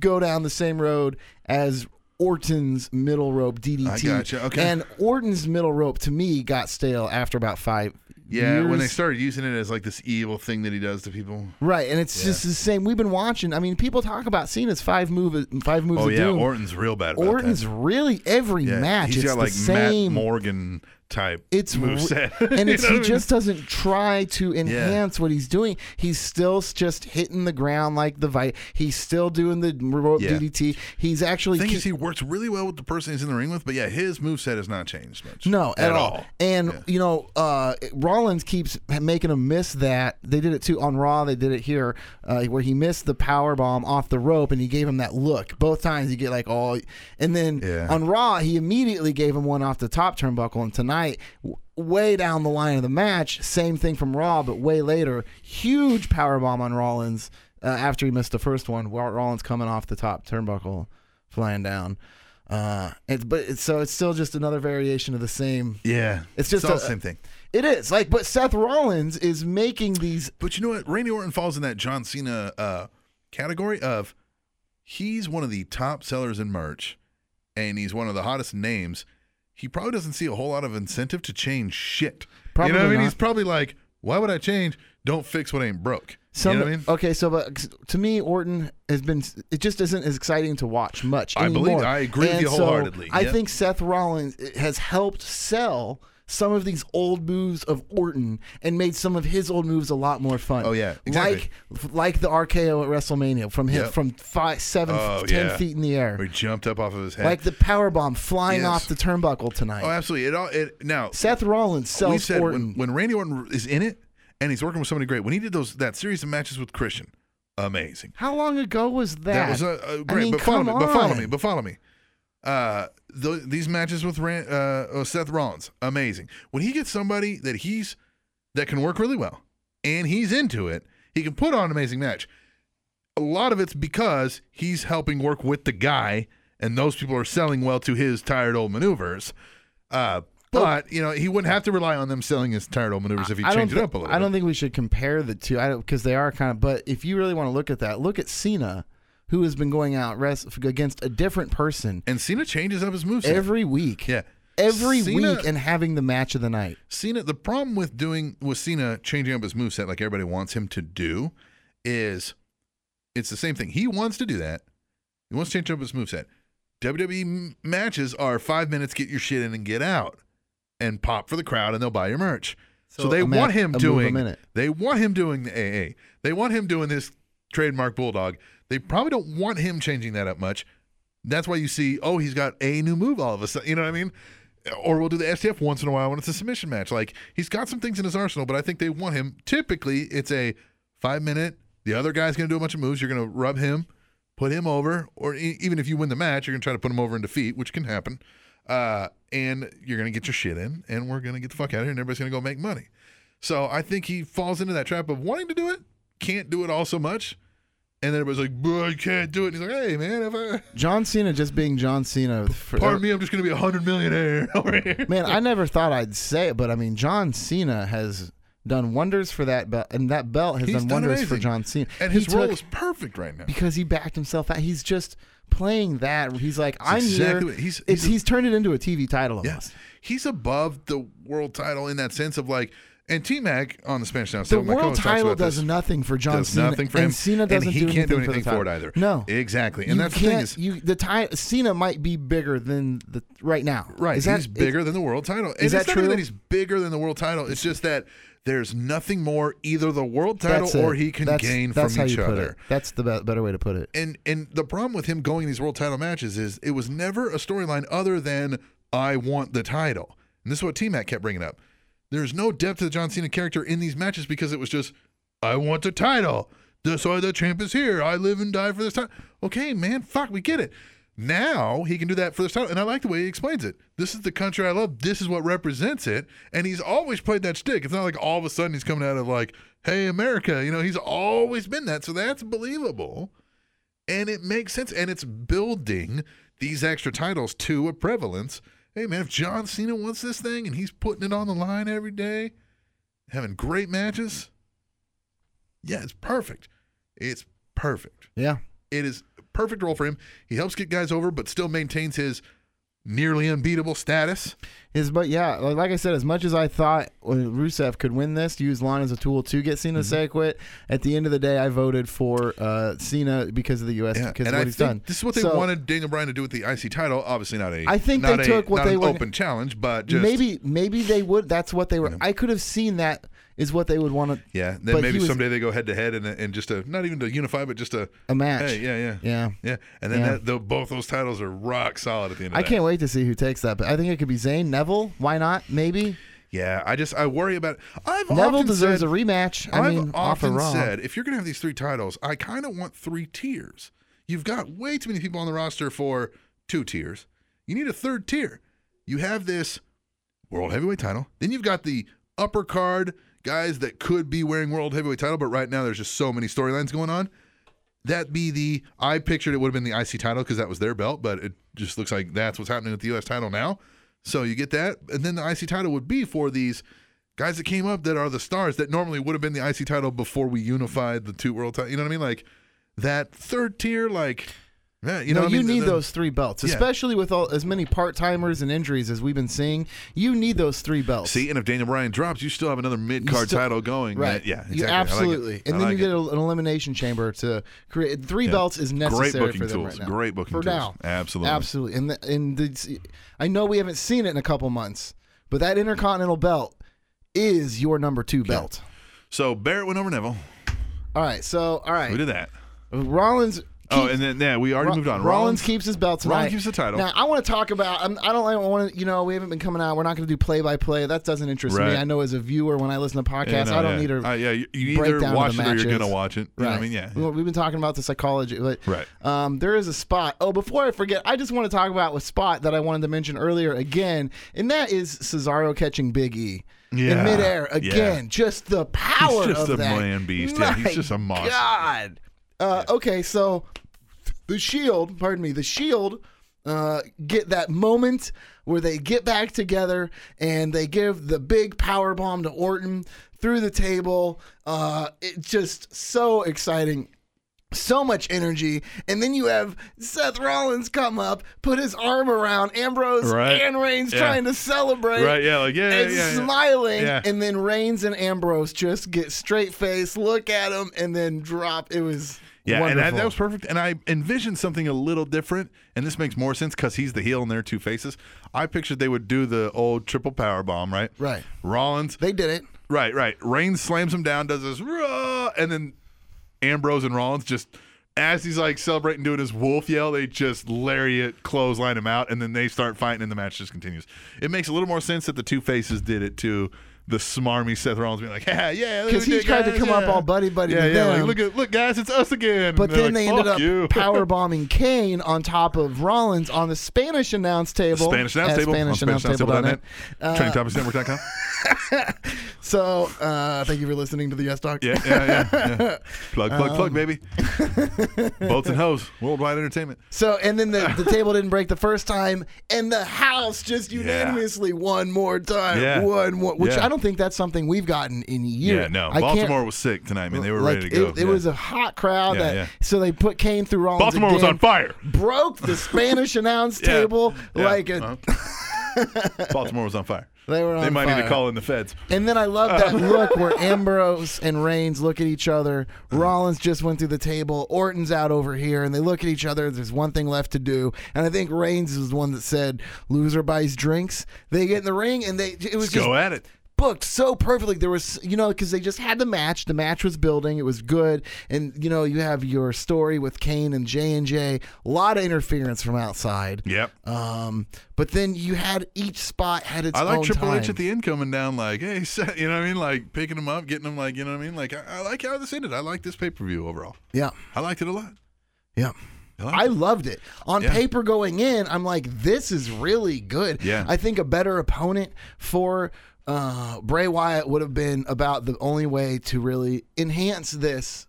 [SPEAKER 1] go down the same road as Orton's middle rope DDT.
[SPEAKER 2] I gotcha, okay.
[SPEAKER 1] And Orton's middle rope to me got stale after about five.
[SPEAKER 2] Yeah, when they
[SPEAKER 1] years.
[SPEAKER 2] started using it as like this evil thing that he does to people.
[SPEAKER 1] Right, and it's just the same. We've been watching. I mean, people talk about Cena's five move, five
[SPEAKER 2] Oh,
[SPEAKER 1] moves. of doom.
[SPEAKER 2] Orton's real bad. About
[SPEAKER 1] Orton's really every
[SPEAKER 2] that.
[SPEAKER 1] match. it's
[SPEAKER 2] He's got like
[SPEAKER 1] the same.
[SPEAKER 2] Matt Morgan type.
[SPEAKER 1] it's re-
[SPEAKER 2] moveset.
[SPEAKER 1] and
[SPEAKER 2] You
[SPEAKER 1] it's
[SPEAKER 2] know
[SPEAKER 1] he
[SPEAKER 2] what I mean?
[SPEAKER 1] just doesn't try to enhance what he's doing. He's still s- just hitting the ground like the vi He's still doing the remote
[SPEAKER 2] Yeah.
[SPEAKER 1] DDT. He's actually
[SPEAKER 2] thing
[SPEAKER 1] keep-
[SPEAKER 2] is he works really well with the person he's in the ring with, but yeah, his moveset has not changed much.
[SPEAKER 1] no at, all. And
[SPEAKER 2] Yeah.
[SPEAKER 1] you know, uh, Rollins keeps making him miss that. They did it too on Raw. They did it here, uh, where he missed the power bomb off the rope, and he gave him that look both times. You get like, oh, and then
[SPEAKER 2] Yeah.
[SPEAKER 1] on Raw he immediately gave him one off the top turnbuckle. And tonight, w- way down the line of the match, same thing from Raw, but way later, huge power bomb on Rollins uh, after he missed the first one. Wall- Rollins coming off the top turnbuckle, flying down. Uh, it's but it's, so it's still just another variation of the same
[SPEAKER 2] yeah,
[SPEAKER 1] It's just
[SPEAKER 2] all
[SPEAKER 1] a-
[SPEAKER 2] the same thing.
[SPEAKER 1] it is like, but Seth Rollins is making these.
[SPEAKER 2] But you know what? Randy Orton falls in that John Cena uh, category of he's one of the top sellers in merch and he's one of the hottest names. He probably doesn't see a whole lot of incentive to change shit. you know what
[SPEAKER 1] Probably
[SPEAKER 2] I mean?
[SPEAKER 1] not.
[SPEAKER 2] He's probably like, why would I change? Don't fix what ain't broke.
[SPEAKER 1] Some,
[SPEAKER 2] you know what I mean?
[SPEAKER 1] Okay, so but to me, Orton has been. It just isn't as exciting to watch much.
[SPEAKER 2] I believe-
[SPEAKER 1] anymore.
[SPEAKER 2] I agree with
[SPEAKER 1] And
[SPEAKER 2] you
[SPEAKER 1] so
[SPEAKER 2] wholeheartedly,
[SPEAKER 1] I
[SPEAKER 2] yeah.
[SPEAKER 1] think Seth Rollins has helped sell some of these old moves of Orton and made some of his old moves a lot more fun.
[SPEAKER 2] Oh, yeah, exactly.
[SPEAKER 1] like like the RKO at WrestleMania from him
[SPEAKER 2] Yep.
[SPEAKER 1] from five, seven,
[SPEAKER 2] Oh,
[SPEAKER 1] ten
[SPEAKER 2] yeah.
[SPEAKER 1] feet in the
[SPEAKER 2] Where
[SPEAKER 1] air,
[SPEAKER 2] he jumped up off of his head.
[SPEAKER 1] like the power bomb flying
[SPEAKER 2] Yes.
[SPEAKER 1] off the turnbuckle tonight.
[SPEAKER 2] oh, absolutely. It all it now
[SPEAKER 1] Seth Rollins
[SPEAKER 2] we
[SPEAKER 1] sells
[SPEAKER 2] said
[SPEAKER 1] Orton.
[SPEAKER 2] when, when Randy Orton is in it and he's working with somebody great. When he did those that series of matches with Christian, amazing.
[SPEAKER 1] How long ago was that?
[SPEAKER 2] That was uh, uh,
[SPEAKER 1] I
[SPEAKER 2] great.
[SPEAKER 1] mean,
[SPEAKER 2] but follow
[SPEAKER 1] come
[SPEAKER 2] me. But follow
[SPEAKER 1] on.
[SPEAKER 2] me. But follow me. Uh, th- these matches with Ran- uh, uh, Seth Rollins, amazing. When he gets somebody that he's that can work really well, and he's into it, he can put on an amazing match. A lot of it's because he's helping work with the guy, and those people are selling well to his tired old maneuvers. Uh, but you know he wouldn't have to rely on them selling his tired old maneuvers if he
[SPEAKER 1] Oh. I don't
[SPEAKER 2] changed it
[SPEAKER 1] thi-
[SPEAKER 2] up a little.
[SPEAKER 1] I don't think we should compare the two. I don't because they are kind of. But if you really want to look at that, look at Cena, who has been going out rest, against a different person
[SPEAKER 2] And Cena changes up his moves
[SPEAKER 1] every week.
[SPEAKER 2] Yeah.
[SPEAKER 1] Every
[SPEAKER 2] Cena-
[SPEAKER 1] week and having the match of the night.
[SPEAKER 2] Cena, the problem with doing with Cena changing up his moveset like everybody wants him to do is it's the same thing. He wants to do that. He wants to change up his moveset. WWE m- matches are five minutes, get your shit in and get out, and pop for the crowd, and they'll buy your merch. So,
[SPEAKER 1] So
[SPEAKER 2] they
[SPEAKER 1] a ma-
[SPEAKER 2] want
[SPEAKER 1] a
[SPEAKER 2] him
[SPEAKER 1] move a
[SPEAKER 2] doing.
[SPEAKER 1] minute.
[SPEAKER 2] They want him doing the AA. They want him doing this trademark bulldog. They probably don't want him changing that up much. That's why you see, oh, he's got a new move all of a sudden. You know what I mean? Or we'll do the STF once in a while when it's a submission match. Like he's got some things in his arsenal, but I think they want him. Typically, it's a five minute. The other guy's going to do a bunch of moves. You're going to rub him, put him over, or e- even if you win the match, you're going to try to put him over in defeat, which can happen. Uh, and you're going to get your shit in, and we're going to get the fuck out of here, and everybody's going to go make money. So I think he falls into that trap of wanting to do it, can't do it all so much, And then everybody's like, "Bro, I can't do it." And he's like, "Hey, man, if I
[SPEAKER 1] John Cena just being John Cena. For, uh,
[SPEAKER 2] pardon me, I'm just gonna be a hundred millionaire over here."
[SPEAKER 1] Man, I never thought I'd say it, but I mean, John Cena has done wonders for that belt, and that belt has
[SPEAKER 2] He's
[SPEAKER 1] done,
[SPEAKER 2] done
[SPEAKER 1] wonders for
[SPEAKER 2] amazing.
[SPEAKER 1] John Cena.
[SPEAKER 2] And
[SPEAKER 1] He
[SPEAKER 2] his role
[SPEAKER 1] took-
[SPEAKER 2] is perfect right now.
[SPEAKER 1] because he backed himself out. He's just playing that. He's like, I'm
[SPEAKER 2] exactly
[SPEAKER 1] here.
[SPEAKER 2] what- he's-
[SPEAKER 1] it's,
[SPEAKER 2] he's a-
[SPEAKER 1] he's turned it into a TV title almost.
[SPEAKER 2] Yes, he's above the world title in that sense of like, and T Mac on the Spanish Down.
[SPEAKER 1] The
[SPEAKER 2] my
[SPEAKER 1] world
[SPEAKER 2] co-host talks
[SPEAKER 1] title
[SPEAKER 2] about this,
[SPEAKER 1] does nothing for John
[SPEAKER 2] does
[SPEAKER 1] Cena.
[SPEAKER 2] nothing for
[SPEAKER 1] and
[SPEAKER 2] him,
[SPEAKER 1] Cena
[SPEAKER 2] and
[SPEAKER 1] doesn't
[SPEAKER 2] he
[SPEAKER 1] do
[SPEAKER 2] can't do
[SPEAKER 1] anything
[SPEAKER 2] anything
[SPEAKER 1] for,
[SPEAKER 2] for
[SPEAKER 1] the
[SPEAKER 2] it
[SPEAKER 1] title.
[SPEAKER 2] either.
[SPEAKER 1] No,
[SPEAKER 2] Exactly. And
[SPEAKER 1] You
[SPEAKER 2] that's the thing
[SPEAKER 1] can't-
[SPEAKER 2] is-
[SPEAKER 1] you, the title Cena might be bigger than the right now.
[SPEAKER 2] Right.
[SPEAKER 1] Is that,
[SPEAKER 2] he's bigger than the world title. And
[SPEAKER 1] is that
[SPEAKER 2] it's not even
[SPEAKER 1] true?
[SPEAKER 2] that he's bigger than the world title. It's just that there's nothing more either the world title
[SPEAKER 1] That's
[SPEAKER 2] or
[SPEAKER 1] it.
[SPEAKER 2] he can
[SPEAKER 1] that's,
[SPEAKER 2] gain
[SPEAKER 1] that's
[SPEAKER 2] from
[SPEAKER 1] how
[SPEAKER 2] each
[SPEAKER 1] you put
[SPEAKER 2] other.
[SPEAKER 1] It. That's the be- better way to put it.
[SPEAKER 2] And and the problem with him going these world title matches is it was never a storyline other than I want the title. And this is what T Mac kept bringing up. There's no depth to the John Cena character in these matches because it was just I want the title. That's why the champ is here. I live and die for this title. Okay, man, fuck, we get it. Now he can do that for this title. And I like the way he explains it. This is the country I love. This is what represents it. And he's always played that shtick. It's not like all of a sudden he's coming out of like, hey, America. You know, he's always been that. So that's believable and it makes sense and it's building these extra titles to a prevalence hey man if john cena wants this thing and he's putting it on the line every day having great matches yeah it's perfect it's perfect
[SPEAKER 1] Yeah.
[SPEAKER 2] it is a perfect role for him he helps get guys over but still maintains his nearly unbeatable status
[SPEAKER 1] Is but yeah, like like I said, as much as I thought uh, Rusev could win this, to use Lana as a tool to get Cena to say
[SPEAKER 2] Mm-hmm.
[SPEAKER 1] quit. At the end of the day, I voted for uh, Cena because of the U.S.
[SPEAKER 2] Yeah,
[SPEAKER 1] because
[SPEAKER 2] and
[SPEAKER 1] of what
[SPEAKER 2] I
[SPEAKER 1] he's
[SPEAKER 2] think
[SPEAKER 1] done.
[SPEAKER 2] this is what they
[SPEAKER 1] So,
[SPEAKER 2] wanted Daniel Bryan to do with the IC title. Obviously, not a
[SPEAKER 1] I think
[SPEAKER 2] not
[SPEAKER 1] they
[SPEAKER 2] a-
[SPEAKER 1] took what
[SPEAKER 2] not
[SPEAKER 1] they
[SPEAKER 2] an
[SPEAKER 1] were-
[SPEAKER 2] open challenge, but just
[SPEAKER 1] maybe maybe they would. That's what they were. I could have seen that is what they would want to.
[SPEAKER 2] Yeah,
[SPEAKER 1] but
[SPEAKER 2] then
[SPEAKER 1] he
[SPEAKER 2] maybe
[SPEAKER 1] was-
[SPEAKER 2] someday they go head to head and and just a not even to unify, but just a
[SPEAKER 1] A match.
[SPEAKER 2] Hey, yeah, yeah,
[SPEAKER 1] Yeah.
[SPEAKER 2] yeah. And then
[SPEAKER 1] Yeah.
[SPEAKER 2] That, the, both those titles are rock solid at the end. of
[SPEAKER 1] I
[SPEAKER 2] that.
[SPEAKER 1] can't wait to see who takes that, but I think it could be Zayn Neville. Why not? Maybe
[SPEAKER 2] Yeah, I just I worry about. I've
[SPEAKER 1] Neville
[SPEAKER 2] often
[SPEAKER 1] deserves
[SPEAKER 2] said,
[SPEAKER 1] a rematch. I
[SPEAKER 2] I've
[SPEAKER 1] mean, off of
[SPEAKER 2] often
[SPEAKER 1] Raw.
[SPEAKER 2] said if you're gonna have these three titles, I kind of want three tiers. You've got way too many people on the roster for two tiers. You need a third tier. You have this world heavyweight title. Then you've got the upper card guys that could be wearing world heavyweight title, but right now there's just so many storylines going on. That be the I pictured it would have been the IC title because that was their belt, but it just looks like that's what's happening with the US title now. So you get that, and then the IC title would be for these guys that came up that are the stars that normally would have been the IC title before we unified the two world titles. You know what I mean? Like that third tier, like yeah, you
[SPEAKER 1] no,
[SPEAKER 2] know, what I
[SPEAKER 1] you
[SPEAKER 2] mean? The-
[SPEAKER 1] need
[SPEAKER 2] the-
[SPEAKER 1] those three belts,
[SPEAKER 2] Yeah.
[SPEAKER 1] especially with all as many part timers and injuries as we've been seeing. You need those three belts.
[SPEAKER 2] See, and if Daniel Bryan drops, you still have another mid
[SPEAKER 1] You
[SPEAKER 2] card
[SPEAKER 1] still-
[SPEAKER 2] title going.
[SPEAKER 1] right?
[SPEAKER 2] that- yeah, exactly.
[SPEAKER 1] you
[SPEAKER 2] I like it.
[SPEAKER 1] absolutely.
[SPEAKER 2] I
[SPEAKER 1] And then
[SPEAKER 2] like
[SPEAKER 1] you
[SPEAKER 2] it.
[SPEAKER 1] get a, an elimination chamber to create three belts is necessary
[SPEAKER 2] booking
[SPEAKER 1] for them
[SPEAKER 2] tools.
[SPEAKER 1] right now.
[SPEAKER 2] Great booking
[SPEAKER 1] for
[SPEAKER 2] tools.
[SPEAKER 1] now.
[SPEAKER 2] Absolutely.
[SPEAKER 1] absolutely. And the, and the, I know we haven't seen it in a couple months, but that Intercontinental belt is your number two belt.
[SPEAKER 2] So Barrett went over Neville.
[SPEAKER 1] All right, so all right,
[SPEAKER 2] We did that.
[SPEAKER 1] Rollins.
[SPEAKER 2] oh,
[SPEAKER 1] keeps-
[SPEAKER 2] and then yeah, we already
[SPEAKER 1] Ro-
[SPEAKER 2] moved on.
[SPEAKER 1] Rollins, keeps his belt tonight.
[SPEAKER 2] Rollins keeps the title.
[SPEAKER 1] Now I want to talk about. I'm, I don't. I want to. You know, we haven't been coming out. We're not going to do play by play. That doesn't interest me.
[SPEAKER 2] Right.
[SPEAKER 1] I know as a viewer when I listen to podcasts,
[SPEAKER 2] Yeah, no,
[SPEAKER 1] I don't
[SPEAKER 2] yeah.
[SPEAKER 1] need to.
[SPEAKER 2] Uh, yeah, you, you
[SPEAKER 1] break
[SPEAKER 2] either
[SPEAKER 1] down
[SPEAKER 2] watch
[SPEAKER 1] the
[SPEAKER 2] it or you're
[SPEAKER 1] matches.
[SPEAKER 2] gonna watch it. You know what I mean, yeah.
[SPEAKER 1] We- We've been talking about the psychology, but
[SPEAKER 2] Right.
[SPEAKER 1] um, there is a spot. Oh, before I forget, I just want to talk about a spot that I wanted to mention earlier again, and that is Cesaro catching Big E in
[SPEAKER 2] Yeah.
[SPEAKER 1] midair
[SPEAKER 2] Yeah.
[SPEAKER 1] again. Just the power
[SPEAKER 2] just
[SPEAKER 1] of
[SPEAKER 2] a
[SPEAKER 1] that.
[SPEAKER 2] man beast. Yeah, he's
[SPEAKER 1] My
[SPEAKER 2] just a monster.
[SPEAKER 1] God. Uh, Okay, so the Shield, pardon me, the Shield uh, get that moment where they get back together and they give the big power bomb to Orton through the table. Uh, it's just so exciting. So much energy, and then you have Seth Rollins come up, put his arm around Ambrose
[SPEAKER 2] Right.
[SPEAKER 1] and Reigns,
[SPEAKER 2] Yeah.
[SPEAKER 1] trying to celebrate,
[SPEAKER 2] Right, yeah, like, yeah,
[SPEAKER 1] and
[SPEAKER 2] yeah, yeah.
[SPEAKER 1] smiling,
[SPEAKER 2] Yeah.
[SPEAKER 1] and then Reigns and Ambrose just get straight face, look at him, and then drop. It was
[SPEAKER 2] Yeah,
[SPEAKER 1] wonderful.
[SPEAKER 2] and that, that was perfect. And I envisioned something a little different, and this makes more sense because he's the heel and they're two faces. I pictured they would do the old triple power bomb, right?
[SPEAKER 1] Right.
[SPEAKER 2] Rollins,
[SPEAKER 1] They did it.
[SPEAKER 2] Right, right. Reigns slams him down, does this, "Rah!" and then Ambrose and Rollins just, as he's like celebrating, doing his wolf yell, they just lariat, clothesline him out, and then they start fighting, and the match just continues. It makes a little more sense that the two faces did it to the smarmy Seth Rollins being like, yeah, yeah, look
[SPEAKER 1] Because
[SPEAKER 2] at
[SPEAKER 1] he
[SPEAKER 2] it,
[SPEAKER 1] tried to
[SPEAKER 2] guys,
[SPEAKER 1] come
[SPEAKER 2] yeah.
[SPEAKER 1] up all buddy-buddy
[SPEAKER 2] Yeah,
[SPEAKER 1] with
[SPEAKER 2] yeah.
[SPEAKER 1] them.
[SPEAKER 2] Like, look at look guys, it's us again.
[SPEAKER 1] But
[SPEAKER 2] And they're
[SPEAKER 1] then
[SPEAKER 2] like,
[SPEAKER 1] they ended
[SPEAKER 2] "Fuck
[SPEAKER 1] up
[SPEAKER 2] you."
[SPEAKER 1] powerbombing Kane on top of Rollins on the Spanish announce table.
[SPEAKER 2] Spanish announce
[SPEAKER 1] at
[SPEAKER 2] table. on
[SPEAKER 1] Spanish announce table dot net.
[SPEAKER 2] Training Topics Network.com.
[SPEAKER 1] So uh, thank you for listening to the Yes Talk.
[SPEAKER 2] Yeah, yeah, yeah. yeah. Plug, plug,
[SPEAKER 1] Um,
[SPEAKER 2] plug, baby. Boats and hoes. Worldwide entertainment.
[SPEAKER 1] So and then the, the table didn't break the first time, and the house just unanimously one more time,
[SPEAKER 2] Yeah.
[SPEAKER 1] one more. Which
[SPEAKER 2] Yeah.
[SPEAKER 1] I don't think that's something we've gotten in years.
[SPEAKER 2] Yeah, no.
[SPEAKER 1] I can't-
[SPEAKER 2] Baltimore was sick tonight, man. They were
[SPEAKER 1] like,
[SPEAKER 2] ready to go.
[SPEAKER 1] It, it
[SPEAKER 2] Yeah.
[SPEAKER 1] was a hot crowd.
[SPEAKER 2] Yeah,
[SPEAKER 1] that,
[SPEAKER 2] yeah.
[SPEAKER 1] So they put Kane through Rollins.
[SPEAKER 2] Baltimore was
[SPEAKER 1] again,
[SPEAKER 2] on fire.
[SPEAKER 1] Broke the Spanish announce
[SPEAKER 2] Yeah.
[SPEAKER 1] table
[SPEAKER 2] Yeah.
[SPEAKER 1] like a.
[SPEAKER 2] Uh-huh. Baltimore was on fire.
[SPEAKER 1] They were on
[SPEAKER 2] might need
[SPEAKER 1] fire.
[SPEAKER 2] to call in the feds.
[SPEAKER 1] And then I love that look where Ambrose and Reigns look at each other. Rollins just went through the table. Orton's out over here, and they look at each other. There's one thing left to do, and I think Reigns is the one that said, "Loser buys drinks." They get in the ring, and they it was
[SPEAKER 2] Let's
[SPEAKER 1] just
[SPEAKER 2] go at it.
[SPEAKER 1] booked so perfectly. There was, you know, because they just had the match. The match was building. It was good, and you know, you have your story with Kane and J and J. A lot of interference from outside.
[SPEAKER 2] Yep.
[SPEAKER 1] Um, but then you had each spot had its
[SPEAKER 2] I like
[SPEAKER 1] own
[SPEAKER 2] Triple
[SPEAKER 1] time.
[SPEAKER 2] H at the end coming down like, hey, Seth," you know what I mean? Like picking him up, getting him like, you know what I mean? Like, I, I like how this ended. I like this pay per view overall.
[SPEAKER 1] yeah,
[SPEAKER 2] I liked it a lot.
[SPEAKER 1] yeah.
[SPEAKER 2] liked
[SPEAKER 1] I
[SPEAKER 2] it.
[SPEAKER 1] loved it. On
[SPEAKER 2] Yeah.
[SPEAKER 1] paper going in, I'm like, this is really good.
[SPEAKER 2] Yeah.
[SPEAKER 1] I think a better opponent for uh, Bray Wyatt would have been about the only way to really enhance this.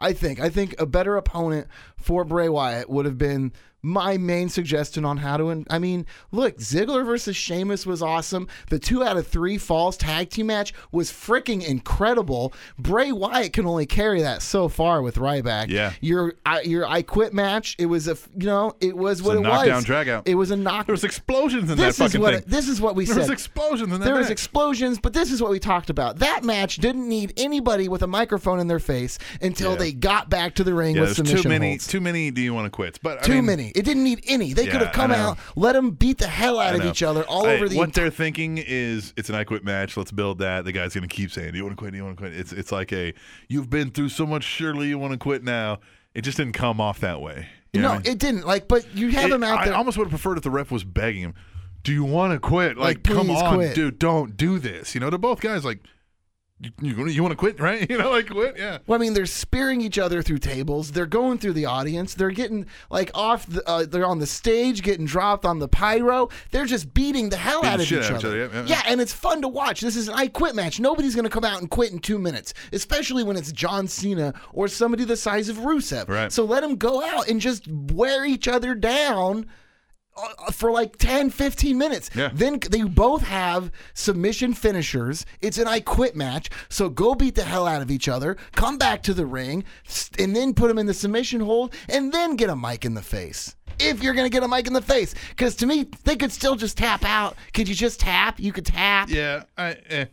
[SPEAKER 1] I think. I think a better opponent for Bray Wyatt would have been my main suggestion on how to. En- I mean, look, Ziggler versus Sheamus was awesome. The two out of three falls tag team match was freaking incredible. Bray Wyatt can only carry that so far with Ryback
[SPEAKER 2] Yeah.
[SPEAKER 1] your I, your I quit match. It was a f- you know it was what
[SPEAKER 2] a
[SPEAKER 1] it
[SPEAKER 2] knockdown
[SPEAKER 1] was.
[SPEAKER 2] drag out.
[SPEAKER 1] It was a knock.
[SPEAKER 2] There was explosions in
[SPEAKER 1] this
[SPEAKER 2] that
[SPEAKER 1] is
[SPEAKER 2] fucking
[SPEAKER 1] what
[SPEAKER 2] thing.
[SPEAKER 1] this is what we
[SPEAKER 2] there
[SPEAKER 1] said.
[SPEAKER 2] was explosions in that
[SPEAKER 1] there was
[SPEAKER 2] match.
[SPEAKER 1] explosions, but this is what we talked about. That match didn't need anybody with a microphone in their face until they got back to the ring
[SPEAKER 2] yeah,
[SPEAKER 1] with
[SPEAKER 2] there's
[SPEAKER 1] submission
[SPEAKER 2] too many,
[SPEAKER 1] holds.
[SPEAKER 2] too many. Do you want to quit? But I
[SPEAKER 1] Too
[SPEAKER 2] mean,
[SPEAKER 1] many. It didn't need any. They could
[SPEAKER 2] Yeah,
[SPEAKER 1] have come
[SPEAKER 2] I know.
[SPEAKER 1] out, let them beat the hell out
[SPEAKER 2] I
[SPEAKER 1] of
[SPEAKER 2] know.
[SPEAKER 1] each other all
[SPEAKER 2] I-
[SPEAKER 1] over the.
[SPEAKER 2] what they're thinking is it's an I quit match. Let's build that. The guy's gonna keep saying, "Do you want to quit? Do you want to quit?" It's it's like a you've been through so much. Surely you want to quit now. It just didn't come off that way. You know
[SPEAKER 1] no,
[SPEAKER 2] what I mean?
[SPEAKER 1] it didn't. Like, but you have
[SPEAKER 2] It-
[SPEAKER 1] them out
[SPEAKER 2] I
[SPEAKER 1] there.
[SPEAKER 2] almost would have preferred if the ref was begging him, "Do you want to quit? Like,
[SPEAKER 1] Like,
[SPEAKER 2] come
[SPEAKER 1] please
[SPEAKER 2] on,
[SPEAKER 1] quit."
[SPEAKER 2] dude, don't do this." You know, to both guys, like, you you, gonna- you want to quit, right? You know, like quit, yeah.
[SPEAKER 1] Well, I mean, they're spearing each other through tables. They're going through the audience. They're getting like off. The, uh, they're on the stage, getting dropped on the pyro. They're just beating the hell
[SPEAKER 2] Beating
[SPEAKER 1] out
[SPEAKER 2] the
[SPEAKER 1] of
[SPEAKER 2] shit
[SPEAKER 1] each
[SPEAKER 2] out
[SPEAKER 1] other.
[SPEAKER 2] of each other, yeah, yeah,
[SPEAKER 1] yeah, and it's fun to watch. This is an I Quit match. Nobody's going to come out and quit in two minutes, especially when it's John Cena or somebody the size of Rusev.
[SPEAKER 2] Right.
[SPEAKER 1] So let them go out and just wear each other down uh, for like 10, 15 minutes.
[SPEAKER 2] Yeah.
[SPEAKER 1] Then c- they both have submission finishers. It's an I quit match. So go beat the hell out of each other, come back to the ring, st- and then put them in the submission hold, and then get a mic in the face. If you're going to get a mic in the face. Because to me, they could still just tap out. Could you just tap? You could tap.
[SPEAKER 2] Yeah, I, eh.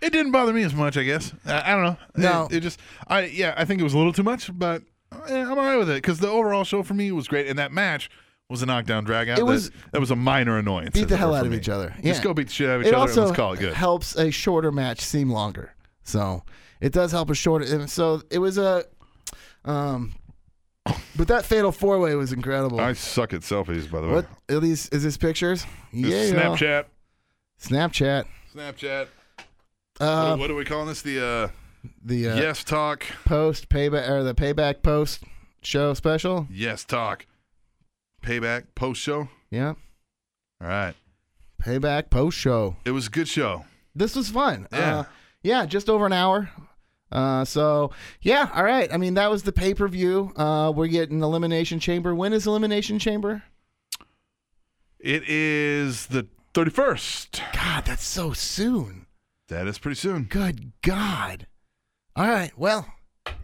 [SPEAKER 2] it didn't bother me as much. I guess I, I don't know.
[SPEAKER 1] No.
[SPEAKER 2] it, it just I yeah I think it was a little too much, but eh, I'm alright with it because the overall show for me was great, and that match was a knockdown drag out.
[SPEAKER 1] It was-
[SPEAKER 2] that, that was a minor annoyance.
[SPEAKER 1] Beat
[SPEAKER 2] as
[SPEAKER 1] the
[SPEAKER 2] it
[SPEAKER 1] hell
[SPEAKER 2] were,
[SPEAKER 1] out
[SPEAKER 2] for
[SPEAKER 1] of
[SPEAKER 2] me.
[SPEAKER 1] each other.
[SPEAKER 2] Just
[SPEAKER 1] Yeah.
[SPEAKER 2] go beat the shit out of each
[SPEAKER 1] it
[SPEAKER 2] other.
[SPEAKER 1] also
[SPEAKER 2] and let's call it good.
[SPEAKER 1] helps a shorter match seem longer. So it does help a shorter. and So it was a, um, but that fatal four way was incredible.
[SPEAKER 2] I suck at selfies, by the way.
[SPEAKER 1] what are these? Is this pictures?
[SPEAKER 2] This is
[SPEAKER 1] yeah, y'all.
[SPEAKER 2] Snapchat.
[SPEAKER 1] Snapchat.
[SPEAKER 2] Snapchat.
[SPEAKER 1] Uh,
[SPEAKER 2] what, what are we calling this? The
[SPEAKER 1] the
[SPEAKER 2] uh,
[SPEAKER 1] uh,
[SPEAKER 2] yes talk.
[SPEAKER 1] post payback or the payback post show special.
[SPEAKER 2] Yes talk. Payback post show.
[SPEAKER 1] Yeah,
[SPEAKER 2] All right.
[SPEAKER 1] payback post show.
[SPEAKER 2] It was a good show.
[SPEAKER 1] This was fun.
[SPEAKER 2] Yeah.
[SPEAKER 1] Uh, yeah, just over an hour. Uh, so yeah, all right. I mean, that was the pay per view. Uh, we're getting Elimination Chamber. When is Elimination Chamber?
[SPEAKER 2] It is the 31st.
[SPEAKER 1] God, that's so soon.
[SPEAKER 2] That is pretty soon.
[SPEAKER 1] Good God. All right. Well,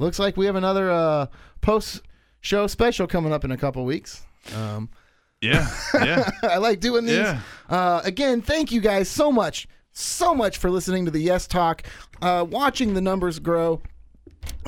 [SPEAKER 1] looks like we have another uh, post show special coming up in a couple weeks. Um,
[SPEAKER 2] Yeah. Yeah.
[SPEAKER 1] I like doing these.
[SPEAKER 2] Yeah.
[SPEAKER 1] Uh, again, thank you guys so much, so much for listening to the Yes Talk, uh, watching the numbers grow.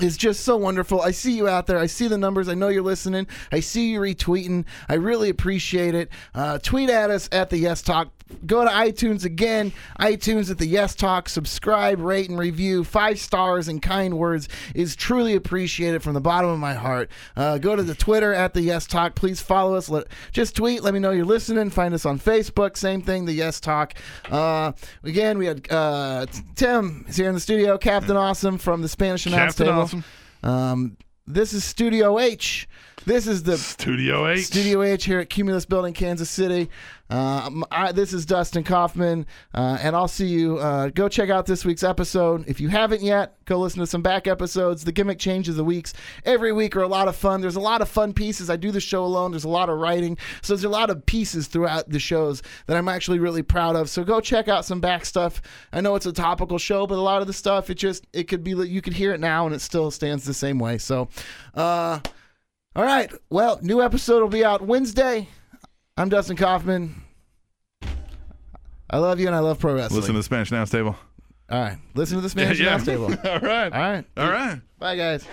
[SPEAKER 1] is just so wonderful. I see you out there. I see the numbers. I know you're listening. I see you retweeting. I really appreciate it. Uh, tweet at us at the Yes Talk. Go to iTunes again. iTunes at the Yes Talk. Subscribe, rate, and review. Five stars and kind words is truly appreciated from the bottom of my heart. Uh, go to the Twitter at the Yes Talk. Please follow us. Let, just tweet. Let me know you're listening. Find us on Facebook. Same thing. The Yes Talk. Uh, again, we had uh, Tim is here in the studio. Captain Awesome from the Spanish announce
[SPEAKER 2] Captain
[SPEAKER 1] table.
[SPEAKER 2] Awesome.
[SPEAKER 1] Um, this is Studio H. This is the
[SPEAKER 2] Studio H.
[SPEAKER 1] Studio H here at Cumulus Building, Kansas City. Um, I, this is Dustin Kaufman, uh, and I'll see you. Uh, go check out this week's episode. If you haven't yet, go listen to some back episodes. The gimmick changes the weeks every week are a lot of fun. There's a lot of fun pieces. I do the show alone. There's a lot of writing, so there's a lot of pieces throughout the shows that I'm actually really proud of. So go check out some back stuff. I know it's a topical show, but a lot of the stuff it just it could be you could hear it now, and it still stands the same way. So. Uh, all right. Well, new episode will be out Wednesday. I'm Dustin Kaufman. I love you and I love pro wrestling.
[SPEAKER 2] Listen to the Spanish announce table.
[SPEAKER 1] All right. Listen to this man's yeah,
[SPEAKER 2] All right.
[SPEAKER 1] All right.
[SPEAKER 2] All right.
[SPEAKER 1] Bye, guys.